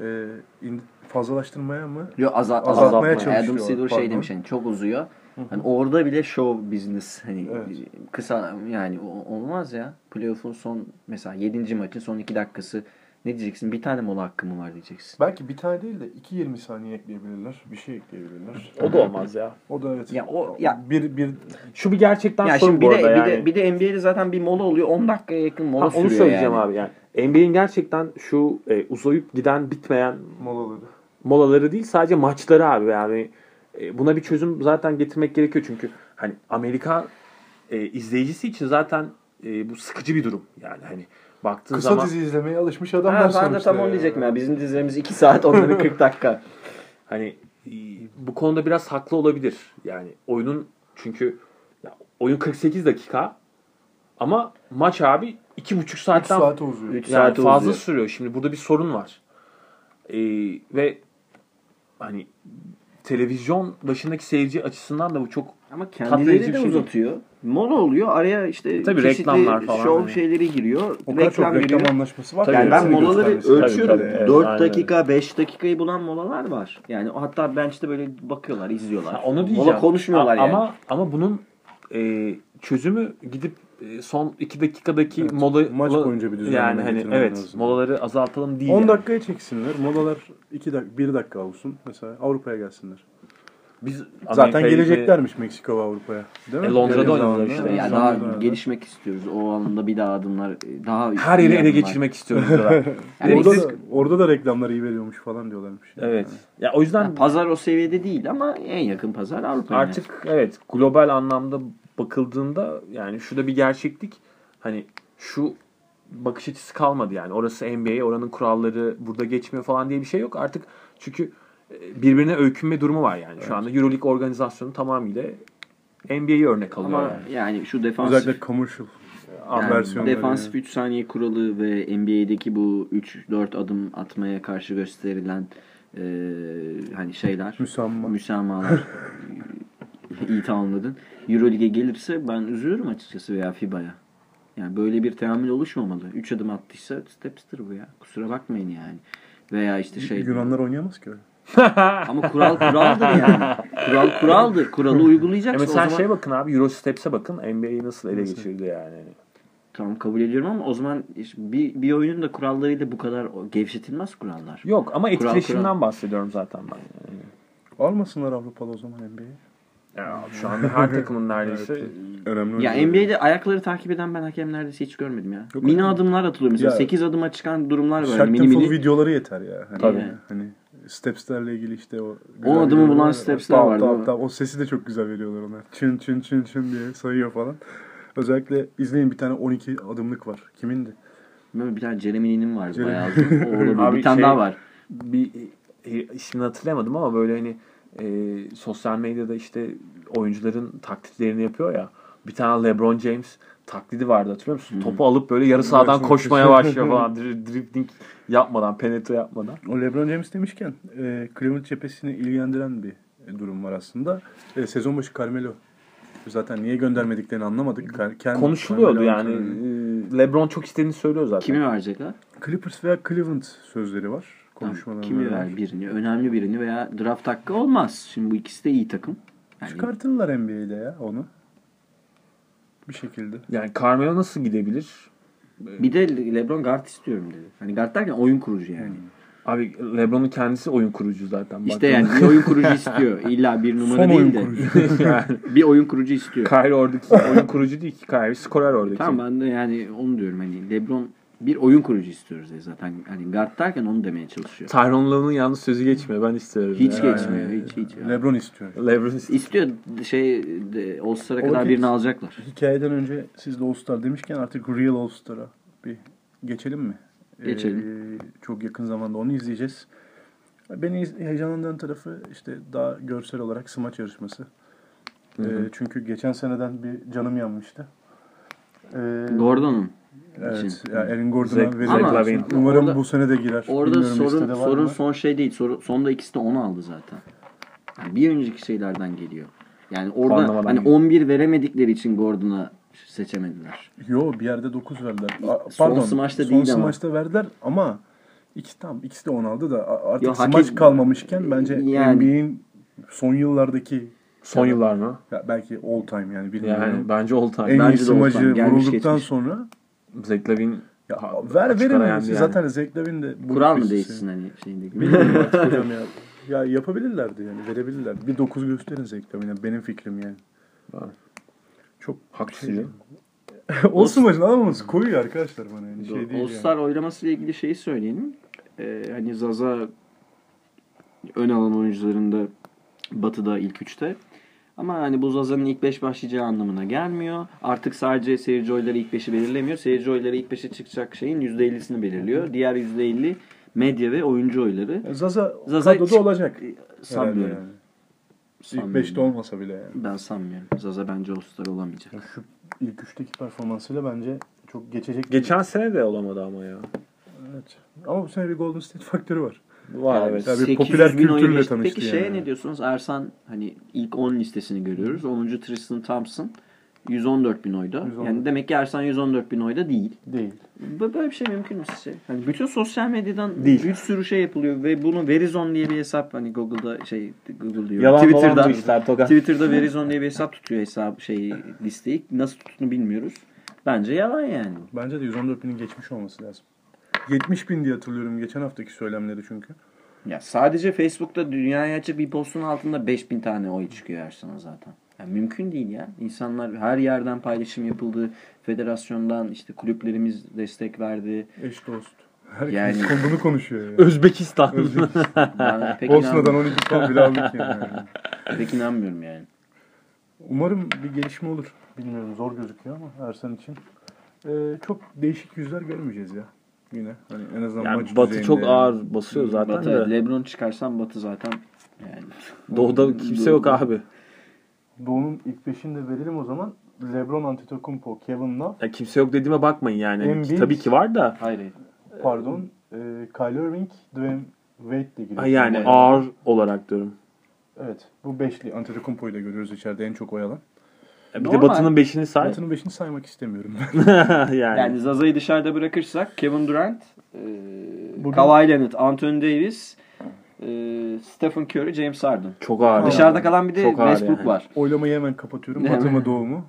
A: Ee, in- fazlalaştırmaya mı?
B: Yo, azal-
A: Azaltmaya
B: azaltmaya Adam
A: çalışıyor,
B: Silver
A: pardon.
B: şey demiş hani çok uzuyor. Hani orada bile show business hani
A: Evet.
B: kısa yani o- olmaz ya. Playoff'un son mesela 7. maçın son 2 dakikası ne diyeceksin? Bir tane mola hakkı mı var diyeceksin.
A: Belki bir tane değil de 2-20 saniye ekleyebilirler. Bir şey ekleyebilirler.
C: O da olmaz ya.
A: O da evet.
B: Ya o- ya-
A: Bir, bir
C: Şu bir gerçekten
B: Ya
C: sorun
B: şimdi
C: bu
B: bir de,
C: arada yani.
B: bir de bir de NBA'de zaten bir mola oluyor. 10 dakikaya yakın mola
C: Ha,
B: sürüyor
C: onu söyleyeceğim
B: yani.
C: abi yani. NBA'in gerçekten şu e, uzayıp giden bitmeyen
A: molaları.
C: molaları değil sadece maçları abi yani. E, buna bir çözüm zaten getirmek gerekiyor çünkü hani Amerika e, izleyicisi için zaten e, bu sıkıcı bir durum yani hani baktığın
A: Kısa
C: zaman
A: dizi izlemeye alışmış
B: Ha,
A: adamlar
B: ben de
A: sonuçta
B: tam onu
A: yani.
B: diyecektim ya. Bizim dizilerimiz 2 saat onların 40 dakika.
C: hani e, bu konuda biraz haklı olabilir yani oyunun çünkü ya, oyun 48 dakika ama maç abi iki buçuk
A: Üç
C: saatten
A: saate uzuyor.
B: 3
C: yani
B: saat
C: fazla
B: uzuyor.
C: sürüyor. Şimdi burada bir sorun var. Ee, ve hani televizyon başındaki seyirci açısından da bu çok
B: [laughs] Ama
C: Tatmin
B: kendileri
C: edici
B: de
C: bir şey değil.
B: uzatıyor. Mola oluyor. Araya işte
C: Tabii
B: çeşitli
C: reklamlar falan
B: şov
C: hani.
B: şeyleri giriyor.
A: O kadar
B: reklam
A: çok reklam
B: giriyor.
A: anlaşması var. ki
B: Yani ben
A: hepsini
B: molaları
A: göstermesi lazım.
B: ölçüyorum.
C: Tabii, tabii.
B: 4
C: Aynen
B: dakika, 5 dakikayı bulan molalar var. Yani o hatta bench'te böyle bakıyorlar, izliyorlar.
C: Ha, onu diyeceğim.
B: Mola konuşmuyorlar
C: A-
B: yani.
C: Ama ama bunun e, çözümü gidip e, son iki dakikadaki
A: Evet,
C: mola
A: maç boyunca bir düzenleme
C: yani hani
A: getirmen
C: evet
A: lazım.
C: molaları azaltalım değil.
A: 10
C: yani.
A: dakikaya çeksinler. Molalar 2 dakika 1 dakika olsun. Mesela Avrupa'ya gelsinler.
C: Biz
A: Zaten
C: Amerika'yı-
A: geleceklermiş Meksika ve Avrupa'ya. Değil mi?
C: E, Londra'da
A: Yakın
C: oynadılar
A: zamanda.
C: işte.
A: Yakın
B: yani daha
A: zamanda oynadılar.
B: gelişmek istiyoruz. O alanda bir daha adımlar e, daha
C: her
B: iyi
C: yeri ele
B: adımlar.
C: geçirmek istiyoruz
B: [laughs]
C: diyorlar.
B: Yani
A: orada,
B: siz-
A: da, orada da reklamlar iyi veriyormuş falan diyorlarmış.
C: evet. Ya o yüzden
B: yani pazar o seviyede değil ama en yakın pazar Avrupa. yani.
C: Artık evet global anlamda bakıldığında yani şu da bir gerçeklik. Hani şu bakış açısı kalmadı yani. Orası NBA, oranın kuralları burada geçmiyor falan diye bir şey yok. Artık çünkü e, birbirine öykünme durumu var yani. Şu anda EuroLeague organizasyonu tamamıyla NBA'yi örnek alıyor.
B: ama
C: yani.
B: yani şu defansif
A: Özellikle commercial e,
C: Anladım.
A: versiyonları. e,
B: Defansif 3 saniye kuralı ve NBA'deki bu 3-4 adım atmaya karşı gösterilen e, hani şeyler.
A: Müsamma.
B: Müsamahalar. İyi tamamladın. Euroleague'e gelirse ben üzülürüm açıkçası veya FIBA'ya. Yani böyle bir teamül oluşmamalı. 3 adım attıysa stepster bu ya. Kusura bakmayın yani. Veya işte şey.
A: Yunanlar oynayamaz ki öyle.
B: Ama kural kuraldır yani. Kural kuraldır. Kuralı
C: E
B: uygulayacaksın. o
C: mesela
B: zaman...
C: şeye bakın abi Eurosteps'e bakın NBA'yi nasıl ele geçirdi yani.
B: Tamam kabul ediyorum ama o zaman işte bir, bir oyunun da kurallarıyla bu kadar o- gevşetilmez kurallar.
C: Yok ama
B: Kural,
C: etkileşimden
B: kural.
C: bahsediyorum zaten ben. Yani.
A: Almasınlar Avrupalı o zaman NBA'yi.
C: Ya, şu
B: [laughs]
C: anda her takımın neredeyse
A: Önemli.
B: Ya
A: oyuncu.
B: NBA'de ayakları takip eden ben hakem neredeyse hiç görmedim ya.
A: Yok,
B: mini
A: yok.
B: adımlar atılıyor mesela.
A: Ya-
B: 8 adıma çıkan durumlar var.
A: Shaq
B: Hani mini
A: Temple
B: mini.
A: videoları yeter ya. Hani,
B: Tabii.
A: Hani Steps'lerle ilgili işte o...
B: O adımı
A: videoları
B: bulan
A: var.
B: Steps'ler
A: Tap,
B: var,
A: tap,
B: değil mi?
A: tap. O sesi de çok güzel veriyorlar ona. Çın çın çın çın diye sayıyor falan. Özellikle izleyin bir tane 12 adımlık var. Kimindi?
B: Böyle bir tane Jeremy Lin'in var
A: Jeremy- [laughs]
B: bayağı. O olabilir.
C: Abi
B: bir tane
C: şey-
B: daha var.
C: bir e, ismini hatırlayamadım ama böyle hani e, sosyal medyada işte oyuncuların taklitlerini yapıyor ya. Bir tane LeBron James taklidi vardı hatırlıyor musun? Topu alıp böyle yarı sahadan
A: çok
C: koşmaya
A: güzel.
B: [laughs]
C: başlıyor falan. Dri- Dribbling yapmadan, penetre yapmadan.
A: O LeBron James demişken e, Cleveland cephesini ilgilendiren bir durum var aslında. E, sezon başı Carmelo. Zaten niye göndermediklerini anlamadık. Car- Ken-
C: Konuşuluyordu
A: Carmelo-
C: yani. E, LeBron çok istediğini söylüyor zaten.
B: Kimi verecekler?
A: Clippers veya Cleveland sözleri var. Konuşmalarına.
B: Kimi
A: rağmen.
B: ver birini? Önemli birini veya draft hakkı olmaz. Şimdi bu ikisi de iyi takım. Yani
A: Çıkartırlar NBA'de ya onu. Bir şekilde.
C: Yani Carmelo nasıl gidebilir?
B: bir de LeBron guard istiyorum dedi. Hani guard derken oyun kurucu yani.
A: Hmm.
C: Abi LeBron'un kendisi oyun kurucu zaten.
B: İşte yani bir oyun
A: [laughs]
B: kurucu istiyor. İlla bir numara
A: Son
B: değil
A: oyun
B: de
A: kurucu.
B: [laughs]
C: yani.
B: bir oyun kurucu istiyor.
C: [laughs] Kyrie oradaki oyun kurucu değil ki. Kyrie skorer oradaki.
B: Tamam ben de yani onu diyorum hani LeBron bir oyun kurucu istiyoruz ya zaten. Hani guard derken onu demeye çalışıyor.
C: Tyrone Love'ın yalnız sözü geçmiyor. Ben istiyorum.
B: Hiç
C: Yani.
B: geçmiyor. Hiç hiç. ya.
A: LeBron istiyor.
C: LeBron istiyor.
B: İstiyor şey de, All-Star'a
A: O
B: kadar
A: vakit-
B: birini alacaklar.
A: Hikayeden önce siz de All-Star demişken artık Real All-Star'a bir geçelim mi?
B: Geçelim.
A: Ee, çok yakın zamanda onu izleyeceğiz. Beni iz- heyecanlandıran tarafı işte daha görsel olarak smaç yarışması. Ee, çünkü geçen seneden bir canım yanmıştı. Ee,
B: Gordon'un
A: Evet.
B: için.
A: Ya Aaron
C: Zach-
A: Gordon'a
B: Ama-
A: verilen.
C: Lavin.
A: Umarım
B: Orada-
A: bu sene de girer.
B: Orada
A: Bilmiyorum listede
B: sorun
A: var
B: sorun
A: mı?
B: son şey değil. Soru, sonda ikisi de 10 aldı zaten. Yani bir önceki şeylerden geliyor. Yani orada
C: Puanlamadan
B: hani
C: geliyor.
B: 11 veremedikleri için Gordon'a seçemediler.
A: Yo bir yerde 9 verdiler. A-
B: Son
A: Pardon.
B: smaçta
A: son
B: değil ama.
A: smaçta verdiler ama ikisi tam ikisi de 10 aldı da a- artık
B: Yo, hak
A: smaç
B: et-
A: kalmamışken bence
B: Yani.
A: NBA'in son yıllardaki
C: Son yıllar mı?
A: ya belki all time yani bilmiyorum.
C: Yani hani bence all time.
A: en iyi
B: bence de all time.
A: smacı
B: Gelmiş
A: vurulduktan
B: geçmiş.
A: sonra
C: Zach Lavin
A: ya,
C: Ha,
A: ver
C: açık
A: verin
C: ara yendi
A: yani.
C: yani.
A: zaten Zach Lavin de bu
B: Kural mı
A: birisi.
B: değişsin hani şeyinde gibi.
A: Bilmiyorum artık hocam ya. Ya yapabilirlerdi yani verebilirlerdi. Bir 9 gösterin Zach Lavin'e benim fikrim yani.
C: Var.
A: Çok [laughs]
C: haksız ya.
A: o smacın alamaması koyuyor arkadaşlar bana yani şey değil yani.
B: All-Star oylaması ile ilgili şeyi söyleyelim. Ee, hani Zaza ön alan oyuncularında Batı'da ilk üçte. Ama hani bu Zaza'nın ilk beş başlayacağı anlamına gelmiyor. Artık sadece seyirci oyları ilk beşi belirlemiyor. Seyirci oyları ilk beşe çıkacak şeyin %50'sini belirliyor. Diğer %50 medya ve oyuncu oyları.
A: Zaza,
B: Zaza
A: kadroda
B: çık-
A: olacak. Herhalde
B: Sanmıyorum.
A: yani. İlk
B: Sanmıyorum.
A: 5'te olmasa bile yani.
B: Ben sanmıyorum. Zaza bence All-Star olamayacak.
A: Ya Şu ilk üçteki performansıyla bence çok geçecek.
C: Geçen sene de olamadı ama ya.
A: Evet. Ama bu sene bir Golden State faktörü var.
C: Var
B: Yani
C: evet.
A: tabii
B: 800
A: popüler
B: bin
A: kültürle
B: oyun geçti.
A: tanıştı
B: Peki şeye
A: yani.
B: ne diyorsunuz? Ersan hani ilk 10 listesini görüyoruz. 10. Tristan Thompson 114 bin oyda.
A: 114.
B: Yani demek ki Ersan 114 bin oyda değil.
A: Değil.
B: Bö- Böyle bir şey mümkün mü sizce? Hani bütün sosyal medyadan
C: Değil.
B: bir sürü şey yapılıyor ve bunu Verizon diye bir hesap hani Google'da şey Google diyor.
C: Yalan dolan
B: Twitter'dan
C: bu işler Togan.
B: Twitter'da Verizon diye bir hesap tutuyor hesap şey listeyi. Nasıl tuttuğunu bilmiyoruz. Bence yalan yani.
A: Bence de 114 binin geçmiş olması lazım. 70 bin diye hatırlıyorum geçen haftaki söylemleri çünkü.
B: Ya sadece Facebook'ta dünyaya açık bir postun altında 5000 tane oy çıkıyor Ersan'a zaten. Ya mümkün değil ya. İnsanlar her yerden paylaşım yapıldı. Federasyondan işte kulüplerimiz
C: [laughs]
B: destek verdi.
A: Eş dost. Herkes
B: Yani-
A: kon- bunu konuşuyor ya.
C: Özbekistan.
B: [laughs]
A: Özür-
B: Ben pek,
A: Bosna'dan
B: inanmıyorum,
A: 12 puan bile aldık yani.
B: pek inanmıyorum yani.
A: Umarım bir gelişme olur. Bilmiyorum zor gözüküyor ama Ersan için. Ee, çok değişik yüzler görmeyeceğiz ya. Yine hani en azından maç
C: [laughs] yani Batı
A: düzeyinde
C: çok
A: yani.
C: ağır basıyor zaten
B: Batı,
C: de.
B: Lebron çıkarsan Batı zaten yani.
C: Doğuda kimse yok abi.
A: Doğu'nun ilk beşini de verelim o zaman. LeBron Antetokounmpo, Kevin Love,
C: Ya kimse yok dediğime bakmayın yani.
A: Embiid.
C: Tabii ki var da.
B: Hayır.
C: Ee,
A: pardon, e, Kyrie Irving, Dwayne Wade de giriyor.
C: Ha, Yani
A: Evet.
C: ağır olarak diyorum.
A: Evet. Bu beşli Antetokounmpo'yu da görüyoruz içeride en çok oyalan.
C: Ya Bir de
B: Normal.
C: Batı'nın beşini say.
A: Batı'nın beşini saymak istemiyorum ben.
C: [laughs]
A: [laughs]
C: yani.
B: Yani Zaza'yı dışarıda bırakırsak Kevin Durant, e,
A: Burada-
B: Kawhi Leonard, Anthony Davis, e, Stephen Curry, James Harden.
C: çok ağır.
B: Dışarıda
C: yani.
B: kalan bir de
C: Çok ağır
B: Westbrook
C: yani.
B: var.
A: Oylamayı hemen kapatıyorum.
B: Değil mi?
A: Batı mı Doğu mu?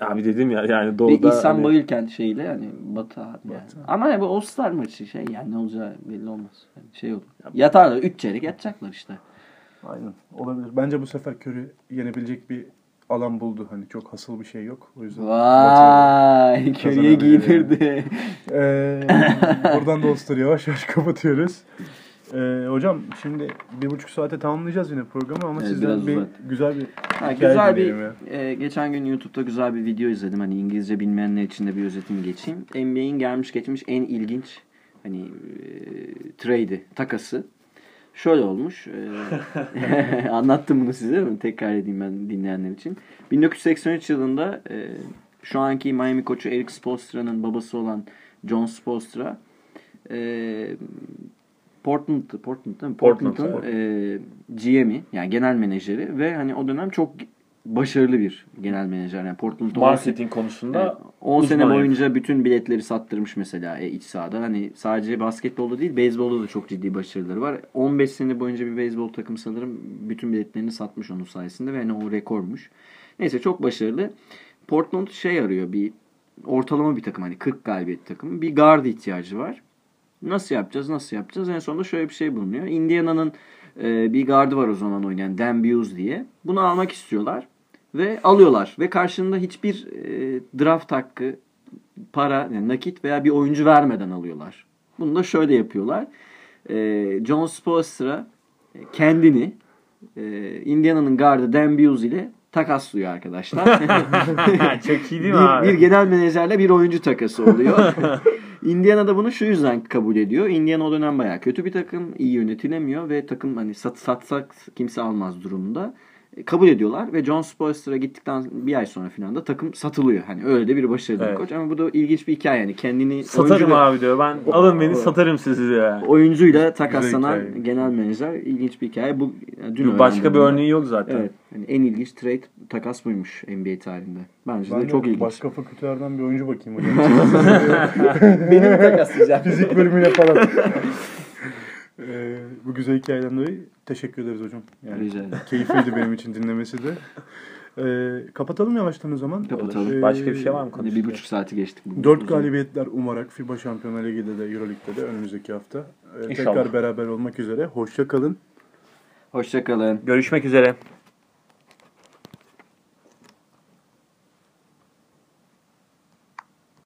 C: Abi dedim ya yani
B: Ve
C: doğuda.
B: İhsan
C: hani-
B: Bayülkent şeyiyle yani Batı abi yani. Ama yani bu All Star maçı şey yani ne olacağı belli olmaz. Yani şey olur. Yatarlar. Üç çeyrek yatacaklar işte.
A: Aynen. Olabilir. Bence bu sefer körü yenebilecek bir alan buldu. Hani çok hasıl bir şey yok. O yüzden.
D: Vay köreye
A: Kazanabilir
D: giydirdi.
B: [laughs]
A: Ee, buradan da Oster'ı yavaş yavaş kapatıyoruz. Ee, hocam şimdi bir buçuk saate tamamlayacağız yine programı ama
D: Evet,
A: sizden
D: biraz
A: bir
D: uzattık.
A: güzel bir
B: Ha,
A: hikaye
B: güzel bir
A: dinleyelim ya.
B: e, geçen gün YouTube'da güzel bir video izledim. Hani İngilizce bilmeyenler için de bir özetini geçeyim. NBA'in gelmiş geçmiş en ilginç hani e, trade'i, takası. Şöyle olmuş. e, [laughs] anlattım bunu size mi? Tekrar edeyim ben dinleyenler için. 1983 yılında e, şu anki Miami koçu Eric Spoelstra'nın babası olan John Spoelstra e, Portland, Portland değil mi?
C: Portland,
B: Portland'ın e, GM'i yani genel menajeri ve hani o dönem çok başarılı bir genel menajer. Yani Portland'da on se-
C: Marketing konusunda
B: Evet, 10 sene
C: uzman herif.
B: boyunca bütün biletleri sattırmış mesela e, iç sahada. Hani sadece basketbolda değil beyzbolda da çok ciddi başarıları var. 15 sene boyunca bir beyzbol takımı sanırım bütün biletlerini satmış onun sayesinde ve hani o rekormuş. Neyse çok başarılı. Portland şey arıyor bir ortalama bir takım hani 40 galibiyet takımı. Bir guard ihtiyacı var. Nasıl yapacağız nasıl yapacağız en sonunda şöyle bir şey bulunuyor. Indiana'nın e, bir gardı var o zaman oynayan Dan Buse diye. Bunu almak istiyorlar ve alıyorlar ve karşılığında hiçbir e, draft hakkı, para, yani nakit veya bir oyuncu vermeden alıyorlar. Bunu da şöyle yapıyorlar. E, John Spoelstra e, kendini e, Indiana'nın gardı Dan Buse ile takaslıyor arkadaşlar. [laughs]
C: [laughs] çok iyi değil mi
B: bir,
C: abi?
B: bir genel menajerle bir oyuncu
C: [laughs]
B: takası oluyor. Indiana da bunu şu yüzden kabul ediyor. Indiana o dönem bayağı kötü bir takım. iyi yönetilemiyor ve takım hani sat, satsak kimse almaz durumda. E, Kabul ediyorlar ve John Spoelstra gittikten bir ay sonra falan da takım satılıyor. Hani öyle de bir başarılı bir
C: Evet.
B: koç ama bu da ilginç bir hikaye yani kendini
C: Satarım
B: oyuncu ve-
C: abi diyor. Ben alın beni satarım sizi diyor.
B: oyuncuyla takaslanan
A: hikaye.
B: genel menajer ilginç bir hikaye. Bu yani dün
C: Başka bir
B: öğrendim.
C: örneği yok zaten.
B: Evet. Yani en ilginç trade takas buymuş NBA tarihinde. Bence
A: Ben
B: de çok ilginç.
A: Başka fakültelerden bir oyuncu bakayım hocam. [laughs]
D: Benim takaslayacağım.
A: Fizik bölümüne falan. [laughs] Ee, bu güzel hikayeden dolayı teşekkür ederiz hocam. Yani [laughs]
B: Rica ederim.
A: keyifliydi benim için dinlemesi de. Ee, kapatalım yavaştan o zaman.
B: Kapatalım.
A: Ee,
C: Başka bir şey var mı
B: Hani
C: konuşmaya?
B: bir buçuk saati geçtik. bugün.
A: Dört
B: Uzun.
A: galibiyetler umarak FIBA Şampiyonlar Ligi'de de Euroleague'de de önümüzdeki hafta. Ee,
C: İnşallah.
A: tekrar beraber olmak üzere. Hoşça kalın.
B: Hoşçakalın.
C: Görüşmek üzere.